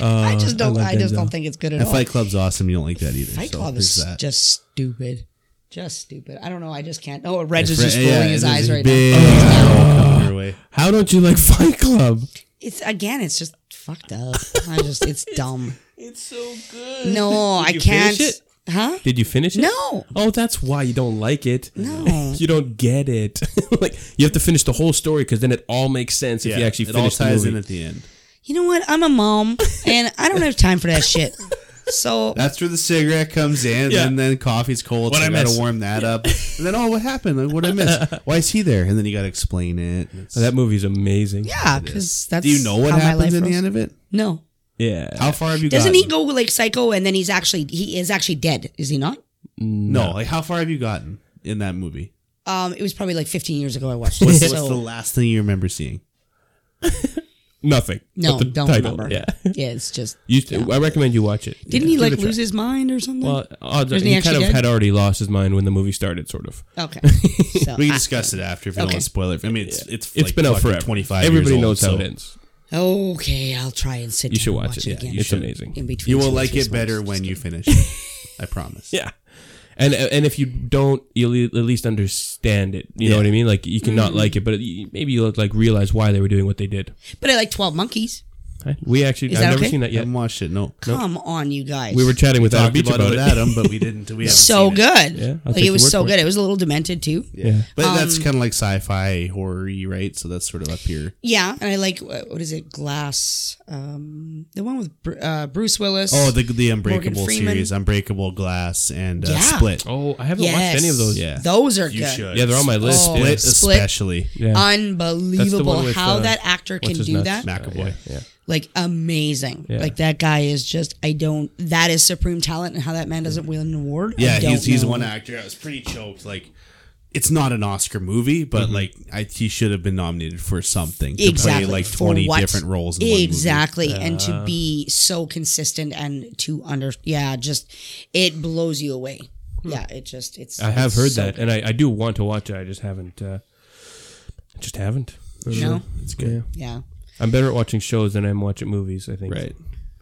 Speaker 3: I
Speaker 1: Uh,
Speaker 3: just don't.
Speaker 2: love
Speaker 3: I, just don't
Speaker 2: Denzel.
Speaker 3: think it's good at
Speaker 1: and
Speaker 3: all.
Speaker 1: Fight Club's awesome. You don't like that either.
Speaker 3: Fight
Speaker 1: so
Speaker 3: Club
Speaker 1: there's
Speaker 3: is
Speaker 1: that.
Speaker 3: just stupid. Just stupid. I don't know. I just can't. Oh, Reg is
Speaker 1: Fre-
Speaker 3: just rolling
Speaker 1: yeah,
Speaker 3: his
Speaker 1: there's
Speaker 3: eyes
Speaker 1: this
Speaker 3: right now. Oh,
Speaker 1: big arrow coming your way.
Speaker 2: How don't you like Fight Club?
Speaker 3: It's again. It's just fucked up. I just. It's dumb. It's so good. No, I
Speaker 2: you
Speaker 3: can't.
Speaker 2: finish
Speaker 3: Huh?
Speaker 2: Did you finish it?
Speaker 3: No.
Speaker 2: Oh, that's why you don't like it.
Speaker 3: No.
Speaker 2: you don't get it. like you have to finish the whole story because then it all makes sense if you
Speaker 1: Yeah,
Speaker 2: actually
Speaker 1: it all
Speaker 2: finish the
Speaker 1: ties
Speaker 2: movie.
Speaker 1: in at the end.
Speaker 3: You know what? I'm a mom, and I don't have time for that shit. So
Speaker 1: That's where the cigarette comes in,
Speaker 2: Yeah.
Speaker 1: and then coffee's cold,
Speaker 2: What'd
Speaker 1: so I,
Speaker 2: I
Speaker 1: gotta
Speaker 2: miss?
Speaker 1: warm that up. And then, oh, what happened? Like, what I miss? Why is he there? And then you gotta explain it. It's-
Speaker 2: that movie's amazing.
Speaker 3: Yeah, because that's
Speaker 1: do you know what
Speaker 3: how my
Speaker 1: happens
Speaker 3: life
Speaker 1: in the
Speaker 3: rolls.
Speaker 1: end of it?
Speaker 3: No,
Speaker 2: Yeah.
Speaker 1: How far have you
Speaker 3: doesn't he
Speaker 1: gotten?
Speaker 3: go like psycho and then he's actually he is actually dead? Is he not?
Speaker 1: No, like how far have you gotten in that movie?
Speaker 3: Um, it was probably like 15 years ago I watched it.
Speaker 1: What's, what's
Speaker 3: so
Speaker 1: the last thing you remember seeing?
Speaker 2: Nothing.
Speaker 3: no,
Speaker 2: But the
Speaker 3: don't
Speaker 2: title,
Speaker 3: remember.
Speaker 2: Yeah.
Speaker 3: yeah, it's just
Speaker 2: You, I recommend you watch it.
Speaker 3: didn't he
Speaker 2: Give it
Speaker 3: like
Speaker 2: a try.
Speaker 3: lose his mind or something?
Speaker 2: Well, odds are
Speaker 3: Isn't he
Speaker 2: he, kind
Speaker 3: actually
Speaker 2: of
Speaker 3: dead?
Speaker 2: had already lost his mind when the movie started, sort of.
Speaker 3: okay, so,
Speaker 1: We can discuss it after if you don't
Speaker 3: Okay.
Speaker 1: want to spoil it. I mean, it's it's
Speaker 2: It's
Speaker 1: like
Speaker 2: been out
Speaker 1: fucking
Speaker 2: forever.
Speaker 1: 25
Speaker 2: Everybody
Speaker 1: years
Speaker 2: knows
Speaker 1: old,
Speaker 2: how
Speaker 1: so
Speaker 2: it ends.
Speaker 3: I- okay, I'll try and sit.
Speaker 2: You should
Speaker 3: down
Speaker 2: watch,
Speaker 3: and
Speaker 2: it. Yeah,
Speaker 3: again.
Speaker 2: it's amazing.
Speaker 3: in between.
Speaker 1: You will
Speaker 3: some
Speaker 1: like
Speaker 3: sleep
Speaker 1: it better
Speaker 3: songs.
Speaker 1: when you finish. I promise.
Speaker 2: Yeah. And and if you don't, you'll e-, at least understand it. You know
Speaker 1: Yeah.
Speaker 2: what I mean? Like you cannot
Speaker 3: Mm-hmm.
Speaker 2: like it, but you- maybe you'll like realize why they were doing what they did.
Speaker 3: But I like 12 Monkeys.
Speaker 2: I- We actually,
Speaker 3: Is
Speaker 2: I've
Speaker 3: that
Speaker 2: never
Speaker 3: okay?
Speaker 2: seen that
Speaker 1: You
Speaker 2: yet.
Speaker 1: haven't watched it. No,
Speaker 3: Come on, you guys.
Speaker 2: We were chatting with Adam
Speaker 1: talked
Speaker 2: Beach
Speaker 1: about,
Speaker 2: about
Speaker 1: it,
Speaker 2: it.
Speaker 1: Adam, but we didn't. We haven't
Speaker 3: so
Speaker 1: seen it.
Speaker 3: good.
Speaker 2: Yeah, I'll
Speaker 3: like
Speaker 2: take
Speaker 3: it
Speaker 2: your
Speaker 3: was
Speaker 2: word
Speaker 3: so
Speaker 2: for
Speaker 3: good. It. was a little demented too.
Speaker 1: Yeah.
Speaker 2: Yeah.
Speaker 1: But
Speaker 3: Um,
Speaker 1: that's kind of like sci-fi horror right? So that's sort of up here.
Speaker 3: Yeah, and I like uh, what is it? Glass, um, the one with Bru- uh, Bruce Willis.
Speaker 1: Oh, the the Unbreakable
Speaker 3: Freeman.
Speaker 1: series, Unbreakable Glass, and uh,
Speaker 3: Yeah.
Speaker 1: Split.
Speaker 2: Oh, I haven't watched any of those.
Speaker 1: Yeah.
Speaker 3: those are good.
Speaker 2: Yeah, they're on my list.
Speaker 3: Oh.
Speaker 1: Split,
Speaker 3: Split.
Speaker 1: especially.
Speaker 2: Yeah.
Speaker 3: Unbelievable
Speaker 2: with,
Speaker 3: how
Speaker 2: uh,
Speaker 3: that actor can
Speaker 2: What's his
Speaker 3: do
Speaker 2: nuts?
Speaker 3: that.
Speaker 1: McAvoy.
Speaker 2: Yeah. yeah.
Speaker 3: Like amazing.
Speaker 2: Yeah.
Speaker 3: Like that guy is just. I don't. That is supreme talent, and how that man doesn't win an award. I
Speaker 1: Yeah,
Speaker 3: don't
Speaker 1: he's he's
Speaker 3: know.
Speaker 1: one actor. I was pretty choked. Like, it's not an Oscar movie, but like, I, he should have been nominated for something. To
Speaker 3: Exactly.
Speaker 1: play like
Speaker 3: For
Speaker 1: twenty
Speaker 3: what?
Speaker 1: different roles. In one movie.
Speaker 3: Exactly, and to be so consistent and to under. Yeah, just it blows you away.
Speaker 1: Hmm.
Speaker 3: Yeah, it just it's.
Speaker 2: I have
Speaker 3: it's
Speaker 2: heard
Speaker 3: so
Speaker 2: that, and I, I do want to watch it. I just haven't. Uh, I just haven't.
Speaker 3: good. You know?
Speaker 1: It's good.
Speaker 3: Yeah.
Speaker 2: I'm better at watching shows than I'm watching movies. I think.
Speaker 1: Right.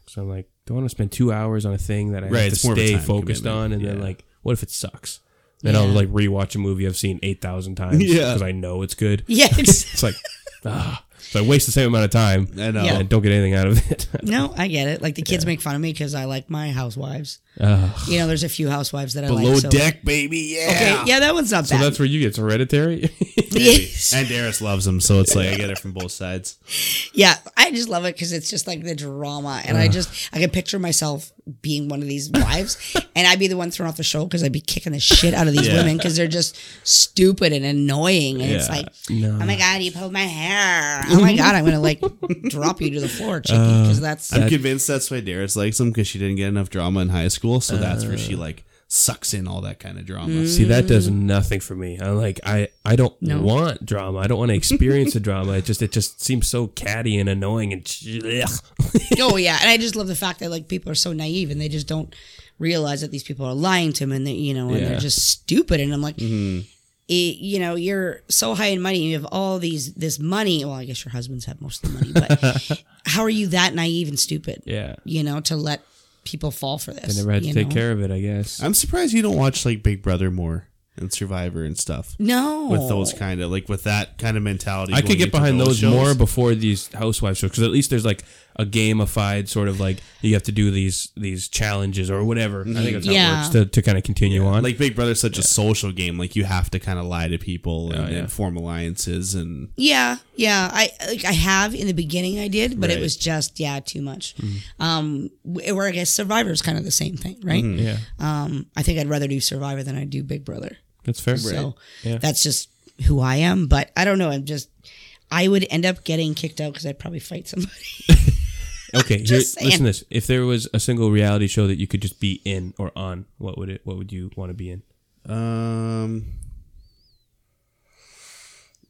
Speaker 2: So I'm like, don't want to spend two hours on a thing that I
Speaker 1: Right,
Speaker 2: have to
Speaker 1: it's more of a
Speaker 2: stay
Speaker 1: time
Speaker 2: focused
Speaker 1: commitment.
Speaker 2: on, and then
Speaker 1: Yeah.
Speaker 2: like, what if it sucks? Then I'll
Speaker 3: Yeah.
Speaker 2: like rewatch a movie I've seen eight thousand times
Speaker 1: Yeah.
Speaker 2: because I know it's good.
Speaker 3: Yeah. It's,
Speaker 2: It's like, ah, so I waste the same amount of time
Speaker 1: I know.
Speaker 3: Yeah.
Speaker 2: and don't get anything out of it.
Speaker 3: no, I get it. Like the kids make fun of me because I like my housewives. you know, there's a few housewives that I
Speaker 1: Below
Speaker 3: like. so-
Speaker 1: deck, baby. Yeah.
Speaker 3: Okay, yeah, that one's not
Speaker 2: So
Speaker 3: bad.
Speaker 2: that's where you get hereditary.
Speaker 3: Yes.
Speaker 1: And Darius loves him, so it's like I get it from both sides.
Speaker 3: Yeah, I just love it because it's just like the drama, and I just I can picture myself being one of these wives, and I'd be the one thrown off the show because I'd be kicking the shit out of these
Speaker 1: Yeah.
Speaker 3: women because they're just stupid and annoying, and it's
Speaker 2: Yeah.
Speaker 3: like,
Speaker 2: No.
Speaker 3: oh my god, you pulled my hair, oh my god, I'm gonna like drop you to the floor, chicky,
Speaker 2: Uh,
Speaker 3: because that's
Speaker 1: I'm convinced that's why Darius likes him because she didn't get enough drama in high school, so that's where
Speaker 2: Oh.
Speaker 1: she like sucks in all that kind of drama.
Speaker 2: See, that does nothing for me. I'm like, I, I don't
Speaker 3: Mm. No.
Speaker 2: want drama. I don't want to experience the drama. It just, it just seems so catty and annoying and. ugh.
Speaker 3: oh yeah, and I just love the fact that like people are so naive and they just don't realize that these people are lying to them, and they you know,
Speaker 2: Yeah.
Speaker 3: and
Speaker 2: Mm-hmm.
Speaker 3: they're just stupid. And I'm like, it, you know, you're so high in money, and you have all these this money. Well, I guess your husbands have most of the money, but how are you that naive and stupid?
Speaker 2: Yeah.
Speaker 3: You know, to let people fall for this.
Speaker 2: I never had to
Speaker 3: you
Speaker 2: take
Speaker 3: know?
Speaker 2: care of it. I guess.
Speaker 1: I'm surprised you don't watch like Big Brother more and Survivor and stuff
Speaker 3: No,
Speaker 1: with those kind of like with that kind of mentality.
Speaker 2: I could
Speaker 1: going
Speaker 2: get
Speaker 1: into
Speaker 2: behind those,
Speaker 1: shows.
Speaker 2: more before these housewives shows because at least there's like a gamified sort of like you have to do these these challenges or whatever. I think that's how
Speaker 3: Yeah.
Speaker 2: it works to, to kind of continue on.
Speaker 1: like Big Brother's such a social game. Like you have to kind of lie to people and,
Speaker 2: Oh, yeah.
Speaker 1: and form alliances and
Speaker 3: Yeah, yeah. I like I have in the beginning I did, but
Speaker 1: Right.
Speaker 3: it was just yeah too much.
Speaker 2: Mm-hmm.
Speaker 3: Um, wh- where I guess Survivor is kind of the same thing, right?
Speaker 2: yeah,
Speaker 3: Um, I think I'd rather do Survivor than I do Big Brother.
Speaker 2: Uh, that's fair.
Speaker 3: So
Speaker 2: Yeah.
Speaker 3: that's just who I am. But I don't know. I'm just I would end up getting kicked out because I'd probably fight somebody.
Speaker 2: Okay, here,
Speaker 3: Just saying.
Speaker 2: listen to this. If there was a single reality show that you could just be in or on, what would it? What would you want to be in?
Speaker 1: um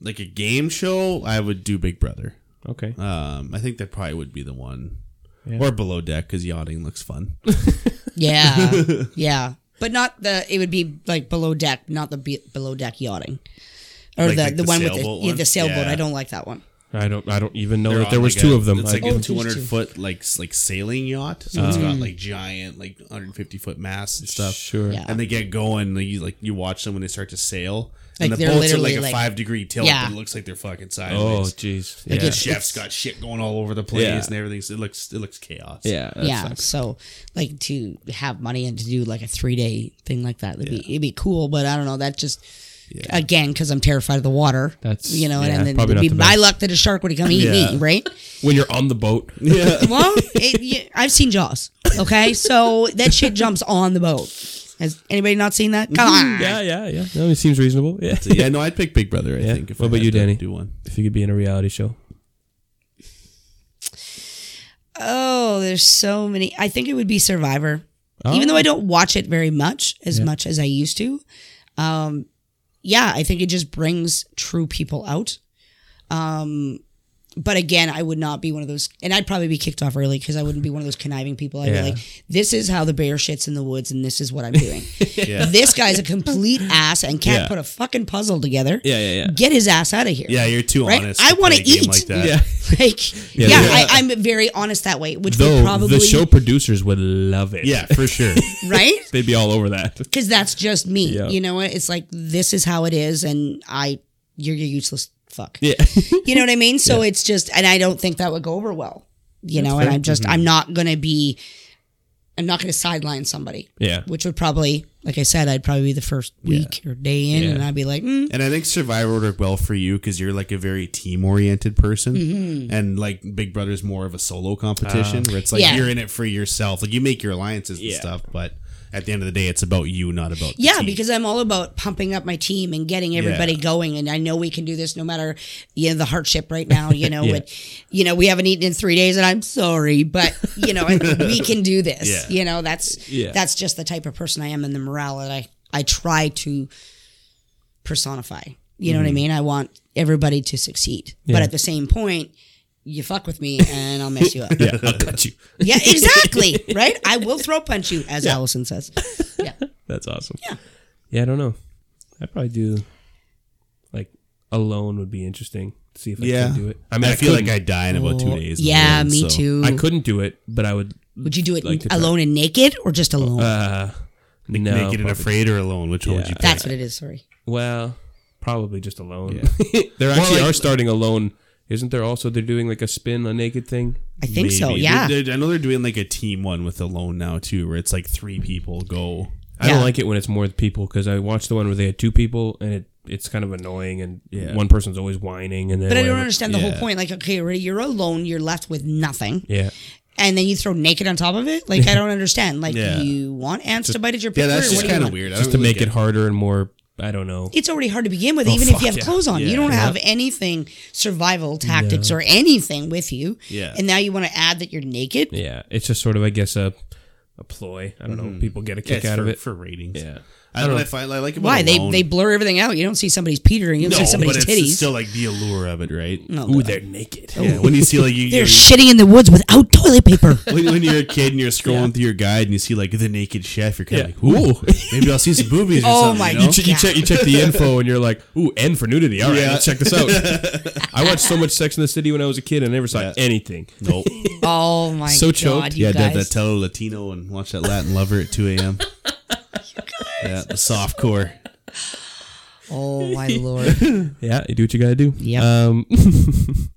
Speaker 1: like a game show. I would do Big Brother.
Speaker 2: Okay,
Speaker 1: Um, I think that probably would be the one. Or below deck because yachting looks fun.
Speaker 3: Yeah, yeah. But not the. It would be like below deck, not the be, below deck yachting, or
Speaker 1: Like-
Speaker 3: the,
Speaker 1: like
Speaker 3: the
Speaker 1: the
Speaker 3: one with the,
Speaker 1: sailboat
Speaker 3: yeah,
Speaker 1: one?
Speaker 3: the sailboat.
Speaker 1: Yeah.
Speaker 3: I don't like that one.
Speaker 2: I don't. I don't even know
Speaker 1: They're
Speaker 2: that there
Speaker 1: on
Speaker 2: was
Speaker 1: like
Speaker 2: two
Speaker 1: a-
Speaker 2: of them. Oh,
Speaker 1: It's
Speaker 2: I
Speaker 1: like
Speaker 2: guess.
Speaker 1: a
Speaker 3: there's
Speaker 1: two hundred
Speaker 3: two.
Speaker 1: foot like s- like sailing yacht, so it's got like giant like one hundred fifty foot masts and stuff.
Speaker 2: Sure.
Speaker 3: Yeah.
Speaker 1: And they get going. Like you, like you watch them when they start to sail, and
Speaker 3: Like,
Speaker 1: the
Speaker 3: they're
Speaker 1: boats are
Speaker 3: literally,
Speaker 1: like a
Speaker 3: like-
Speaker 1: five degree tilt.
Speaker 3: Yeah.
Speaker 1: But it looks like they're fucking
Speaker 2: Oh,
Speaker 1: sideways.
Speaker 2: jeez.
Speaker 3: Like
Speaker 2: yeah.
Speaker 3: it's-
Speaker 1: Chef's got shit going all over the place
Speaker 2: Yeah.
Speaker 1: and everything. So it looks it looks chaos.
Speaker 2: yeah. that
Speaker 3: yeah.
Speaker 2: sucks.
Speaker 3: So like to have money and to do like a three day thing like that, it'd be it'd be cool. But I don't know. That just again because I'm terrified of the water.
Speaker 2: That's-
Speaker 3: you know,
Speaker 2: yeah,
Speaker 3: and then
Speaker 2: probably
Speaker 3: it'd
Speaker 2: not
Speaker 3: be
Speaker 2: the
Speaker 3: my
Speaker 2: best.
Speaker 3: luck that a shark would come eat me,
Speaker 1: Yeah.
Speaker 3: right?
Speaker 2: When you're on the boat.
Speaker 3: Well, it, you, I've seen Jaws. Okay, so that shit jumps on the boat. Has anybody not seen that? Come on.
Speaker 2: Yeah, yeah, yeah. No, it seems reasonable. Yeah.
Speaker 1: yeah. No, I'd pick Big Brother. I
Speaker 2: Yeah.
Speaker 1: think. If I
Speaker 2: What about
Speaker 1: had
Speaker 2: you,
Speaker 1: to
Speaker 2: Danny?
Speaker 1: Do one.
Speaker 2: If you could be in a reality show.
Speaker 3: Oh, there's so many. I think it would be Survivor,
Speaker 2: Oh.
Speaker 3: even though I don't watch it very much as much as I used to. Um, yeah, I think it just brings true people out. Um, but again, I would not be one of those, and I'd probably be kicked off early because I wouldn't be one of those conniving people. I'd
Speaker 2: Yeah.
Speaker 3: be like, "This is how the bear shits in the woods, and this is what I'm doing."
Speaker 1: Yeah.
Speaker 3: This guy's a complete ass and can't
Speaker 1: Yeah.
Speaker 3: put a fucking puzzle together.
Speaker 2: Yeah, yeah, yeah.
Speaker 3: Get his ass out of here.
Speaker 1: Yeah, you're too
Speaker 3: Right?
Speaker 1: honest.
Speaker 3: I
Speaker 1: play
Speaker 3: wanna
Speaker 1: a game
Speaker 3: eat.
Speaker 1: Like that.
Speaker 2: Yeah.
Speaker 3: Like, yeah,
Speaker 2: Yeah, yeah.
Speaker 3: I, I'm very honest that way, which
Speaker 2: Though
Speaker 3: would probably
Speaker 2: the show producers would love it.
Speaker 1: Yeah, for sure.
Speaker 3: right?
Speaker 2: They'd be all over that.
Speaker 3: because that's just me.
Speaker 2: Yeah.
Speaker 3: You know, it's like this is how it is, and I, you're a useless fuck.
Speaker 2: Yeah.
Speaker 3: You know what I mean? So it's just, and I don't think that would go over well. You know, and I'm just,
Speaker 2: Mm-hmm.
Speaker 3: I'm not gonna be, I'm not gonna sideline somebody.
Speaker 2: Yeah.
Speaker 3: Which would probably, like I said, I'd probably be the first week or day in,
Speaker 2: Yeah.
Speaker 3: and I'd be like, mm,
Speaker 1: And I think Survivor would work well for you because you're like a very team oriented person.
Speaker 3: Mm-hmm.
Speaker 1: And like Big Brother's more of a solo competition where it's like
Speaker 3: Yeah.
Speaker 1: you're in it for yourself. Like you make your alliances and stuff, but at the end of the day, it's about you, not about the
Speaker 3: Yeah,
Speaker 1: team.
Speaker 3: because I'm all about pumping up my team and getting everybody going, and I know we can do this no matter you know the hardship right now. You know,
Speaker 2: Yeah.
Speaker 3: with, you know we haven't eaten in three days, and I'm sorry, but you know and we can do this.
Speaker 1: Yeah.
Speaker 3: You know that's
Speaker 2: Yeah.
Speaker 3: that's just the type of person I am and the morale that I I try to personify. You know what I
Speaker 2: Mm-hmm.
Speaker 3: mean? I want everybody to succeed, but at the same point. You fuck with me and I'll mess you up. yeah.
Speaker 2: Yeah, I'll cut you.
Speaker 3: exactly. Right? I will throw punch you, as Allison says. Yeah.
Speaker 2: That's awesome. Yeah. Yeah, I don't know. I'd probably do like alone would be interesting to see if I
Speaker 1: Yeah.
Speaker 2: can do it. I
Speaker 1: I
Speaker 2: mean,
Speaker 1: mean, I, Oh, feel like
Speaker 2: couldn't.
Speaker 1: I die in about two days. in the
Speaker 3: Yeah,
Speaker 1: end,
Speaker 3: me
Speaker 1: so-
Speaker 3: too.
Speaker 2: I couldn't do it, but I would
Speaker 3: Would you do it
Speaker 2: like to try.
Speaker 3: alone and naked or just alone?
Speaker 2: uh no,
Speaker 1: Naked and
Speaker 2: probably-
Speaker 1: afraid or alone, which one would
Speaker 2: Yeah.
Speaker 1: you pick?
Speaker 3: That's what it is. Sorry.
Speaker 2: Well, probably just alone.
Speaker 1: Yeah.
Speaker 2: They're
Speaker 1: Well,
Speaker 2: actually
Speaker 1: like-
Speaker 2: are starting alone Isn't there also they're doing like a spin a naked thing?
Speaker 3: I think so.
Speaker 1: Maybe.
Speaker 3: Yeah.
Speaker 1: They- they- I know they're doing like a team one with alone now too, where it's like three people go.
Speaker 2: I
Speaker 3: Yeah.
Speaker 2: don't like it when it's more people because I watched the one where they had two people and it it's kind of annoying and
Speaker 1: Yeah.
Speaker 2: one person's always whining and then
Speaker 3: but I don't
Speaker 2: whatever.
Speaker 3: understand the whole
Speaker 1: Yeah.
Speaker 3: point. Like, okay, already you're alone, you're left with nothing,
Speaker 2: Yeah,
Speaker 3: and then you throw naked on top of it. Like, I don't understand. Like,
Speaker 1: Yeah.
Speaker 3: you want ants to bite at your
Speaker 1: Yeah,
Speaker 3: finger?
Speaker 1: that's
Speaker 3: or what
Speaker 1: just
Speaker 3: do you
Speaker 1: kind of
Speaker 3: want?
Speaker 1: weird. I
Speaker 2: just to
Speaker 1: don't really
Speaker 2: make
Speaker 1: get
Speaker 2: it harder and more. I don't know.
Speaker 3: It's already hard to begin with, even if
Speaker 2: fuck,
Speaker 3: you have
Speaker 2: yeah.
Speaker 3: clothes on. You
Speaker 1: Oh, Yeah.
Speaker 3: don't have anything survival tactics or anything with you.
Speaker 1: Yeah.
Speaker 3: And now you want to add that you're naked.
Speaker 2: Yeah, it's just sort of I guess a a ploy. I don't know. People get a
Speaker 1: Mm-hmm. Yeah,
Speaker 2: kick
Speaker 1: it's
Speaker 2: out of
Speaker 1: for-
Speaker 2: it.
Speaker 1: for ratings.
Speaker 2: yeah,
Speaker 1: I don't know if I, I like it.
Speaker 3: Why they they blur everything out? You don't see somebody's petering. You
Speaker 1: no,
Speaker 3: don't see
Speaker 1: but
Speaker 3: somebody's
Speaker 1: it's
Speaker 3: titties.
Speaker 1: still like the allure of it, right?
Speaker 3: No,
Speaker 2: ooh, they're naked.
Speaker 1: Yeah, when you see like you, you're,
Speaker 3: they're shitting in the woods without toilet paper.
Speaker 1: when, when you're a kid and you're scrolling through your guide and you see like the naked chef, you're kind
Speaker 2: Yeah.
Speaker 1: of like, ooh, maybe I'll see some boobies. Or
Speaker 3: Oh
Speaker 1: something,
Speaker 3: my
Speaker 1: you
Speaker 2: You,
Speaker 1: know?
Speaker 2: che- you
Speaker 3: Yeah.
Speaker 2: check you check the info and you're like, ooh, N for nudity. All right,
Speaker 1: Yeah.
Speaker 2: let's check this out. I watched so much Sex in the City when I was a kid. I never saw
Speaker 1: Yeah.
Speaker 2: anything.
Speaker 1: Nope.
Speaker 3: oh my
Speaker 2: So
Speaker 3: god!
Speaker 2: choked.
Speaker 3: You
Speaker 1: yeah,
Speaker 3: guys.
Speaker 1: did that Tello Latino and watch that Latin Lover at 2 a.m. Yeah, the soft core.
Speaker 3: oh my lord!
Speaker 2: Yeah, you do what you gotta do.
Speaker 3: Yep.
Speaker 2: Um,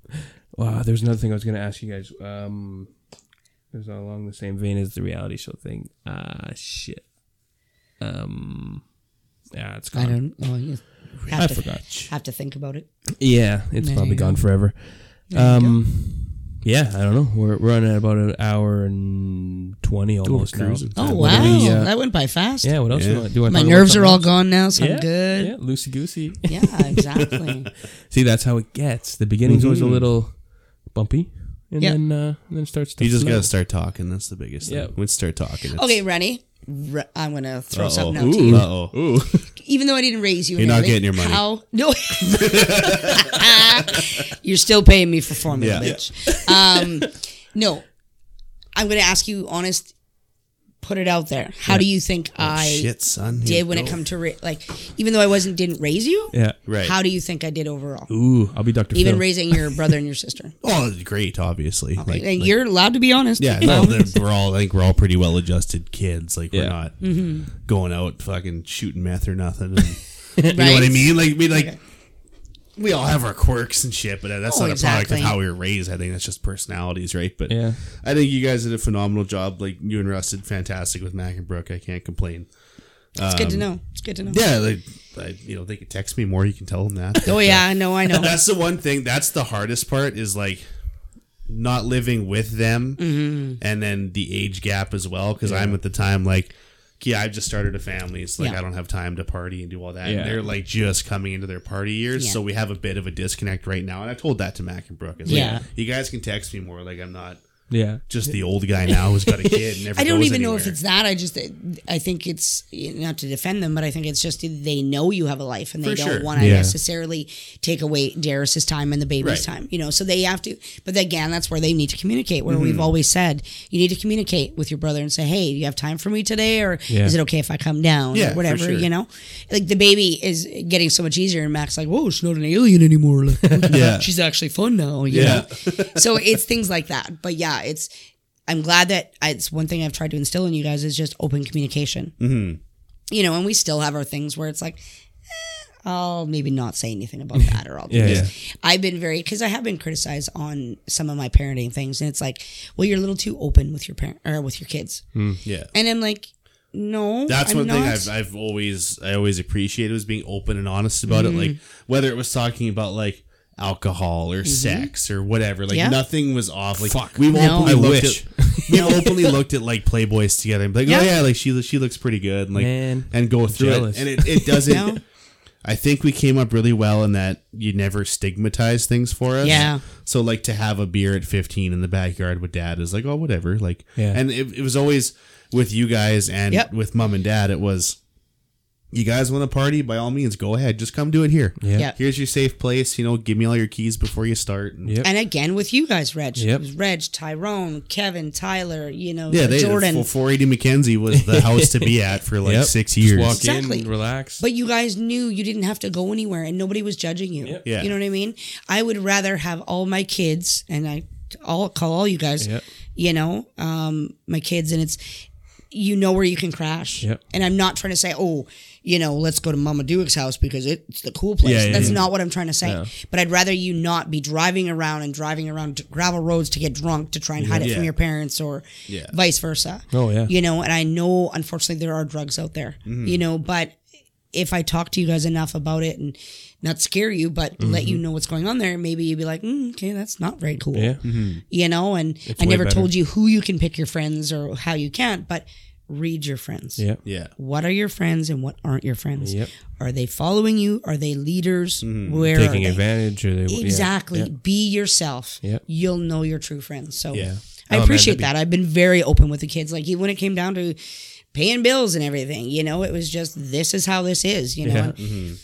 Speaker 2: wow, there's another thing I was gonna ask you guys. Um, it was along the same vein as the reality show thing. Ah, shit. Um, yeah, it's gone.
Speaker 3: I don't know. You have
Speaker 2: I
Speaker 3: to,
Speaker 2: forgot.
Speaker 3: Have to think about it.
Speaker 2: Yeah, it's
Speaker 3: There
Speaker 2: probably
Speaker 3: you
Speaker 2: gone forever. Um, yeah, I don't know. We're we're running at about an hour and twenty almost now.
Speaker 1: cruising.
Speaker 3: Oh
Speaker 2: What
Speaker 3: wow,
Speaker 2: do we, uh,
Speaker 3: that went by fast.
Speaker 2: yeah. What else do you
Speaker 1: Yeah.
Speaker 2: want? Do you want
Speaker 3: My
Speaker 2: to talk about
Speaker 3: nerves are
Speaker 2: something
Speaker 3: all
Speaker 2: else?
Speaker 3: gone now, so I'm good.
Speaker 2: Yeah, loosey goosey.
Speaker 3: Yeah, exactly.
Speaker 2: See, that's how it gets. The beginning's always a little bumpy, and
Speaker 3: Yeah.
Speaker 2: then uh, and then it starts. To
Speaker 1: You just
Speaker 2: flow.
Speaker 1: gotta start talking. That's the biggest
Speaker 2: Yeah.
Speaker 1: thing. Once you start talking, it's,
Speaker 3: okay, Rennie. Re- I'm gonna throw
Speaker 1: Uh-oh.
Speaker 3: something out to you.
Speaker 1: Uh oh.
Speaker 3: Even though I didn't raise you,
Speaker 1: You're not
Speaker 3: Haley,
Speaker 1: getting your money.
Speaker 3: How? No. You're still paying me for formula,
Speaker 1: Yeah.
Speaker 3: bitch. Um, no, I'm going to ask you honest. Put it out there. How do you think
Speaker 1: Oh,
Speaker 3: I
Speaker 1: Shit, son. Here
Speaker 3: did
Speaker 1: we
Speaker 3: when it
Speaker 1: go.
Speaker 3: come to ra- like? Even though I wasn't didn't raise you,
Speaker 2: Yeah.
Speaker 1: Right.
Speaker 3: How do you think I did overall?
Speaker 2: Ooh, I'll be Doctor.
Speaker 3: Even
Speaker 2: Phil.
Speaker 3: raising your brother and your sister.
Speaker 1: Oh, great, obviously. Like,
Speaker 3: and
Speaker 1: like-
Speaker 3: you're allowed to be honest.
Speaker 1: yeah, no, they're- we're all. I think we're all pretty well adjusted kids. Like
Speaker 2: Yeah.
Speaker 1: we're not
Speaker 3: Mm-hmm.
Speaker 1: going out fucking shooting meth or nothing. And,
Speaker 3: right?
Speaker 1: You know what I mean? Like, we like we all have our quirks and shit, but that's
Speaker 3: Oh,
Speaker 1: not a
Speaker 3: exactly.
Speaker 1: product of how we were raised. I think that's just personalities, right? But
Speaker 2: Yeah.
Speaker 1: I think you guys did a phenomenal job. Like you and Russ did fantastic with Mac and Brooke. I can't complain.
Speaker 3: It's good to know. It's good to know.
Speaker 1: Um, Yeah, like I, you know, they could text me more. You can tell them that.
Speaker 3: Oh yeah, I know, I know.
Speaker 1: that's the one thing that's the hardest part is like not living with them
Speaker 3: Mm-hmm.
Speaker 1: and then the age gap as well because i'm at the time like yeah i've just started a family it's like
Speaker 3: Yeah.
Speaker 1: i don't have time to party and do all that
Speaker 2: Yeah.
Speaker 1: and they're like just coming into their party years
Speaker 3: Yeah.
Speaker 1: so we have a bit of a disconnect right now and i've told that to mac and brooke It's like,
Speaker 3: Yeah.
Speaker 1: you guys can text me more like i'm not
Speaker 2: Yeah.
Speaker 1: just the old guy now who's got a kid and never
Speaker 3: I don't
Speaker 1: goes
Speaker 3: even know if
Speaker 1: anywhere.
Speaker 3: it's that. I just I think it's not to defend them, but I think it's just they know you have a life and they
Speaker 1: For
Speaker 3: don't
Speaker 1: sure.
Speaker 3: want to
Speaker 2: Yeah.
Speaker 3: necessarily take away Darius's time and the baby's
Speaker 1: Right.
Speaker 3: time. You know, so they have to. But again, that's where they need to communicate. Where
Speaker 1: Mm-hmm.
Speaker 3: we've always said you need to communicate with your brother and say, "Hey, do you have time for me today, or
Speaker 2: Yeah.
Speaker 3: is it okay if I come down,
Speaker 1: Yeah,
Speaker 3: or
Speaker 1: for
Speaker 3: whatever?"
Speaker 1: sure.
Speaker 3: You know, like the baby is getting so much easier, and Mac's like, "Whoa, she's not an alien anymore. Like,
Speaker 1: Yeah.
Speaker 3: she's actually fun now." You
Speaker 1: Yeah.
Speaker 3: know? so it's things like that. But yeah, it's I'm glad that I, it's one thing I've tried to instill in you guys is just open communication. Mm-hmm. You know, and we still have our things where it's like, eh, I'll maybe not say anything about that, or I'll. do
Speaker 2: Yeah.
Speaker 1: yeah
Speaker 3: this. I've been very because I have been criticized on some of my parenting things, and it's like, well, you're a little too open with your parent or with your kids,
Speaker 1: yeah
Speaker 3: and I'm like, no,
Speaker 1: Hmm. That's
Speaker 3: I'm
Speaker 2: I'm
Speaker 1: one thing
Speaker 3: not.
Speaker 1: I've I've always I always appreciated was being open and honest about it.
Speaker 3: Mm.
Speaker 1: Like whether it was talking about like alcohol or sex or whatever. Like
Speaker 3: Mm-hmm. Yeah.
Speaker 1: nothing was off. Like
Speaker 2: Fuck.
Speaker 1: we've
Speaker 3: No.
Speaker 1: openly
Speaker 3: I
Speaker 1: looked
Speaker 2: wish.
Speaker 1: at we've openly looked at like Playboys together and be like,
Speaker 3: Yeah.
Speaker 1: Oh yeah, like she she looks pretty good and like
Speaker 2: Man,
Speaker 1: and go through
Speaker 2: jealous.
Speaker 1: it. And it, it doesn't
Speaker 3: No.
Speaker 1: I think we came up really well in that you never stigmatize things for us.
Speaker 3: Yeah.
Speaker 1: So like to have a beer at 15 in the backyard with dad is like, oh, whatever. Like,
Speaker 2: Yeah.
Speaker 1: and it, it was always with you guys and
Speaker 3: Yep.
Speaker 1: with mom and dad. It was, you guys want to party? By all means, go ahead. Just come do it here.
Speaker 2: Yeah.
Speaker 3: Yeah.
Speaker 1: Here's your safe place. You know, give me all your keys before you start. And
Speaker 2: Yep.
Speaker 3: And again, with you guys, Reg,
Speaker 2: Yep.
Speaker 3: It was Reg, Tyrone, Kevin, Tyler, you know,
Speaker 1: Yeah. They,
Speaker 3: Jordan,
Speaker 1: Jordan. 480 McKenzie was the house to be at for like
Speaker 2: Yep.
Speaker 1: six
Speaker 2: Just
Speaker 1: years.
Speaker 2: walk
Speaker 3: Exactly.
Speaker 2: in, relax.
Speaker 3: But you guys knew you didn't have to go anywhere and nobody was judging you.
Speaker 1: Yeah.
Speaker 3: You know what I mean? I would rather have all my kids and I all call all you guys,
Speaker 2: Yep.
Speaker 3: you know, um, my kids and it's you know where you can crash.
Speaker 2: Yep.
Speaker 3: And I'm not trying to say, oh, you know, let's go to Mama Duick's house because it's the cool place.
Speaker 1: Yeah, yeah,
Speaker 3: That's
Speaker 1: yeah.
Speaker 3: not what I'm trying to say. But I'd rather you not be driving around and driving around gravel roads to get drunk to try and hide it
Speaker 1: Yeah.
Speaker 3: from your parents or
Speaker 1: Yeah.
Speaker 3: vice versa.
Speaker 2: Oh, yeah.
Speaker 3: You know, and I know unfortunately there are drugs out there.
Speaker 1: Mm-hmm.
Speaker 3: You know, but if I talk to you guys enough about it and not scare you, but let
Speaker 2: Mm-hmm.
Speaker 3: you know what's going on there, maybe you'd be like, mm, okay, that's not very cool
Speaker 2: Yeah. Mm-hmm.
Speaker 3: you know and i
Speaker 2: Mm. way
Speaker 3: never
Speaker 2: better.
Speaker 3: told you who you can pick your friends or how you can't but read your friends
Speaker 2: Yeah.
Speaker 1: Yeah.
Speaker 3: what are your friends and what aren't your friends
Speaker 2: Yep.
Speaker 3: are they following you are they leaders where
Speaker 2: Taking
Speaker 3: are they?
Speaker 2: advantage or they yeah.
Speaker 3: exactly
Speaker 2: Yeah.
Speaker 3: be yourself
Speaker 2: Yep.
Speaker 3: you'll know your true friends so
Speaker 2: Yeah.
Speaker 3: i
Speaker 2: Oh, man,
Speaker 3: appreciate
Speaker 2: that'd
Speaker 3: that i've been very open with the kids like even when it came down to paying bills and everything you know it was just this is how this is you know
Speaker 2: Yeah.
Speaker 3: and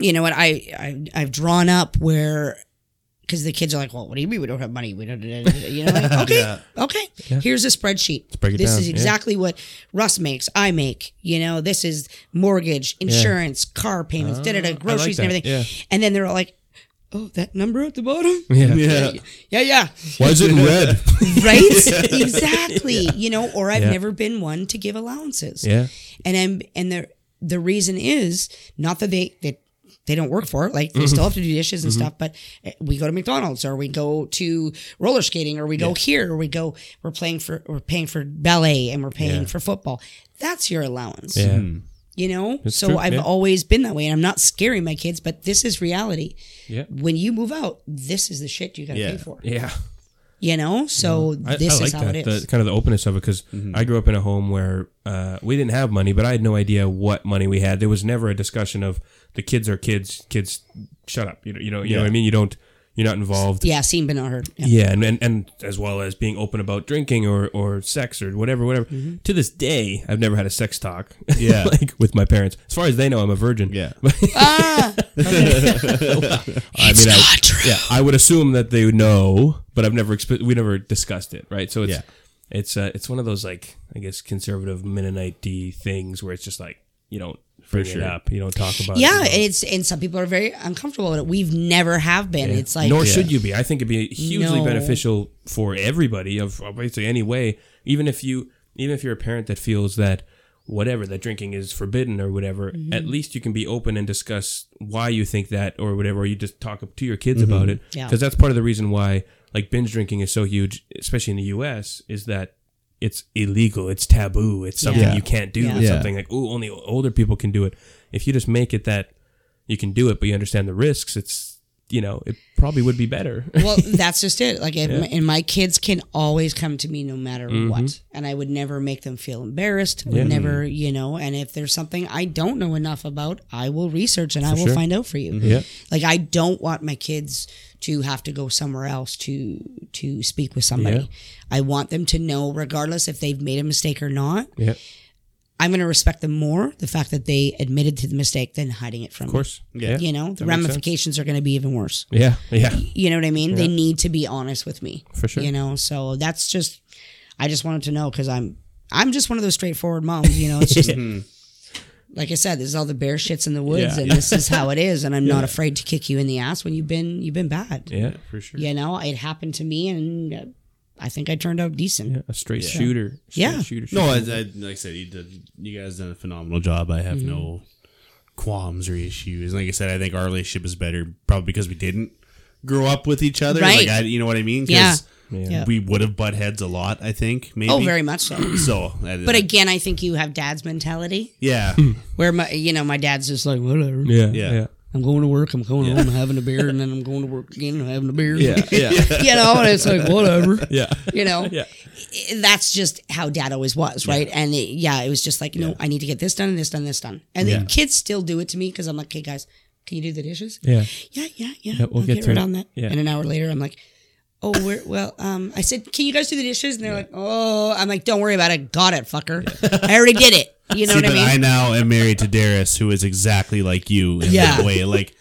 Speaker 3: you know what I, I I've drawn up where because the kids are like, well, what do you mean we don't have money? We don't, you know, like, okay, okay. Here's a spreadsheet.
Speaker 2: break it
Speaker 3: this
Speaker 2: down,
Speaker 3: is
Speaker 2: yeah.
Speaker 3: exactly what Russ makes. I make. You know, this is mortgage, insurance, car payments, da da da, groceries and
Speaker 2: Ah, that,
Speaker 3: everything.
Speaker 2: yeah.
Speaker 3: And then they're all like, oh, that number at the bottom.
Speaker 2: Yeah.
Speaker 1: Yeah.
Speaker 3: Yeah, yeah,
Speaker 1: Why is it in red?
Speaker 3: right, exactly. You know, or I've
Speaker 2: Yeah.
Speaker 3: never been one to give allowances
Speaker 2: Yeah.
Speaker 3: and I'm and the the reason is not that they that they don't work for it like they
Speaker 2: Mm-hmm.
Speaker 3: still have to do dishes and stuff but uh, we go to McDonald's or we go to roller skating or we go here or we go we're playing for we're paying for ballet and we're paying for football that's your allowance
Speaker 2: Yeah.
Speaker 3: you know so
Speaker 2: true,
Speaker 3: I've
Speaker 2: yeah.
Speaker 3: always been that way and I'm not scaring my kids but this is reality
Speaker 2: Yeah.
Speaker 3: when you move out this is the shit you got to
Speaker 1: Yeah.
Speaker 3: pay for
Speaker 2: Yeah. Mm-hmm.
Speaker 3: you know so
Speaker 2: I,
Speaker 3: this
Speaker 2: I like
Speaker 3: is how
Speaker 2: that,
Speaker 3: it is
Speaker 2: The, kind of the openness of it, because I grew up in a home where uh, we didn't have money, but I had no idea what money we had. There was never a discussion of the kids are kids, kids, shut up. You know, you know, you know what I mean. You don't, you're not involved.
Speaker 3: yeah seen but not heard yeah.
Speaker 2: Yeah, and, and and as well as being open about drinking or or sex or whatever, whatever. To this day, I've never had a sex talk.
Speaker 1: Mm-hmm. Yeah.
Speaker 2: like with my parents. As far as they know, I'm a virgin.
Speaker 1: Yeah.
Speaker 3: ah
Speaker 2: I mean, I,
Speaker 3: not true.
Speaker 2: yeah, I would assume that they would know, but I've never exp- we never discussed it, right? So it's
Speaker 1: Yeah.
Speaker 2: it's uh, it's one of those like I guess conservative Mennonite things where it's just like you don't bring
Speaker 1: sure.
Speaker 2: it up, you don't talk about
Speaker 3: Yeah,
Speaker 2: it. you don't-
Speaker 3: it's and some people are very uncomfortable with it. We've never have been. It's like
Speaker 2: Nor should you be. I think it'd be hugely
Speaker 3: No.
Speaker 2: beneficial for everybody of of basically any way. Even if you, even if you're a parent that feels that whatever that drinking is forbidden or whatever,
Speaker 3: Mm-hmm.
Speaker 2: at least you can be open and discuss why you think that or whatever. Or you just talk to your kids about it
Speaker 3: Mm-hmm. Yeah.
Speaker 2: because that's part of the reason why like binge drinking is so huge, especially in the U.S. Is that it's illegal, it's taboo, it's something
Speaker 3: Yeah.
Speaker 2: you can't do.
Speaker 3: Yeah.
Speaker 2: It's
Speaker 1: Yeah.
Speaker 2: something like oh, only older people can do it. If you just make it that you can do it, but you understand the risks. It's you know, it probably would be better.
Speaker 3: well, that's just it. Like, and- and my kids can always come to me no matter
Speaker 2: Mm-hmm.
Speaker 3: what, and I would never make them feel embarrassed. I would Never,
Speaker 2: Mm-hmm.
Speaker 3: you know. And if there's something I don't know enough about, I will research and I will
Speaker 2: sure. Mm-hmm.
Speaker 3: find out for you.
Speaker 2: Yeah.
Speaker 3: Like, I don't want my kids to have to go somewhere else to to speak with somebody.
Speaker 2: Yeah.
Speaker 3: I want them to know, regardless if they've made a mistake or not.
Speaker 2: yeah. Of
Speaker 3: I'm going to respect them more the fact that they admitted to the mistake than hiding it from me.
Speaker 2: course. Yeah.
Speaker 3: you know the
Speaker 2: makes sense.
Speaker 3: ramifications are going to be even worse
Speaker 2: Yeah. Yeah.
Speaker 3: you know what i mean they need to be honest with me
Speaker 2: For sure.
Speaker 3: you know so that's just i just wanted to know because i'm i'm just one of those straightforward moms you know it's just like i said there's all the bear shits in the woods
Speaker 2: Yeah.
Speaker 3: and this is how it is and i'm not afraid to kick you in the ass when you've been you've been bad
Speaker 2: Yeah. For sure.
Speaker 3: you know it happened to me and uh, i think i turned out decent
Speaker 2: A straight shooter. Straight
Speaker 3: Yeah.
Speaker 2: Shooter.
Speaker 1: No,
Speaker 2: shooter.
Speaker 1: I, I, like I said, you, did, you guys done a phenomenal job. I
Speaker 3: Mm-hmm.
Speaker 1: have no qualms or issues. Like I said, I think our relationship is better probably because we didn't grow up with each other.
Speaker 3: Right.
Speaker 1: Like I, you know what I mean? 'Cause
Speaker 3: Yeah.
Speaker 2: Yeah.
Speaker 1: We would have butt heads a lot. I think maybe.
Speaker 3: oh very much so
Speaker 1: So,
Speaker 3: but again i think you have dad's mentality
Speaker 1: yeah,
Speaker 3: where my you know my dad's just like whatever
Speaker 2: Yeah.
Speaker 1: Yeah.
Speaker 2: Yeah.
Speaker 3: I'm going to work. I'm going home, having a beer, and then I'm going to work again, and having a beer.
Speaker 2: Yeah. Yeah.
Speaker 3: you know, and it's like whatever.
Speaker 2: Yeah.
Speaker 3: You know,
Speaker 2: Yeah.
Speaker 3: I- that's just how dad always was, right? And it, yeah, it was just like, no, I need to get this done and this done, this done. And the kids still do it to me because I'm like, okay, guys, can you do the dishes?
Speaker 2: Yeah.
Speaker 3: yeah, yeah, yeah.
Speaker 2: we'll
Speaker 3: I'll
Speaker 2: get
Speaker 3: get,
Speaker 2: to
Speaker 3: right
Speaker 2: it.
Speaker 3: on that.
Speaker 2: Yeah.
Speaker 3: And an hour later, I'm like, oh, we're, well, um, I said, can you guys do the dishes? And they're like, oh, I'm like, don't worry about it. Got it, fucker. I already did it. You know
Speaker 1: See,
Speaker 3: what I
Speaker 1: but
Speaker 3: mean?
Speaker 1: I now am married to Darius, who is exactly like you in
Speaker 3: Yeah.
Speaker 1: that way. Like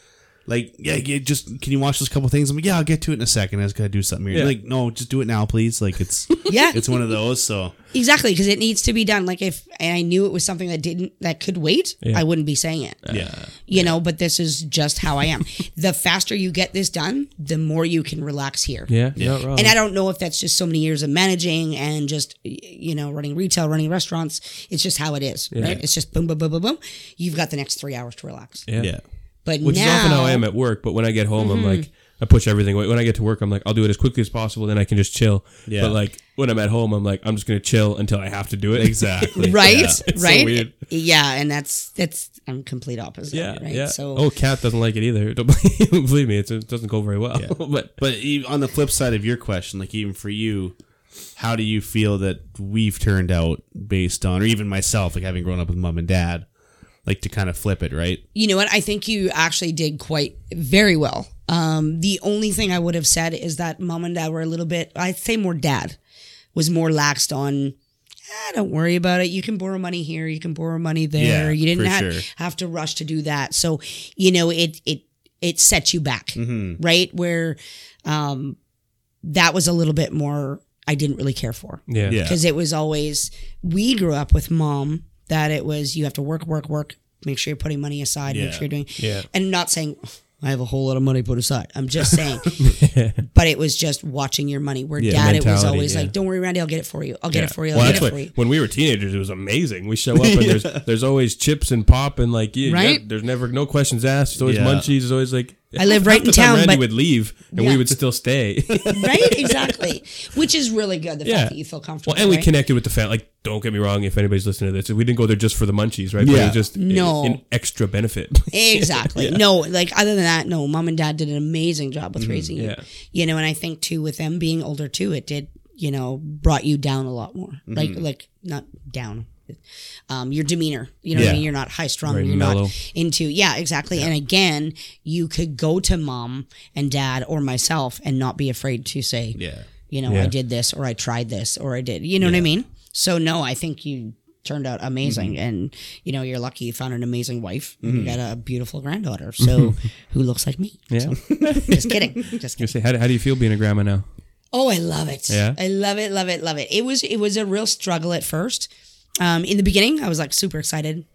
Speaker 1: like, yeah, yeah, just can you watch this couple things? I'm like, yeah, I'll get to it in a second. I just gotta do something here.
Speaker 2: Yeah.
Speaker 1: Like, no, just do it now, please. Like, it's
Speaker 3: Yeah.
Speaker 1: it's one of those. So
Speaker 3: Exactly, because it needs to be done. Like if and I knew it was something that didn't that could wait, I wouldn't be saying it.
Speaker 1: yeah,
Speaker 3: You know, but this is just how I am. the faster you get this done, the more you can relax here.
Speaker 2: Yeah, yeah. Not wrong.
Speaker 3: And I don't know if that's just so many years of managing and just y- you know running retail, running restaurants. It's just how it is, right? It's just boom, boom, boom, boom, boom. You've got the next three hours to relax.
Speaker 2: yeah.
Speaker 1: yeah,
Speaker 3: But
Speaker 2: Which
Speaker 3: now, Mm-hmm.
Speaker 2: is often how I am at work, but when I get home, I'm like, I push everything away. When I get to work, I'm like, I'll do it as quickly as possible, then I can just chill.
Speaker 1: Yeah.
Speaker 2: But like when I'm at home, I'm like, I'm just gonna chill until I have to do it.
Speaker 1: exactly.
Speaker 3: right,
Speaker 1: Yeah.
Speaker 2: It's so
Speaker 3: right,
Speaker 2: weird.
Speaker 3: yeah. And that's that's I'm complete opposite.
Speaker 2: Yeah,
Speaker 3: right.
Speaker 2: yeah.
Speaker 3: So
Speaker 2: oh, Kat doesn't like it either. Don't believe, believe me; it's, it doesn't go very well. but
Speaker 1: But e- on the flip side of your question, like even for you, how do you feel that we've turned out based on, or even myself, like having grown up with mom and dad, like to kind of flip it, right?
Speaker 3: you know what? I think you actually did quite very well. Um, the only thing I would have said is that mom and dad were a little bit, I'd say more dad was more laxed on, ah, don't worry about it. You can borrow money here. You can borrow money
Speaker 1: Yeah,
Speaker 3: there. you didn't
Speaker 1: for
Speaker 3: have,
Speaker 1: sure.
Speaker 3: have to rush to do that. So, you know, it, it, it sets you back,
Speaker 1: Mm-hmm.
Speaker 3: right? Where, um, that was a little bit more, I didn't really care for
Speaker 2: yeah,
Speaker 1: Yeah.
Speaker 3: because it was always we grew up with mom that it was you have to work work work make sure you're putting money aside
Speaker 1: Yeah.
Speaker 3: make sure you're doing
Speaker 2: Yeah.
Speaker 3: and I'm not saying i have a whole lot of money put aside i'm just saying but it was just watching your money where
Speaker 2: Yeah,
Speaker 3: dad it was
Speaker 2: mentality,
Speaker 3: always
Speaker 2: yeah.
Speaker 3: like don't worry randy i'll get it for you i'll get it for you i'll
Speaker 2: Well,
Speaker 3: get
Speaker 2: that's
Speaker 3: it
Speaker 2: what
Speaker 3: for you
Speaker 2: when we were teenagers, it was amazing. We show up and there's there's always chips and pop and like yeah,
Speaker 3: Right?
Speaker 2: yeah, there's never no questions asked. There's always
Speaker 1: Yeah.
Speaker 2: munchies. There's always like
Speaker 3: I live right
Speaker 2: half the
Speaker 3: in
Speaker 2: time
Speaker 3: town,
Speaker 2: Randy
Speaker 3: but-
Speaker 2: would leave and
Speaker 3: Yeah.
Speaker 2: we would still stay.
Speaker 3: right exactly which is really good the
Speaker 2: yeah,
Speaker 3: fact that you feel comfortable
Speaker 2: Well, and we
Speaker 3: right?
Speaker 2: connected with the family. Like, don't get me wrong. If anybody's listening to this, we didn't go there just for the munchies, right? But it
Speaker 1: Yeah.
Speaker 2: was just
Speaker 3: No.
Speaker 2: an extra benefit.
Speaker 3: Exactly. No, like other than that, no. Mom and dad did an amazing job with raising you.
Speaker 2: Mm, yeah.
Speaker 3: You know, and I think too with them being older too, it did you know brought you down a lot more. Like like not down. Um, your demeanor, you know what
Speaker 1: Yeah.
Speaker 3: I mean? You're not high strung,
Speaker 2: Very
Speaker 3: you're
Speaker 2: mellow.
Speaker 3: not into, yeah, exactly. And again, you could go to mom and dad or myself and not be afraid to say,
Speaker 1: Yeah.
Speaker 3: you know,
Speaker 2: Yeah.
Speaker 3: I did this or I tried this or I did, you know what I mean? So no, I think you turned out amazing and you know, you're lucky you found an amazing wife. and You got a beautiful granddaughter. So who looks like me?
Speaker 2: yeah.
Speaker 3: Just kidding. Just
Speaker 2: You
Speaker 3: kidding.
Speaker 2: say, how, do- how do you feel being a grandma now?
Speaker 3: Oh, I love it.
Speaker 2: Yeah?
Speaker 3: I love it, love it, love it. It was it was a real struggle at first. Um, in the beginning, I was like super excited.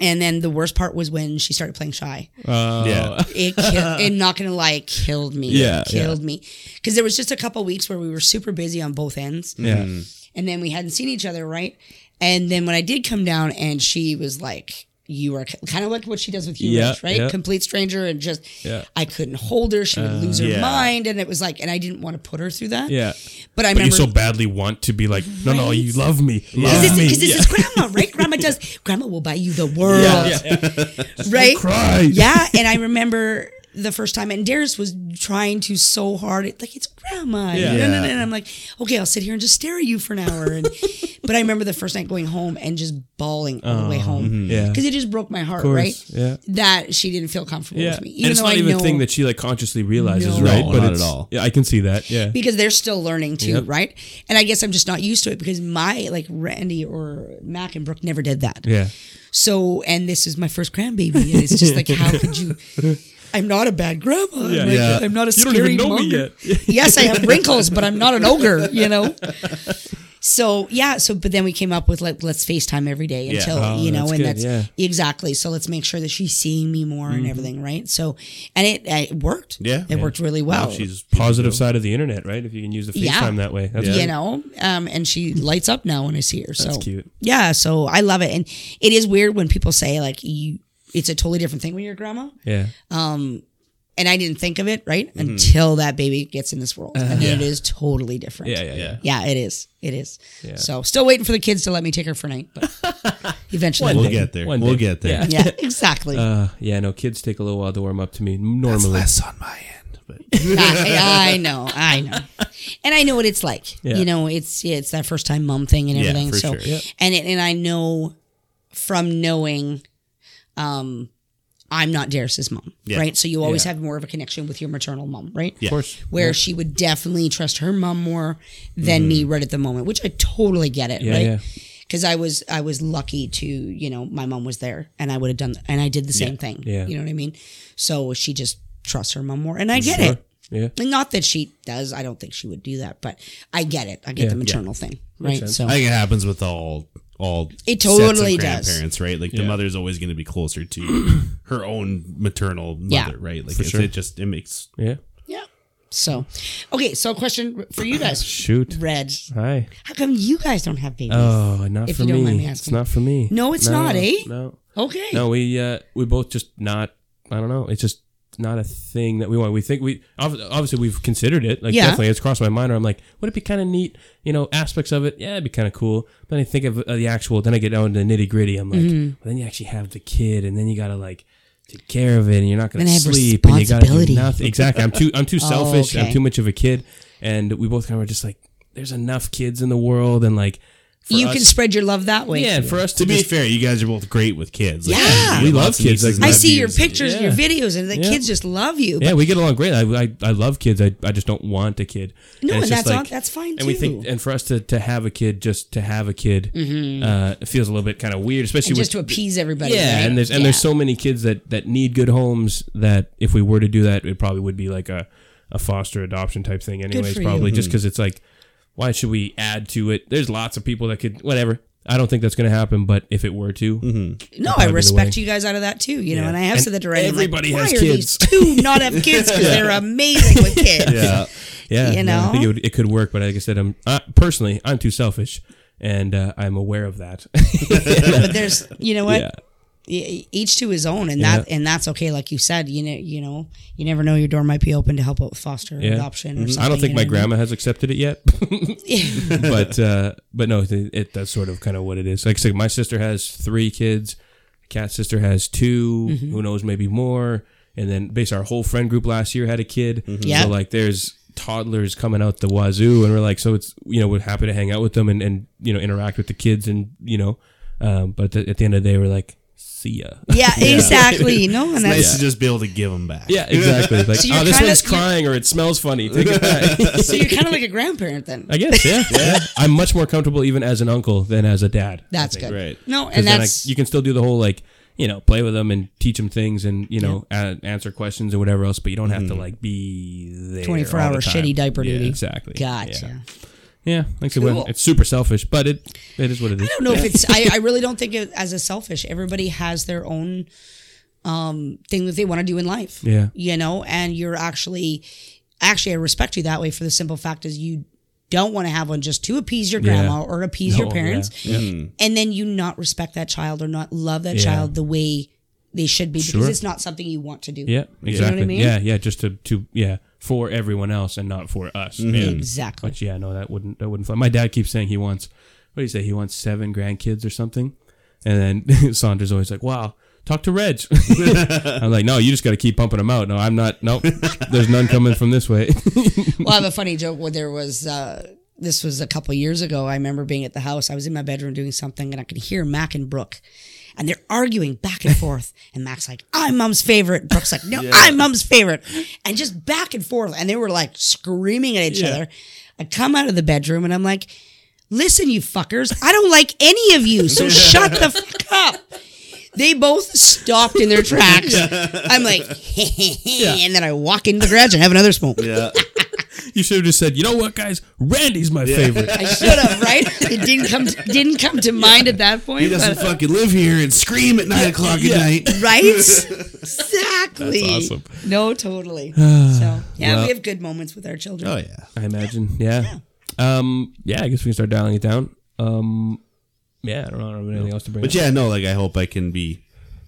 Speaker 3: And then the worst part was when she started playing shy.
Speaker 2: Uh,
Speaker 1: Yeah.
Speaker 3: It, kill- it not gonna lie, it killed me.
Speaker 2: Yeah,
Speaker 3: it killed me because there was just a couple weeks where we were super busy on both ends.
Speaker 2: Yeah.
Speaker 3: and then we hadn't seen each other, right? And then when I did come down, and she was like, "You are kind of like what she does with you,
Speaker 2: Yeah,
Speaker 3: Rich, right?
Speaker 2: yeah.
Speaker 3: Complete stranger, and just
Speaker 2: Yeah. Uh,
Speaker 3: I couldn't hold her; she would lose her
Speaker 1: yeah.
Speaker 3: mind, and it was like, and I didn't want to put her through that.
Speaker 2: Yeah.
Speaker 3: but I
Speaker 2: But you
Speaker 3: remember
Speaker 2: so badly want to be like, no, no, you love me, love
Speaker 3: because
Speaker 2: me.
Speaker 3: this, is grandma, right? Grandma does. Grandma will buy you the world, right?
Speaker 2: Cry.
Speaker 3: Yeah, and I remember the first time, and Darius was trying to so hard, it, like it's grandma.
Speaker 2: Yeah.
Speaker 3: And,
Speaker 1: Yeah.
Speaker 3: I'm like, okay, I'll sit here and just stare at you for an hour. And but I remember the first night going home and just bawling all the way home
Speaker 2: Yeah.
Speaker 3: because it just broke my heart,
Speaker 2: Oh, mm-hmm. course,
Speaker 3: right?
Speaker 2: yeah.
Speaker 3: That she didn't feel comfortable
Speaker 2: Yeah.
Speaker 3: with me, even
Speaker 2: and it's
Speaker 3: though
Speaker 2: not
Speaker 3: I
Speaker 2: even
Speaker 3: know
Speaker 2: a thing that she like consciously realizes,
Speaker 3: No.
Speaker 2: right?
Speaker 1: No, not
Speaker 2: it's,
Speaker 1: at all.
Speaker 2: Yeah, I can see that. Yeah.
Speaker 3: because they're still learning too,
Speaker 2: Yep.
Speaker 3: right? And I guess I'm just not used to it because my like Randy or Mac and Brooke never did that.
Speaker 2: Yeah.
Speaker 3: So, and this is my first grandbaby, and it's just like, how could you? I'm not a bad grandma. I'm, like,
Speaker 2: yeah.
Speaker 3: I'm not a
Speaker 2: You don't
Speaker 3: scary
Speaker 2: even know me
Speaker 3: monger. yes, I have wrinkles, but I'm not an ogre. You know. So yeah, so but then we came up with like let's FaceTime every day until
Speaker 2: Oh,
Speaker 3: you know,
Speaker 2: that's
Speaker 3: and
Speaker 2: good,
Speaker 3: that's
Speaker 2: yeah.
Speaker 3: exactly. So let's make sure that she's seeing me more
Speaker 2: Mm-hmm.
Speaker 3: and everything, right? So, and it, it worked.
Speaker 1: Yeah.
Speaker 3: it worked really well.
Speaker 1: oh, She's
Speaker 2: Positive side of the internet, right? If you can use the FaceTime
Speaker 3: Yeah.
Speaker 2: that way, that's
Speaker 3: you know um, and she lights up now when i see her so
Speaker 2: That's cute.
Speaker 3: yeah so i love it and it is weird when people say like you it's a totally different thing when you're a grandma
Speaker 2: Yeah.
Speaker 3: and i didn't think of it right
Speaker 2: Mm-hmm.
Speaker 3: until that baby gets in this world and then it
Speaker 1: Yeah.
Speaker 3: is totally different
Speaker 2: Uh-huh. Yeah. Yeah. Yeah.
Speaker 1: Yeah.
Speaker 3: yeah it is it is
Speaker 2: Yeah.
Speaker 3: so still waiting for the kids to let me take her for a night but eventually
Speaker 1: We'll
Speaker 2: day.
Speaker 1: get there.
Speaker 2: One
Speaker 1: we'll
Speaker 2: day.
Speaker 1: get there.
Speaker 3: yeah exactly
Speaker 2: Uh, yeah, no, kids take a little while to warm up to me
Speaker 1: It's
Speaker 2: normally.
Speaker 1: less on my end, but
Speaker 3: I, I know, I know, and I know what it's like.
Speaker 2: Yeah.
Speaker 3: You know, it's yeah, it's that first time mom thing and
Speaker 1: Yeah,
Speaker 3: everything.
Speaker 1: for
Speaker 3: so,
Speaker 1: sure. Yep.
Speaker 3: and it, and I know from knowing, um, I'm not Darius's mom,
Speaker 1: Yeah.
Speaker 3: right? So you always
Speaker 2: Yeah.
Speaker 3: have more of a connection with your maternal mom, right?
Speaker 1: yeah.
Speaker 2: Of course.
Speaker 3: Where she would definitely trust her mom more than me right at the moment, which I totally get it,
Speaker 2: Yeah,
Speaker 3: right?
Speaker 2: yeah.
Speaker 3: Because because I was I was lucky to you know my mom was there and I would have done and I did the same thing.
Speaker 2: Yeah.
Speaker 3: you know what I mean. So she just trusts her mom more, and I get
Speaker 2: Sure.
Speaker 3: it.
Speaker 2: Yeah.
Speaker 3: And not that she does. I don't think she would do that, but I get it. I get
Speaker 2: Yeah.
Speaker 3: the maternal thing, right?
Speaker 2: sense.
Speaker 3: So
Speaker 1: I think it happens with all all
Speaker 3: It
Speaker 1: sets of
Speaker 3: totally does.
Speaker 1: grandparents, right? Like the
Speaker 2: Yeah.
Speaker 1: mother's always going to be closer to her own maternal mother,
Speaker 3: Yeah.
Speaker 1: right? Like
Speaker 2: For
Speaker 1: it's,
Speaker 2: sure.
Speaker 1: it just it makes
Speaker 2: Yeah.
Speaker 3: yeah. So, okay. So, a question for you guys,
Speaker 2: Shoot.
Speaker 3: Red.
Speaker 2: Hi.
Speaker 3: How come you guys don't have babies?
Speaker 2: Oh, not
Speaker 3: If
Speaker 2: for
Speaker 3: you
Speaker 2: me.
Speaker 3: don't mind me
Speaker 2: It's
Speaker 3: asking.
Speaker 2: not for me.
Speaker 3: No, it's not, eh?
Speaker 2: No.
Speaker 3: okay.
Speaker 2: No, we uh, we both just not. I don't know. It's just not a thing that we want. We think we ob- obviously we've considered it. Like
Speaker 3: Yeah.
Speaker 2: definitely, it's crossed my mind. Or I'm like, would it be kind of neat? You know, aspects of it. Yeah, it'd be kind of cool. Then I think of uh, the actual. Then I get down into the nitty gritty. I'm like,
Speaker 3: Mm-hmm.
Speaker 2: well, then you actually have the kid, and then you gotta like take care of it, and you're not gonna
Speaker 3: Then I have
Speaker 2: sleep, and you gotta do
Speaker 3: responsibility. Oh,
Speaker 2: nothing. Exactly. I'm too. I'm too selfish. I'm
Speaker 3: okay.
Speaker 2: too much of a kid, and we both kind of were just like, there's enough kids in the world, and like. for
Speaker 3: you
Speaker 2: us-
Speaker 3: can spread your love that way.
Speaker 2: yeah, and for us to,
Speaker 1: To be
Speaker 2: be
Speaker 1: fair, you guys are both great with kids. Like,
Speaker 3: Yeah.
Speaker 1: you
Speaker 2: We
Speaker 1: got
Speaker 2: love
Speaker 1: lots of
Speaker 2: kids,
Speaker 1: nieces
Speaker 2: like,
Speaker 1: and
Speaker 3: I see your
Speaker 1: nephews.
Speaker 3: pictures and your videos, and the
Speaker 2: Yeah.
Speaker 3: kids just love you.
Speaker 2: Yeah, we get along great. I, I, I love kids. I, I just don't want a kid.
Speaker 3: No, and
Speaker 2: it's just
Speaker 3: that's on- that's fine,
Speaker 2: And we think,
Speaker 3: too. Mm-hmm.
Speaker 2: and for us to, to have a kid, just to have a kid, uh, it feels a little bit kind of weird, especially
Speaker 3: and
Speaker 2: with
Speaker 3: just to appease everybody.
Speaker 2: yeah.
Speaker 3: right?
Speaker 2: And there's and
Speaker 3: Yeah.
Speaker 2: there's so many kids that that need good homes that if we were to do that, it probably would be like a, a foster adoption type thing, anyways.
Speaker 3: for
Speaker 2: Probably
Speaker 3: you.
Speaker 2: just because it's like, why should we add to it? There's lots of people that could whatever. I don't think that's going to happen, but if it were to,
Speaker 3: no,
Speaker 2: probably
Speaker 3: I
Speaker 2: the
Speaker 3: respect
Speaker 2: way.
Speaker 3: you guys out of that too. You know,
Speaker 2: Yeah.
Speaker 3: and I have
Speaker 2: And
Speaker 3: said that already. I'm like,
Speaker 2: everybody has
Speaker 3: why are
Speaker 2: kids.
Speaker 3: These two not have kids because they're amazing with kids.
Speaker 1: Yeah.
Speaker 2: Yeah,
Speaker 3: You
Speaker 2: yeah, I think it,
Speaker 3: know?
Speaker 2: would, it could work, but like I said, I'm uh, personally I'm too selfish, and uh, I'm aware of that.
Speaker 3: But there's, you know what?
Speaker 2: yeah,
Speaker 3: E- Each to his own, and that and that's okay. Like you said, you know, you know, you never know. Your door might be open to help out with foster
Speaker 2: yeah.
Speaker 3: adoption or
Speaker 2: Mhm.
Speaker 3: something.
Speaker 2: I don't think
Speaker 3: you
Speaker 2: my
Speaker 3: know what I mean?
Speaker 2: grandma has accepted it yet, but uh, but no, it, it, that's sort of kind of what it is. Like I said, my sister has three kids, Cat's sister has 2
Speaker 3: Mm-hmm.
Speaker 2: Who knows, maybe more. And then, based our whole friend group last year had a kid.
Speaker 3: Mm-hmm. Yeah.
Speaker 2: so like there's toddlers coming out the wazoo, and we're like, so it's you know we're happy to hang out with them and and you know interact with the kids and you know, um, but at the- at the end of the day, we're like, see ya.
Speaker 3: Yeah, exactly. No, and
Speaker 1: Nice
Speaker 3: that's
Speaker 1: to just be able to give them back.
Speaker 2: Yeah, exactly. Like,
Speaker 3: you're
Speaker 2: oh, this
Speaker 3: kinda-
Speaker 2: one's
Speaker 3: you're-
Speaker 2: crying or it smells funny. Take it back.
Speaker 3: so you're kind of like a grandparent then.
Speaker 2: I guess, yeah, yeah. I'm much more comfortable even as an uncle than as a dad.
Speaker 3: That's good.
Speaker 1: right.
Speaker 3: No, and
Speaker 2: Because then I,
Speaker 3: that's
Speaker 2: you can still do the whole, like, you know, play with them and teach them things and, you know, a- answer questions or whatever else, but you don't have to, like, be there.
Speaker 3: 24
Speaker 2: all the
Speaker 3: Mm-hmm. hour
Speaker 2: time.
Speaker 3: shitty diaper
Speaker 2: Yeah,
Speaker 3: duty.
Speaker 2: Exactly.
Speaker 3: Gotcha.
Speaker 2: Yeah. Yeah, like I said, well,
Speaker 3: Cool.
Speaker 2: it's super selfish, but it it is what it is.
Speaker 3: I don't know if it's. I, I really don't think it as a selfish. Everybody has their own um thing that they want to do in life.
Speaker 2: Yeah.
Speaker 3: you know, and you're actually, actually, I respect you that way for the simple fact is you don't want to have one just to appease your grandma
Speaker 2: Yeah.
Speaker 3: or appease
Speaker 2: No,
Speaker 3: your parents,
Speaker 2: Yeah. yeah.
Speaker 3: and then you not respect that child or not love that
Speaker 2: Yeah.
Speaker 3: child the way they should be because
Speaker 2: Sure.
Speaker 3: it's not something you want to do.
Speaker 2: Yeah,
Speaker 3: You know what I
Speaker 2: exactly.
Speaker 3: mean?
Speaker 2: Yeah, yeah, just to to yeah for everyone else and not for us.
Speaker 3: Mm-hmm.
Speaker 2: Yeah.
Speaker 3: exactly.
Speaker 2: But yeah, no, that wouldn't that wouldn't fly. My dad keeps saying he wants what do you say? He wants seven grandkids or something. And then Saunders always like, "Wow, talk to Reg." I'm like, "No, you just got to keep pumping them out." No, I'm not. No, there's none coming from this way.
Speaker 3: well, I have a funny joke where there was uh, this was a couple years ago. I remember being at the house. I was in my bedroom doing something, and I could hear Mac and Brooke, and they're arguing back and forth. And Mac's like, "I'm Mom's favorite." And Brooke's like, "No, I'm Mom's favorite," and just back and forth. And they were like screaming at each
Speaker 2: Yeah.
Speaker 3: other. I come out of the bedroom, and I'm like. Listen, you fuckers, I don't like any of you, so shut the fuck up. They both stopped in their tracks. I'm like, and then I walk into the garage and have another smoke.
Speaker 1: Yeah.
Speaker 2: you should have just said, "You know what, guys? Randy's my favorite."
Speaker 3: I should have, right? It didn't come to, didn't come to mind at that
Speaker 1: He
Speaker 3: point.
Speaker 1: doesn't
Speaker 3: But,
Speaker 1: fucking live here and scream at nine o'clock at night.
Speaker 3: right? Exactly.
Speaker 2: That's awesome.
Speaker 3: No, totally. so yeah,
Speaker 2: Well-
Speaker 3: we have good moments with our children.
Speaker 1: Oh yeah.
Speaker 2: I imagine. Yeah. Um. Yeah. I guess we can start dialing it down. Um. Yeah. I don't know. I don't have anything else to bring.
Speaker 1: But
Speaker 2: up.
Speaker 1: yeah, no, like I hope I can be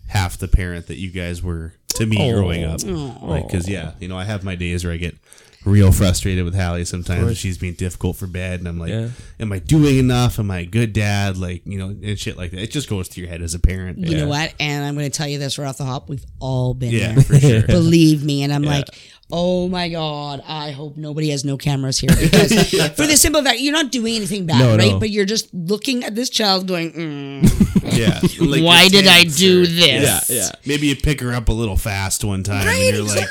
Speaker 1: half the parent that you guys were to me
Speaker 2: Oh.
Speaker 1: growing up. Like, cause yeah, you know, I have my days where I get real frustrated with Hallie sometimes. and She's being difficult for bed, and I'm like,
Speaker 2: Yeah.
Speaker 1: "Am I doing enough? Am I a good dad?" Like, you know, and shit like that. It just goes through your head as a parent.
Speaker 3: You
Speaker 1: yeah,
Speaker 3: know what? And I'm going to tell you this right off the hop. We've all been
Speaker 1: yeah,
Speaker 3: there.
Speaker 1: for sure.
Speaker 3: Believe me. And I'm like, oh my God, I hope nobody has no cameras here. Because for the simple fact, you're not doing anything bad,
Speaker 2: No,
Speaker 3: right?
Speaker 2: no.
Speaker 3: But you're just looking at this child going, mm,
Speaker 1: Yeah. Like
Speaker 3: why
Speaker 1: your
Speaker 3: did I
Speaker 1: kids
Speaker 3: do
Speaker 1: or-
Speaker 3: this?
Speaker 1: Yeah, yeah. Maybe you pick her up a little fast one time, and you're like,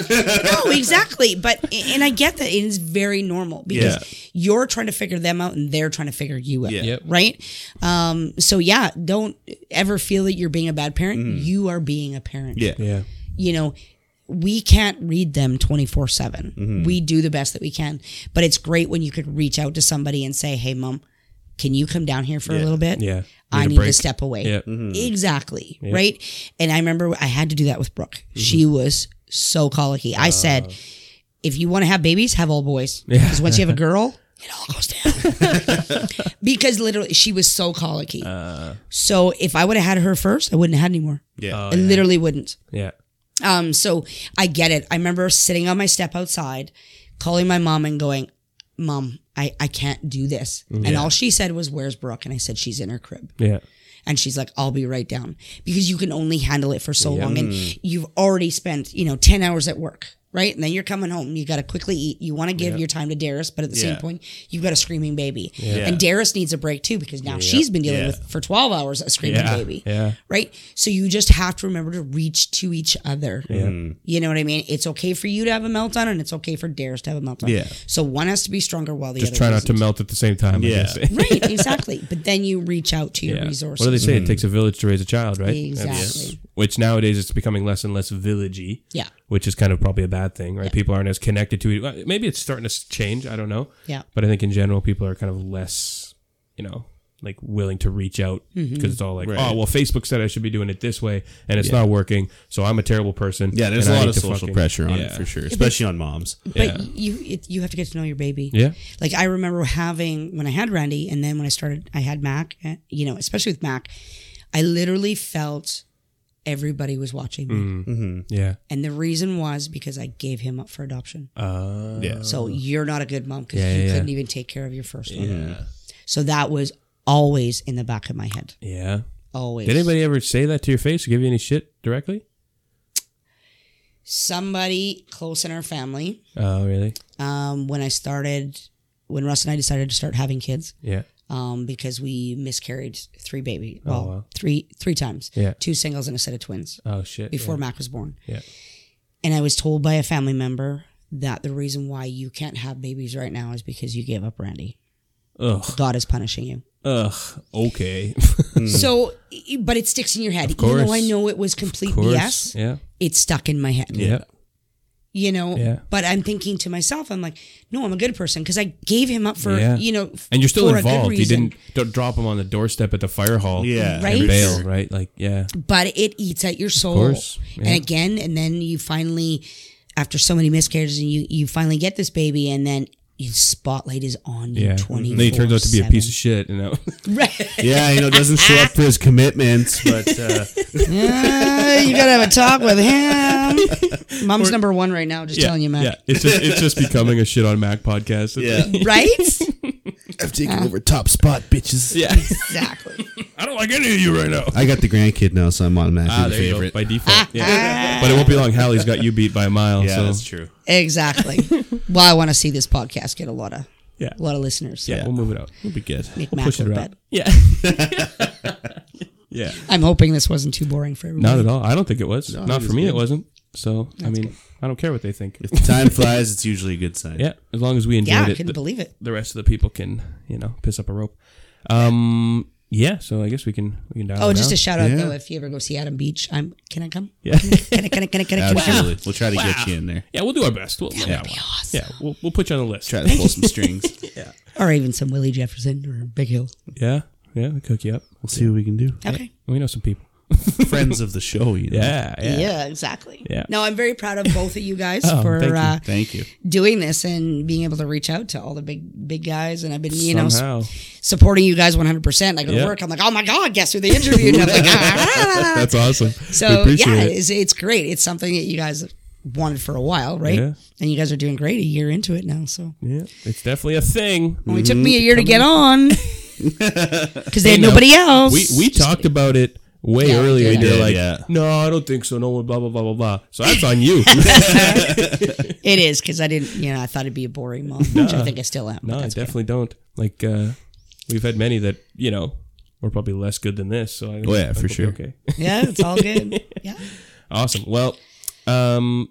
Speaker 3: no, exactly. But and I get that it is very normal because you're trying to figure them out and they're trying to figure you out.
Speaker 1: Yeah.
Speaker 2: Yep.
Speaker 3: Right. Um, so yeah, don't ever feel that you're being a bad parent. You are being a parent.
Speaker 1: Mm. Yeah.
Speaker 2: Yeah.
Speaker 3: You know, we can't read them 24 7.
Speaker 1: Mm-hmm.
Speaker 3: We do the best that we can. But it's great when you could reach out to somebody and say, Hey, mom, can you come down here for a little bit?
Speaker 2: Yeah.
Speaker 3: I
Speaker 2: Need a
Speaker 3: need to
Speaker 2: break.
Speaker 3: step away.
Speaker 2: Yep.
Speaker 3: Exactly. Right. And I remember I had to do that with Brooke.
Speaker 2: Mm-hmm.
Speaker 3: She was so colicky.
Speaker 2: Uh.
Speaker 3: I said, if you want to have babies, have all boys. Because once you have a girl, it all goes down. because literally, she was so colicky.
Speaker 2: Uh.
Speaker 3: so if I would have had her first, I wouldn't have had any more.
Speaker 1: Yeah.
Speaker 2: Oh,
Speaker 3: I literally wouldn't.
Speaker 2: Yeah.
Speaker 3: Um, so I get it. I remember sitting on my step outside, calling my mom and going, Mom, I, I can't do this. And all she said was, Where's Brooke? And I said, She's in her crib.
Speaker 2: Yeah.
Speaker 3: And she's like, I'll be right down because you can only handle it for so long. And you've already spent, you know, 10 hours at work, right? And then you're coming home. You got to quickly eat. You want to give your time to Darius, but at the
Speaker 1: Yeah.
Speaker 3: same point, you've got a screaming baby.
Speaker 1: Yeah.
Speaker 3: And Darius needs a break too because now she's been dealing
Speaker 1: Yeah.
Speaker 3: with for 12 hours a screaming
Speaker 2: Yeah.
Speaker 3: baby.
Speaker 2: Yeah.
Speaker 3: Right. So you just have to remember to reach to each other. You know what I mean? It's okay for you to have a meltdown and it's okay for Darius to have a meltdown.
Speaker 1: Yeah.
Speaker 3: So one has to be stronger while the
Speaker 2: Just
Speaker 3: other
Speaker 2: try not
Speaker 3: isn't.
Speaker 2: to melt at the same time. I
Speaker 1: Yeah.
Speaker 2: guess.
Speaker 3: Right, exactly. But then you reach out to your
Speaker 2: Yeah. What
Speaker 3: resources.
Speaker 2: do they say? It takes a village to raise a child, right?
Speaker 3: Exactly.
Speaker 2: Which nowadays it's becoming less and less villagey.
Speaker 3: Yeah.
Speaker 2: Which is kind of probably a bad thing, right? People aren't as connected to it. Well, Maybe it's starting to s- change. I don't know.
Speaker 3: Yeah.
Speaker 2: But I think in general, people are kind of less, you know, like willing to reach out because
Speaker 3: Mm-hmm.
Speaker 2: it's all like,
Speaker 1: Right.
Speaker 2: oh, well, Facebook said I should be doing it this way, and it's not working, so I'm a terrible person.
Speaker 1: Yeah, there's
Speaker 2: and
Speaker 1: a
Speaker 2: I
Speaker 1: lot
Speaker 2: need
Speaker 1: of
Speaker 2: to
Speaker 1: social
Speaker 2: fucking-
Speaker 1: pressure on it
Speaker 2: Yeah.
Speaker 1: for sure, especially on moms.
Speaker 3: But you it, you have to get to know your baby.
Speaker 2: Yeah.
Speaker 3: Like I remember having when I had Randy, and then when I started, I had Mac. eh, You know, especially with Mac, I literally felt everybody was watching me,
Speaker 2: Mm. Yeah.
Speaker 3: and the reason was because I gave him up for adoption.
Speaker 2: Uh,
Speaker 1: Yeah.
Speaker 3: so you're not a good mom because
Speaker 2: Yeah,
Speaker 3: you
Speaker 2: yeah,
Speaker 3: couldn't
Speaker 2: yeah.
Speaker 3: even take care of your first one. So that was always in the back of my head.
Speaker 2: yeah.
Speaker 3: Always.
Speaker 2: Did anybody ever say that to your face or give you any shit directly?
Speaker 3: Somebody close in our family.
Speaker 2: Oh, really?
Speaker 3: Um, when I started, when Russ and I decided to start having kids,
Speaker 2: Yeah.
Speaker 3: um, because we miscarried three baby, well,
Speaker 2: Oh, wow.
Speaker 3: three three times,
Speaker 2: Yeah.
Speaker 3: two singles and a set of twins
Speaker 2: Oh, shit.
Speaker 3: before Mac was born.
Speaker 2: Yeah.
Speaker 3: And I was told by a family member that the reason why you can't have babies right now is because you gave up Randy.
Speaker 2: Yeah. Ugh.
Speaker 3: God is punishing you.
Speaker 2: Ugh. Okay.
Speaker 3: So, i- but it sticks in your head. Even
Speaker 2: Hmm. course.
Speaker 3: though I know it was complete
Speaker 2: course.
Speaker 3: BS,
Speaker 2: Yeah.
Speaker 3: it's stuck in my head.
Speaker 2: Yeah.
Speaker 3: You know,
Speaker 2: Yeah.
Speaker 3: but I'm thinking to myself, I'm like, no, I'm a good person because I gave him up for,
Speaker 2: Yeah.
Speaker 3: you know, f-
Speaker 2: And you're still
Speaker 3: for a good
Speaker 2: involved. You
Speaker 3: reason.
Speaker 2: didn't don't drop him on the doorstep at the fire hall.
Speaker 1: Yeah.
Speaker 3: Right?
Speaker 2: And bail, right? Like, yeah.
Speaker 3: but it eats at your soul.
Speaker 2: course, yeah.
Speaker 3: And again, and then you finally, after so many miscarriages, and you you finally get this baby, and then your spotlight is on you.
Speaker 2: Yeah.
Speaker 3: twenty.
Speaker 2: Then he turns out to be a piece of shit. You know?
Speaker 3: Right.
Speaker 1: Yeah, you know, doesn't show up for his commitments, but uh,
Speaker 3: Uh, you gotta have a talk with him. Mom's number one right now. Just telling you, man.
Speaker 2: Yeah. It's just, it's just becoming a shit on Mac podcast.
Speaker 1: yeah,
Speaker 3: Right?
Speaker 1: I've taken over top spot, bitches.
Speaker 2: Yeah.
Speaker 3: exactly.
Speaker 2: I don't like any of you right now.
Speaker 1: I got the grandkid now, so I'm automatically
Speaker 2: Ah,
Speaker 1: the
Speaker 2: there you go.
Speaker 1: favorite.
Speaker 2: By
Speaker 3: Ah,
Speaker 2: default. Yeah. but it won't be long. Hallie's got you beat by a mile. so.
Speaker 1: true.
Speaker 3: Exactly. Well, I want to see this podcast get a lot of
Speaker 2: Yeah.
Speaker 3: a lot of listeners.
Speaker 2: yeah. We'll move it out.
Speaker 1: It'll be good.
Speaker 3: Make
Speaker 2: We'll
Speaker 3: Mac
Speaker 2: push it
Speaker 3: look
Speaker 2: around.
Speaker 3: bad.
Speaker 2: Yeah. yeah.
Speaker 3: I'm hoping this wasn't too boring for everyone.
Speaker 2: Not at all. I don't think it was. Not
Speaker 1: it
Speaker 2: for
Speaker 1: was
Speaker 2: me. It
Speaker 1: good.
Speaker 2: wasn't. So I mean, I don't care what they think.
Speaker 1: If the time flies, it's usually a good sign.
Speaker 2: Yeah, as long as we enjoyed
Speaker 3: Yeah, I
Speaker 2: it,
Speaker 3: couldn't
Speaker 2: the,
Speaker 3: believe it.
Speaker 2: the rest of the people can you know piss up a rope. Um, yeah. So I guess we can we can dial.
Speaker 3: Oh,
Speaker 2: it
Speaker 3: just
Speaker 2: down.
Speaker 3: a shout out
Speaker 1: Yeah.
Speaker 3: though. If you ever go see Adam Beach, I'm. Can I come?
Speaker 2: yeah,
Speaker 3: Can I? Can I? Can I? Can I? Can I? Can I?
Speaker 1: Absolutely. We'll try to get you in there.
Speaker 2: yeah. We'll do our best. We'll, yeah,
Speaker 3: be
Speaker 2: we'll-
Speaker 3: awesome.
Speaker 2: yeah, we'll we'll put you on the list.
Speaker 1: Try to pull some strings.
Speaker 3: or even some Willie Jefferson or Big Hill.
Speaker 2: Yeah, yeah. We cook you up.
Speaker 1: We'll see what we can do.
Speaker 3: Okay.
Speaker 2: We know some people.
Speaker 1: Friends of the show, you know.
Speaker 2: Yeah,
Speaker 3: Yeah,
Speaker 2: yeah.
Speaker 3: exactly.
Speaker 2: Yeah.
Speaker 3: No, I'm very proud of both of you guys
Speaker 2: Oh,
Speaker 3: for
Speaker 2: thank you.
Speaker 3: uh,
Speaker 1: Thank you.
Speaker 3: doing this and being able to reach out to all the big big guys. And I've been, you know, s-
Speaker 2: Somehow.
Speaker 3: supporting you guys 100. percent I go to
Speaker 2: Yeah.
Speaker 3: work. I'm like, oh my god, guess who they interviewed? And I'm like, ah.
Speaker 2: That's awesome. we
Speaker 3: so
Speaker 2: appreciate
Speaker 3: yeah,
Speaker 2: it.
Speaker 3: it's it's great. It's something that you guys wanted for a while, right?
Speaker 2: Yeah.
Speaker 3: And you guys are doing great. A year into it now, so
Speaker 2: Yeah, it's definitely a thing.
Speaker 3: only took me a
Speaker 2: Mm-hmm.
Speaker 3: year to get on because they had nobody else.
Speaker 2: We we talked about it way
Speaker 3: Yeah, we
Speaker 2: earlier.
Speaker 3: did.
Speaker 2: and You're
Speaker 1: Yeah,
Speaker 2: like,
Speaker 1: yeah.
Speaker 2: no, I don't think so. No, one, blah blah blah blah blah. So that's on you.
Speaker 3: It is because I didn't, you know, I thought it'd be a boring mom, which I think I still am.
Speaker 2: No, I definitely don't. Like uh, we've had many that you know were probably less good than this. So I think
Speaker 1: Oh, yeah,
Speaker 2: I think
Speaker 1: for
Speaker 2: we'll be
Speaker 1: sure.
Speaker 2: Okay,
Speaker 3: Yeah, it's all good. Yeah.
Speaker 2: awesome. Well, um,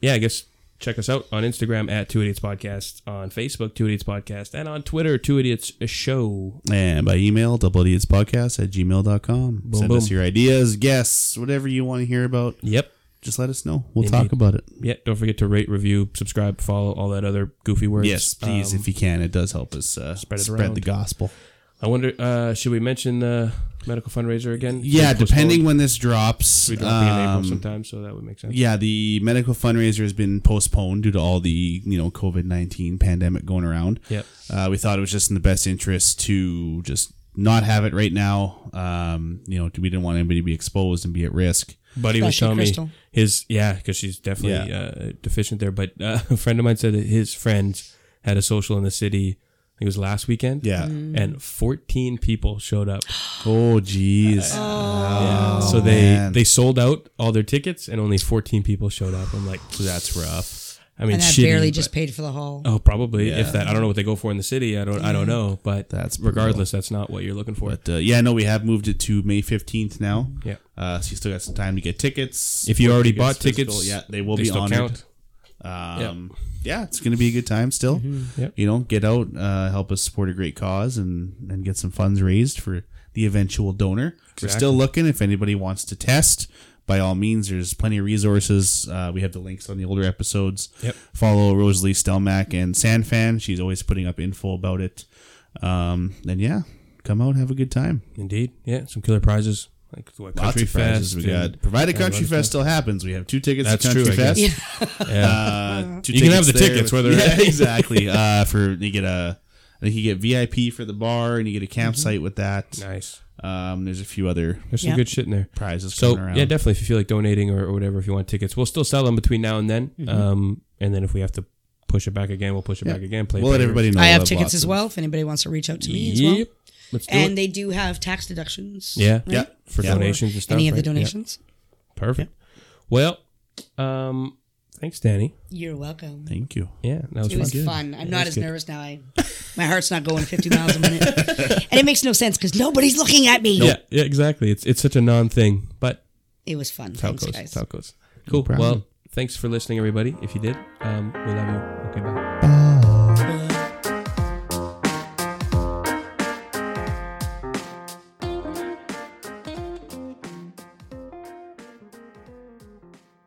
Speaker 2: yeah, I guess check us out on Instagram at Two Idiots Podcast, on Facebook, Two Idiots Podcast, and on Twitter, Two Idiots Show.
Speaker 1: And by email, double idiots podcast at gmail.com.
Speaker 2: Boom,
Speaker 1: Send us
Speaker 2: boom.
Speaker 1: your ideas, guests, whatever you want to hear about.
Speaker 2: Yep.
Speaker 1: Just let us know. We'll
Speaker 2: Indeed.
Speaker 1: talk about it.
Speaker 2: Yeah, don't forget to rate, review, subscribe, follow, all that other goofy words.
Speaker 1: Yes, please,
Speaker 2: Um,
Speaker 1: if you can. It does help us uh, spread,
Speaker 2: it
Speaker 1: the
Speaker 2: around.
Speaker 1: gospel.
Speaker 2: I wonder, uh, should we mention the medical fundraiser again?
Speaker 1: Yeah,
Speaker 2: We postponed-
Speaker 1: depending when this drops.
Speaker 2: We drop it in
Speaker 1: um,
Speaker 2: April sometime, so that would make sense.
Speaker 1: yeah, the medical fundraiser has been postponed due to all the you know COVID nineteen pandemic going around.
Speaker 2: Yep.
Speaker 1: Uh, we thought it was just in the best interest to just not have it right now. Um, you know, we didn't want anybody to be exposed and be at risk.
Speaker 2: Buddy was
Speaker 3: Especially
Speaker 2: telling me
Speaker 3: Crystal.
Speaker 2: his yeah, because she's definitely
Speaker 1: Yeah.
Speaker 2: uh, deficient there. But uh, a friend of mine said that his friend had a social in the city. I think it was last weekend.
Speaker 1: Yeah.
Speaker 3: Mm.
Speaker 2: and 14 people showed up.
Speaker 1: Oh, jeez.
Speaker 3: Oh.
Speaker 1: Oh,
Speaker 2: Yeah. So they
Speaker 1: man.
Speaker 2: they sold out all their tickets, and only 14 people showed up. I'm like,
Speaker 1: That's rough.
Speaker 2: I mean,
Speaker 3: and I
Speaker 2: shitty,
Speaker 3: barely
Speaker 2: but-
Speaker 3: just paid for the hall.
Speaker 2: Oh, probably
Speaker 1: Yeah.
Speaker 2: if that. I don't know what they go for in the city. I don't. I don't know. But
Speaker 1: That's brutal.
Speaker 2: regardless. That's not what you're looking for.
Speaker 1: But uh, yeah, no, we have moved it to May fifteenth now.
Speaker 2: Yeah.
Speaker 1: Uh, so you still got some time to get tickets.
Speaker 2: If you
Speaker 1: Or
Speaker 2: already bought
Speaker 1: physical,
Speaker 2: tickets,
Speaker 1: yeah, they will
Speaker 2: they
Speaker 1: be
Speaker 2: still
Speaker 1: honored.
Speaker 2: count.
Speaker 1: Um, yeah, it's gonna be a good time still.
Speaker 2: Mm-hmm. Yep.
Speaker 1: You know, get out, uh, help us support a great cause, and and get some funds raised for the eventual donor. We're still looking. If anybody wants to test, by all means, there's plenty of resources. Uh, we have the links on the older episodes.
Speaker 2: Yep.
Speaker 1: Follow Rosalie Stelmack and Sanfan. She's always putting up info about it. Um, and yeah, come out, have a good time.
Speaker 2: Indeed. Yeah. Some killer prizes. Like what,
Speaker 1: Lots
Speaker 2: country
Speaker 1: of prizes
Speaker 2: fest.
Speaker 1: we
Speaker 2: and-
Speaker 1: got. Provided
Speaker 2: and
Speaker 1: Country
Speaker 2: other
Speaker 1: Fest still happens, we have two tickets
Speaker 2: That's
Speaker 1: to Country
Speaker 2: true, I
Speaker 1: Fest.
Speaker 2: guess. stuff. Yeah.
Speaker 1: Uh, two
Speaker 2: You can have
Speaker 1: tickets
Speaker 2: the
Speaker 1: there.
Speaker 2: tickets, whether-
Speaker 1: yeah, exactly. Uh, for you get a, I think you get VIP for the bar, and you get a campsite
Speaker 3: Mm-hmm.
Speaker 1: with that.
Speaker 2: nice.
Speaker 1: Um, there's a few other
Speaker 2: There's some
Speaker 3: Yeah.
Speaker 2: good shit in there.
Speaker 1: prizes
Speaker 2: So
Speaker 1: coming around.
Speaker 2: yeah, definitely. If you feel like donating or, or whatever, if you want tickets, we'll still sell them between now and then. Um, and then if we have to push it back again, we'll push it
Speaker 1: Mm-hmm. Yeah.
Speaker 2: back again. Play.
Speaker 1: We'll let
Speaker 2: bigger.
Speaker 1: everybody know.
Speaker 3: I have
Speaker 1: we'll
Speaker 3: tickets
Speaker 1: lots
Speaker 3: as
Speaker 1: of-
Speaker 3: well. If anybody wants to reach out to me as well,
Speaker 2: Yep. Let's do
Speaker 3: and
Speaker 2: it
Speaker 3: they do have tax deductions.
Speaker 2: Yeah.
Speaker 1: Yeah,
Speaker 2: for
Speaker 1: Yeah.
Speaker 2: donations and stuff.
Speaker 3: Any of the
Speaker 2: right? Yeah.
Speaker 3: donations?
Speaker 2: Perfect. Well, um, thanks, Danny.
Speaker 3: You're welcome.
Speaker 1: Thank you.
Speaker 2: Yeah, that was
Speaker 3: It was
Speaker 2: fun.
Speaker 3: fun. I'm not
Speaker 2: was
Speaker 3: as
Speaker 2: good.
Speaker 3: nervous now. I, my heart's not going 50 miles a minute, and it makes no sense because nobody's looking at me.
Speaker 2: Yeah, yeah, exactly. It's it's such a non thing, but
Speaker 3: It was fun.
Speaker 2: that's how it
Speaker 3: Thanks,
Speaker 2: goes.
Speaker 3: guys.
Speaker 2: That's how it goes. Cool.
Speaker 1: problem.
Speaker 2: well, thanks for listening, everybody. If you did, um, we love you. Okay, bye.
Speaker 1: Bye.